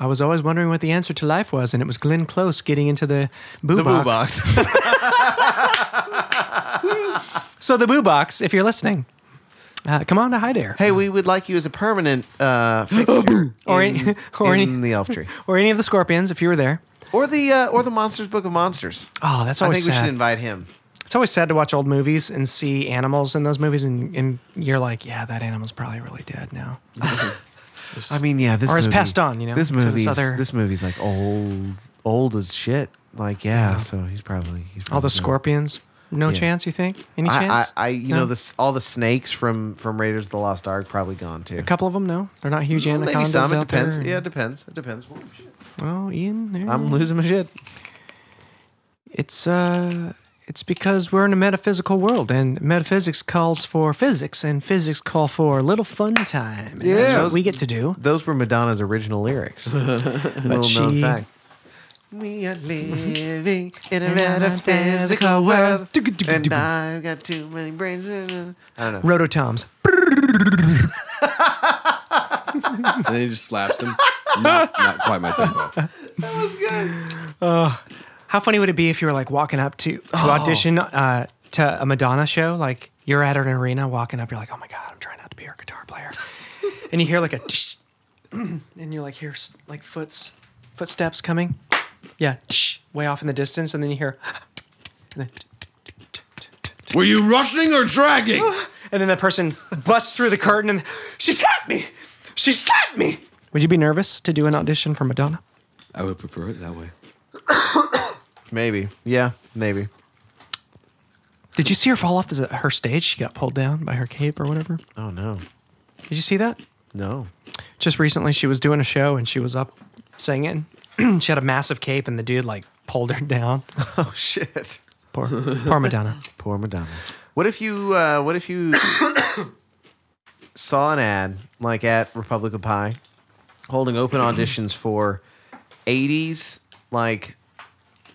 [SPEAKER 3] I was always wondering what the answer to life was, and it was Glenn Close getting into the boo box. so the boo box, if you're listening, Uh, come on to High Dare.
[SPEAKER 2] Hey, we would like you as a permanent uh, fixture
[SPEAKER 3] Or
[SPEAKER 2] in,
[SPEAKER 3] any- or any-
[SPEAKER 2] in the elf tree,
[SPEAKER 3] Or any of the Scorpions, if you were there.
[SPEAKER 2] or the uh, or the monsters book of monsters.
[SPEAKER 3] Oh, that's
[SPEAKER 2] I
[SPEAKER 3] always
[SPEAKER 2] think we
[SPEAKER 3] sad.
[SPEAKER 2] should invite him.
[SPEAKER 3] it's always sad to watch old movies and see animals in those movies, and, and you're like, yeah, that animal's probably really dead now.
[SPEAKER 2] I mean, yeah, this
[SPEAKER 3] Or it's
[SPEAKER 2] movie-
[SPEAKER 3] passed on, you know,
[SPEAKER 2] This
[SPEAKER 3] to this
[SPEAKER 2] movie's
[SPEAKER 3] other-
[SPEAKER 2] this movie's like old, old as shit. Like, yeah, so he's probably he's probably
[SPEAKER 3] All the
[SPEAKER 2] dead.
[SPEAKER 3] Scorpions, no chance, you think? Any
[SPEAKER 2] Mm-hmm. I, I,
[SPEAKER 3] chance?
[SPEAKER 2] I, you
[SPEAKER 3] No?
[SPEAKER 2] know, this all the snakes from from Raiders of the Lost Ark probably gone too.
[SPEAKER 3] A couple of them, no, they're not huge
[SPEAKER 2] Well, maybe
[SPEAKER 3] anacondas
[SPEAKER 2] some. It
[SPEAKER 3] out there.
[SPEAKER 2] depends. Yeah, it depends. It depends. Whoa, shit.
[SPEAKER 3] Well, Ian, there-
[SPEAKER 2] I'm losing my shit.
[SPEAKER 3] it's uh, it's because we're in a metaphysical world, and metaphysics calls for physics, and physics call for a little fun time. And that's
[SPEAKER 2] Yeah.
[SPEAKER 3] what we get to do.
[SPEAKER 2] Those were Madonna's original lyrics. Little known
[SPEAKER 3] she-
[SPEAKER 2] fact. We are living in a metaphysical world, and I've got too many brains. I don't know.
[SPEAKER 3] Rototoms.
[SPEAKER 6] And then he just slaps him. not, not quite my tempo.
[SPEAKER 3] How funny would it be if you were like walking up to, to audition uh, to a Madonna show? Like you're at an arena walking up, you're like, oh my God, I'm trying not to be her guitar player. and you hear like a, tsh, and you like hear s- like foots, footsteps coming. Yeah, tsh, way off in the distance. And then you hear, and then,
[SPEAKER 6] Were you rushing or dragging?
[SPEAKER 3] and then that person busts through the curtain and she slapped me. She slapped me. Would you be nervous to do an audition for Madonna?
[SPEAKER 6] I would prefer it that way.
[SPEAKER 2] Maybe. Yeah, maybe.
[SPEAKER 3] Did you see her fall off the, her stage? She got pulled down by her cape or whatever.
[SPEAKER 2] Oh no,
[SPEAKER 3] Did you see that?
[SPEAKER 2] no.
[SPEAKER 3] just recently she was doing a show and she was up singing. she had a massive cape and the dude like pulled her down.
[SPEAKER 2] Oh shit.
[SPEAKER 3] Poor, poor Madonna.
[SPEAKER 2] Poor Madonna. What if you? Uh, what if you saw an ad like at Republican Pie, holding open auditions for '80s like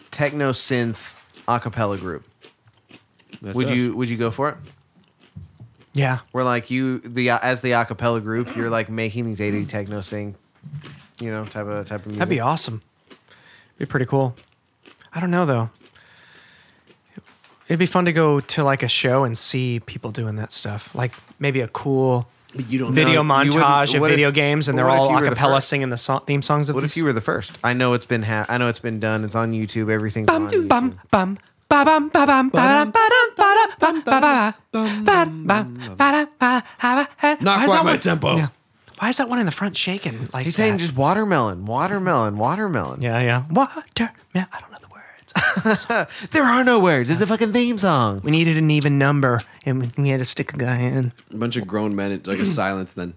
[SPEAKER 2] techno synth a cappella group?
[SPEAKER 6] That's
[SPEAKER 2] Would
[SPEAKER 6] us.
[SPEAKER 2] you? Would you go for it?
[SPEAKER 3] Yeah,
[SPEAKER 2] Where like you the as the a cappella group, you're like making these '80s techno sing, you know, type of type of music.
[SPEAKER 3] that'd be awesome. Be pretty cool. I don't know though. It'd be fun to go to like a show and see people doing that stuff. Like maybe a cool
[SPEAKER 6] You don't
[SPEAKER 3] video
[SPEAKER 2] No, you
[SPEAKER 3] montage
[SPEAKER 2] wouldn't-
[SPEAKER 3] of
[SPEAKER 2] what if-
[SPEAKER 3] video games and
[SPEAKER 2] but
[SPEAKER 3] they're
[SPEAKER 2] what if
[SPEAKER 3] all
[SPEAKER 2] you were
[SPEAKER 3] a
[SPEAKER 2] the
[SPEAKER 3] cappella
[SPEAKER 2] first?
[SPEAKER 3] singing the song, theme songs of
[SPEAKER 2] What
[SPEAKER 3] these?
[SPEAKER 2] if you were the first? I know it's been ha- I know it's been done. It's on YouTube. Everything's
[SPEAKER 3] bum
[SPEAKER 2] on
[SPEAKER 3] do
[SPEAKER 2] YouTube.
[SPEAKER 3] bum bum ba bum ba bum ba dum ba dum ba dum bum ba ba ba bum bum ba dum ba ha ha
[SPEAKER 6] Not
[SPEAKER 3] Why is
[SPEAKER 6] quite my
[SPEAKER 3] that one-
[SPEAKER 6] tempo.
[SPEAKER 3] Yeah. Why is that one in the front shaking like
[SPEAKER 2] He's
[SPEAKER 3] that?
[SPEAKER 2] saying just watermelon, watermelon, watermelon.
[SPEAKER 3] yeah yeah water yeah I don't know the words.
[SPEAKER 2] There are no words. It's a fucking theme song.
[SPEAKER 3] we needed an even number and we, we had to stick a guy in.
[SPEAKER 6] A bunch of grown men, it's like a silence then.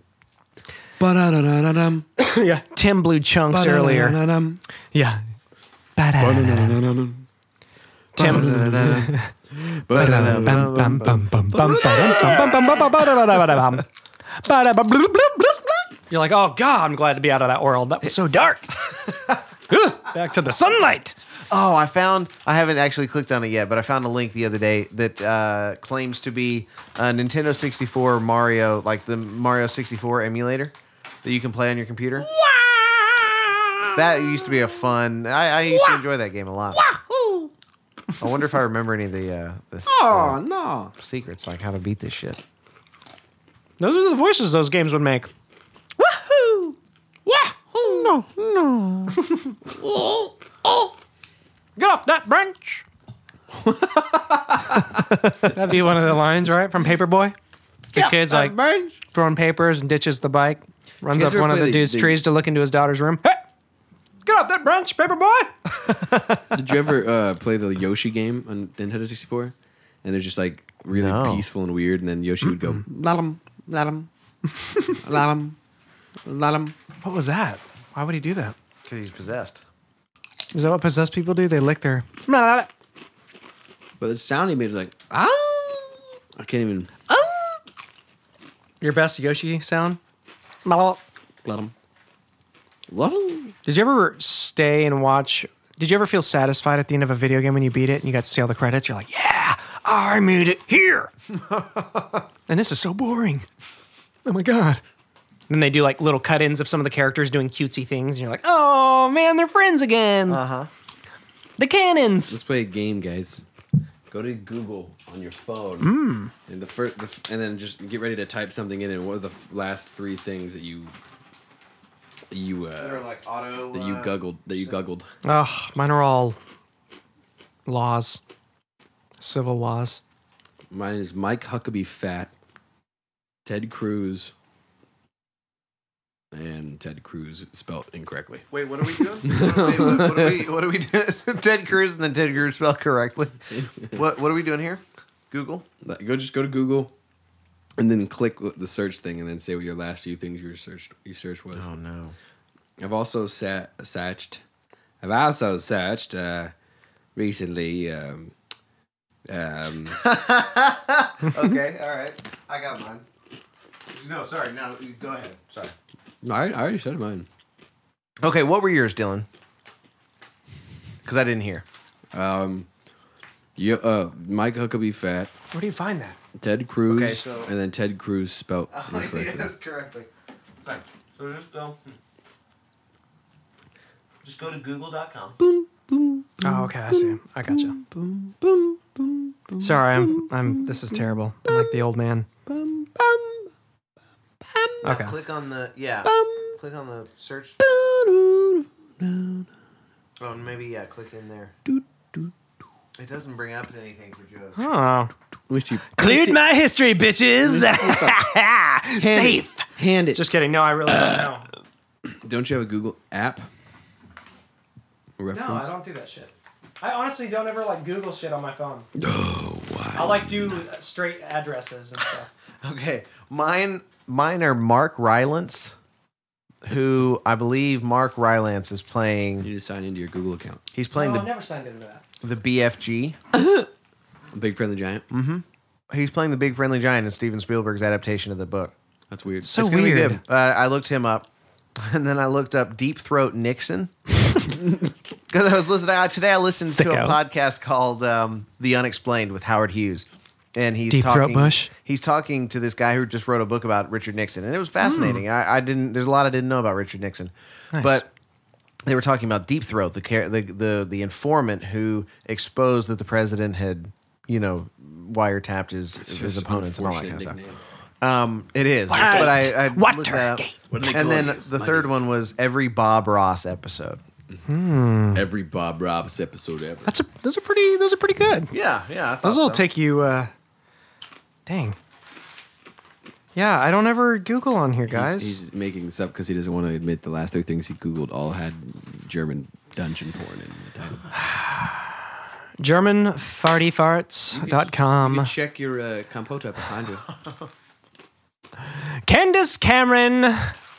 [SPEAKER 6] Ba-da-da-da-da-dum.
[SPEAKER 3] yeah, Tim blew chunks earlier.
[SPEAKER 6] Ba-da-da-da-da-dum.
[SPEAKER 3] Yeah. Ba-da-da-da-da.
[SPEAKER 6] Ba-da-da-da-da-dum.
[SPEAKER 3] Tim.
[SPEAKER 6] Ba-da-da-da-dum.
[SPEAKER 3] Bum, bum, bum, bum, bum, bum, bum, bum, bum, bum, bum, ba-da-ba-da-ba-da-bum. Ba-da-ba-bloop-bloop-bloop-bloop. You're like, oh God, I'm glad to be out of that world. That was so dark. Ugh, Back to the sunlight.
[SPEAKER 2] Oh, I found. I haven't actually clicked on it yet, but I found a link the other day that uh, claims to be a Nintendo 64 Mario, like the Mario 64 emulator that you can play on your computer. That used to be a fun. I, I used to enjoy that game a lot. I wonder if I remember any of the uh, the s-
[SPEAKER 4] Oh
[SPEAKER 2] uh,
[SPEAKER 4] no!
[SPEAKER 2] secrets, like how to beat this shit.
[SPEAKER 3] Those are the voices those games would make. Woohoo!
[SPEAKER 4] No.
[SPEAKER 3] Get off that branch. That'd be one of the lines, right? From Paperboy. The kid's like throwing papers and ditches the bike, runs
[SPEAKER 6] Kids
[SPEAKER 3] up
[SPEAKER 6] are
[SPEAKER 3] one of the
[SPEAKER 6] really-
[SPEAKER 3] dude's
[SPEAKER 6] they-
[SPEAKER 3] trees to look into his daughter's room. Hey, get off that branch, Paperboy!
[SPEAKER 6] Did you ever uh, play the Yoshi game on Nintendo 64? And they're just like really
[SPEAKER 2] No.
[SPEAKER 6] peaceful and weird, and then Yoshi would go,
[SPEAKER 4] Let him. Let him. Let him. Let him.
[SPEAKER 3] What was that? Why would he do that?
[SPEAKER 2] Because he's possessed.
[SPEAKER 3] Is that what possessed people do? They lick their.
[SPEAKER 6] but the sound he made was like, ah! I can't even.
[SPEAKER 3] Your best Yoshi sound?
[SPEAKER 6] Let him. Let him.
[SPEAKER 3] Did you ever stay and watch? Did you ever feel satisfied at the end of a video game when you beat it and you got to see all the credits? You're like, yeah, I made it here. and this is so boring. Oh my God. Then they do like little cut ins of some of the characters doing cutesy things, and you're like, oh man, they're friends again. Uh huh. The cannons.
[SPEAKER 6] Let's play a game, guys.
[SPEAKER 9] Go to Google on your phone, and the first, the, f- and then just get ready to type something in. And what are the f- last three things that you you
[SPEAKER 2] They're
[SPEAKER 9] uh,
[SPEAKER 2] like auto.
[SPEAKER 9] that you
[SPEAKER 2] uh,
[SPEAKER 9] guggled that you guggled?
[SPEAKER 3] Ugh, mine are all laws, civil laws.
[SPEAKER 9] Mine is Mike Huckabee fat, Ted Cruz, and Ted Cruz spelt incorrectly.
[SPEAKER 2] Wait, what are we doing? Wait, what, what are we? What are we doing? Ted Cruz and then Ted Cruz spelled correctly. What What are we doing here? Google.
[SPEAKER 9] Like, Go just go to Google, and then click the search thing, and then say what your last few things you searched you searched was.
[SPEAKER 2] Oh, no.
[SPEAKER 9] I've also sat, searched. I've also searched uh, recently. Um, um,
[SPEAKER 2] Okay. All right. I got mine. No, sorry. No, you- go ahead. Sorry.
[SPEAKER 9] no, I, I already said mine.
[SPEAKER 2] Okay, what were yours, Dylan? Because I didn't hear.
[SPEAKER 9] Um, you, uh, Mike Huckabee fat,
[SPEAKER 3] Where do you find that? Oh,
[SPEAKER 9] Ted Cruz,
[SPEAKER 2] Okay, so-
[SPEAKER 9] and then Ted Cruz spelt incorrectly.
[SPEAKER 2] Oh, correctly.
[SPEAKER 11] So just go. Just go to google.com.
[SPEAKER 3] Oh, okay, I see. I gotcha. Boom, boom, boom. Sorry, I'm. I'm. This is terrible. I'm like the old man. Okay. Um,
[SPEAKER 2] Click on the yeah. Click on the search. Oh, and maybe yeah. Click in there. It doesn't bring up anything for Joe's.
[SPEAKER 3] Oh,
[SPEAKER 9] Let me see.
[SPEAKER 12] Cleared my history, bitches. Safe.
[SPEAKER 9] Hand it.
[SPEAKER 3] just kidding. No, I really don't know.
[SPEAKER 9] Don't you have a Google app? Reference?
[SPEAKER 3] No, I don't do that shit. I honestly don't ever like Google shit on my phone.
[SPEAKER 9] Oh, wow.
[SPEAKER 3] I like do uh, straight addresses and stuff.
[SPEAKER 2] Okay, mine mine are Mark Rylance, who I believe Mark Rylance is
[SPEAKER 9] You
[SPEAKER 2] playing.
[SPEAKER 9] need to sign into your Google account.
[SPEAKER 2] He's playing
[SPEAKER 3] Oh, no, I never signed into that.
[SPEAKER 2] the the BFG.
[SPEAKER 9] Big Friendly Giant.
[SPEAKER 2] He's playing the Big Friendly Giant in Steven Spielberg's adaptation of the book.
[SPEAKER 9] That's weird.
[SPEAKER 3] So
[SPEAKER 2] It's gonna be good. Uh, I looked him up, and then I looked up Deep Throat Nixon because I was listening I, today. I listened to a
[SPEAKER 3] Sicko.
[SPEAKER 2] podcast called um, "The Unexplained" with Howard Hughes, and he's
[SPEAKER 3] Deep Throat
[SPEAKER 2] talking,
[SPEAKER 3] Bush?
[SPEAKER 2] He's talking to this guy who just wrote a book about Richard Nixon, and it was
[SPEAKER 3] Hmm.
[SPEAKER 2] fascinating. I, I didn't. There's a lot I didn't know about Richard Nixon, but they were talking about Deep Throat, the, car- the the the informant who exposed that the president had, you know, wiretapped his his opponents and all that kind of stuff. Um, it is. But I, I looked that up. And then the third one was every Bob Ross episode.
[SPEAKER 9] Every Bob Ross episode ever.
[SPEAKER 3] That's a. Those are pretty. Those are pretty good.
[SPEAKER 2] Yeah, yeah. I thought
[SPEAKER 3] Those will
[SPEAKER 2] so.
[SPEAKER 3] take you. uh Dang. Yeah, I don't ever Google on here, guys.
[SPEAKER 9] He's, he's making this up because he doesn't want to admit the last three things he Googled all had German dungeon porn in the title.
[SPEAKER 3] GermanFartyFarts.com.
[SPEAKER 9] check your uh, compota behind you.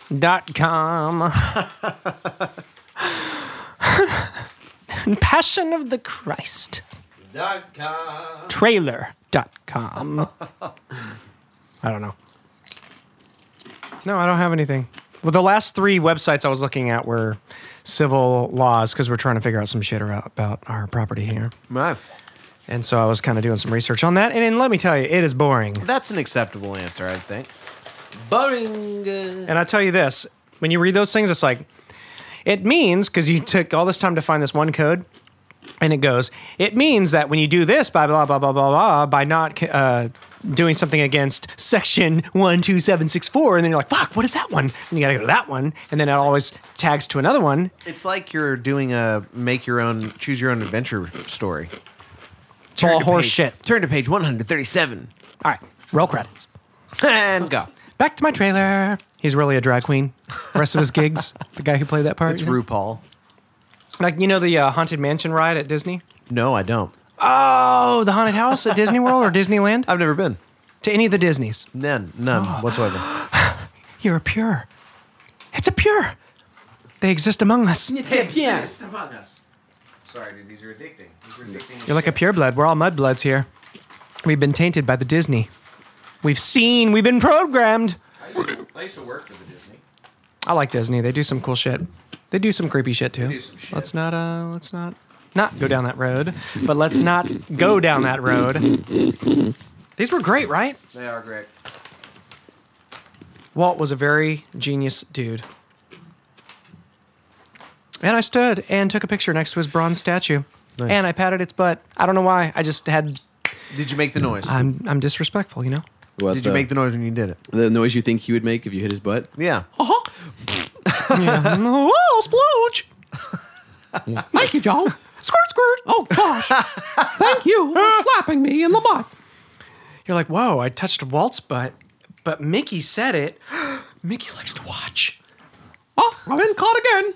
[SPEAKER 3] CandiceCameron.com. Passion of the Christ. Trailer.com. I don't know. No, I don't have anything. Well, the last three websites I was looking at were civil laws because we're trying to figure out some shit about, about our property here.
[SPEAKER 2] Muff.
[SPEAKER 3] And so I was kind of doing some research on that. And, then let me tell you, it is boring.
[SPEAKER 2] That's an acceptable answer, I think.
[SPEAKER 3] And I tell you this, when you read those things, it's like, it means, because you took all this time to find this one code, and it goes, it means that when you do this, by blah, blah, blah, blah, blah, by not uh, doing something against section 12764, and then you're like, fuck, what is that one? And you got to go to that one. And then it always tags to another one.
[SPEAKER 2] It's like you're doing a make your own, choose your own adventure story.
[SPEAKER 3] It's all
[SPEAKER 2] to
[SPEAKER 3] horse
[SPEAKER 2] page-
[SPEAKER 3] shit.
[SPEAKER 2] Turn to page 137
[SPEAKER 3] All right, roll credits.
[SPEAKER 2] and go.
[SPEAKER 3] Back to my trailer. He's really a drag queen. The rest of his gigs, the guy who played that part.
[SPEAKER 2] It's
[SPEAKER 3] you know?
[SPEAKER 2] RuPaul.
[SPEAKER 3] Like, you know, the uh, Haunted Mansion ride at Disney?
[SPEAKER 2] No, I don't.
[SPEAKER 3] Oh, the haunted house at Disney World or Disneyland?
[SPEAKER 2] I've never been.
[SPEAKER 3] to any of the Disneys.
[SPEAKER 2] None. None
[SPEAKER 3] Oh.
[SPEAKER 2] whatsoever.
[SPEAKER 3] You're a pure. It's a pure. They exist among us.
[SPEAKER 2] yes. Among us. Sorry, dude. These are addicting. These are addicting.
[SPEAKER 3] You're like a pureblood. We're all mudbloods here. We've been tainted by the Disney. We've seen, we've been programmed.
[SPEAKER 2] I used to work for the Disney.
[SPEAKER 3] I like Disney. They do some cool shit. They do some creepy shit too.
[SPEAKER 2] do some shit.
[SPEAKER 3] Let's not uh let's not not go down that road, but let's not go down that road. These were great, right?
[SPEAKER 2] They are great.
[SPEAKER 3] Walt was a very genius dude. And I stood and took a picture next to his bronze statue. And I patted its butt. I don't know why. I just had
[SPEAKER 2] Did you make the noise?
[SPEAKER 3] I'm I'm disrespectful, you know.
[SPEAKER 6] What
[SPEAKER 2] Did you make the noise when you did it?
[SPEAKER 6] the noise you think he would make if you hit his butt?
[SPEAKER 2] Yeah.
[SPEAKER 3] Uh-huh. oh, splooge!
[SPEAKER 4] Thank you, Joel.
[SPEAKER 3] Squirt, squirt!
[SPEAKER 4] Oh gosh. Thank you for slapping me in the butt.
[SPEAKER 3] You're like, whoa! I touched Walt's butt, but Mickey said it. Mickey likes to watch.
[SPEAKER 4] Oh, I've been caught again.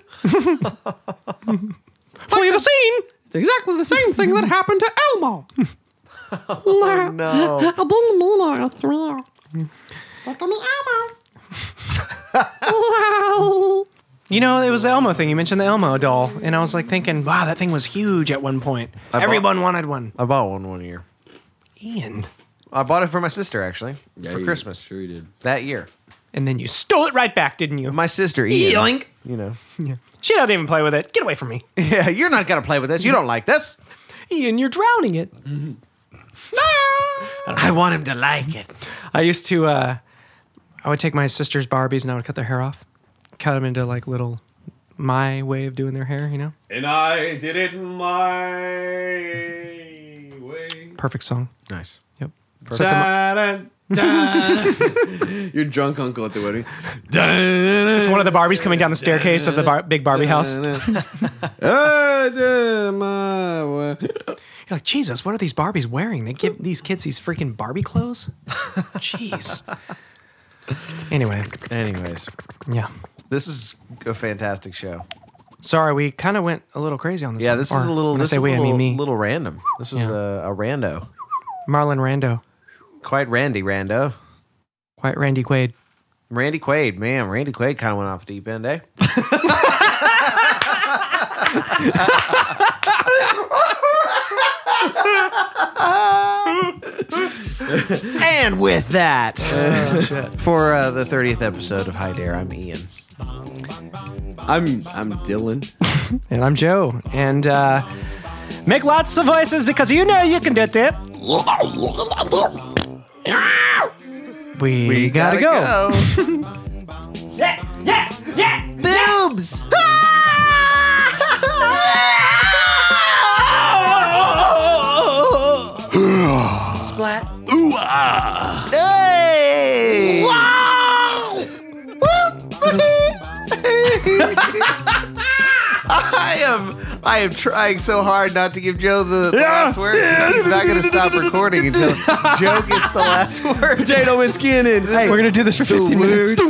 [SPEAKER 3] Flee the scene.
[SPEAKER 4] It's exactly the same thing that happened to Elmo. oh
[SPEAKER 2] no.
[SPEAKER 4] I didn't mean I threw. Look at me, Elmo. Well,
[SPEAKER 3] You know, it was the Elmo thing. You mentioned the Elmo doll, and I was like thinking, wow, that thing was huge at one point.
[SPEAKER 2] bought-
[SPEAKER 3] Everyone wanted one.
[SPEAKER 2] I bought one one year.
[SPEAKER 3] Ian,
[SPEAKER 2] I bought it for my sister actually for Christmas
[SPEAKER 6] Sure, he did.
[SPEAKER 2] that year.
[SPEAKER 3] and then you stole it right back, didn't you?
[SPEAKER 2] My sister Ian. You know.
[SPEAKER 3] She doesn't even play with it. Get away from me,
[SPEAKER 2] Yeah, you're not gonna play with this. You don't like this.
[SPEAKER 3] Ian. You're drowning it.
[SPEAKER 2] I want him to like it.
[SPEAKER 3] I used to, uh, I would take my sister's Barbies and I would cut their hair off, cut them into like little my way of doing their hair, you know?
[SPEAKER 13] And I did it my way.
[SPEAKER 3] Perfect song.
[SPEAKER 2] Nice.
[SPEAKER 3] Yep.
[SPEAKER 6] Your drunk uncle at the wedding.
[SPEAKER 3] It's one of the Barbies coming down the staircase of the bar- big Barbie house. You're
[SPEAKER 6] I did my way.
[SPEAKER 3] like, Jesus, what are these Barbies wearing? They give these kids these freaking Barbie clothes? Jeez. Anyway,
[SPEAKER 2] Anyways,
[SPEAKER 3] yeah.
[SPEAKER 2] this is a fantastic show.
[SPEAKER 3] Sorry, we kind of went a little crazy on this.
[SPEAKER 2] Yeah,
[SPEAKER 3] one.
[SPEAKER 2] this
[SPEAKER 3] Or
[SPEAKER 2] is a little.
[SPEAKER 3] When I
[SPEAKER 2] This
[SPEAKER 3] say
[SPEAKER 2] is a
[SPEAKER 3] we,
[SPEAKER 2] little,
[SPEAKER 3] I mean me.
[SPEAKER 2] little random. This is
[SPEAKER 3] Yeah.
[SPEAKER 2] a, a rando.
[SPEAKER 3] Marlon Rando,
[SPEAKER 2] Quite randy rando.
[SPEAKER 3] quite Randy Quaid.
[SPEAKER 2] Randy Quaid, man, Randy Quaid kind of went off the deep end, eh? and with that, for uh, the 30th episode of Hi Dare, I'm Ian.
[SPEAKER 6] I'm I'm Dylan.
[SPEAKER 3] And I'm Joe. And uh, make lots of voices because you know you can do it. We, gotta, go.
[SPEAKER 10] Yeah, yeah, yeah.
[SPEAKER 3] Boobs!
[SPEAKER 2] ah. I am I am trying so hard not to give Joe the, the last word. 'cause He's not going to stop recording until Joe gets the last word. Potato and skinning.
[SPEAKER 3] We're gonna do this for 15 minutes.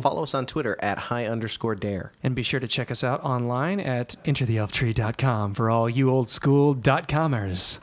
[SPEAKER 2] Follow us on Twitter at high underscore dare.
[SPEAKER 3] And be sure to check us out online at entertheelftree.com for all you old school dot comers.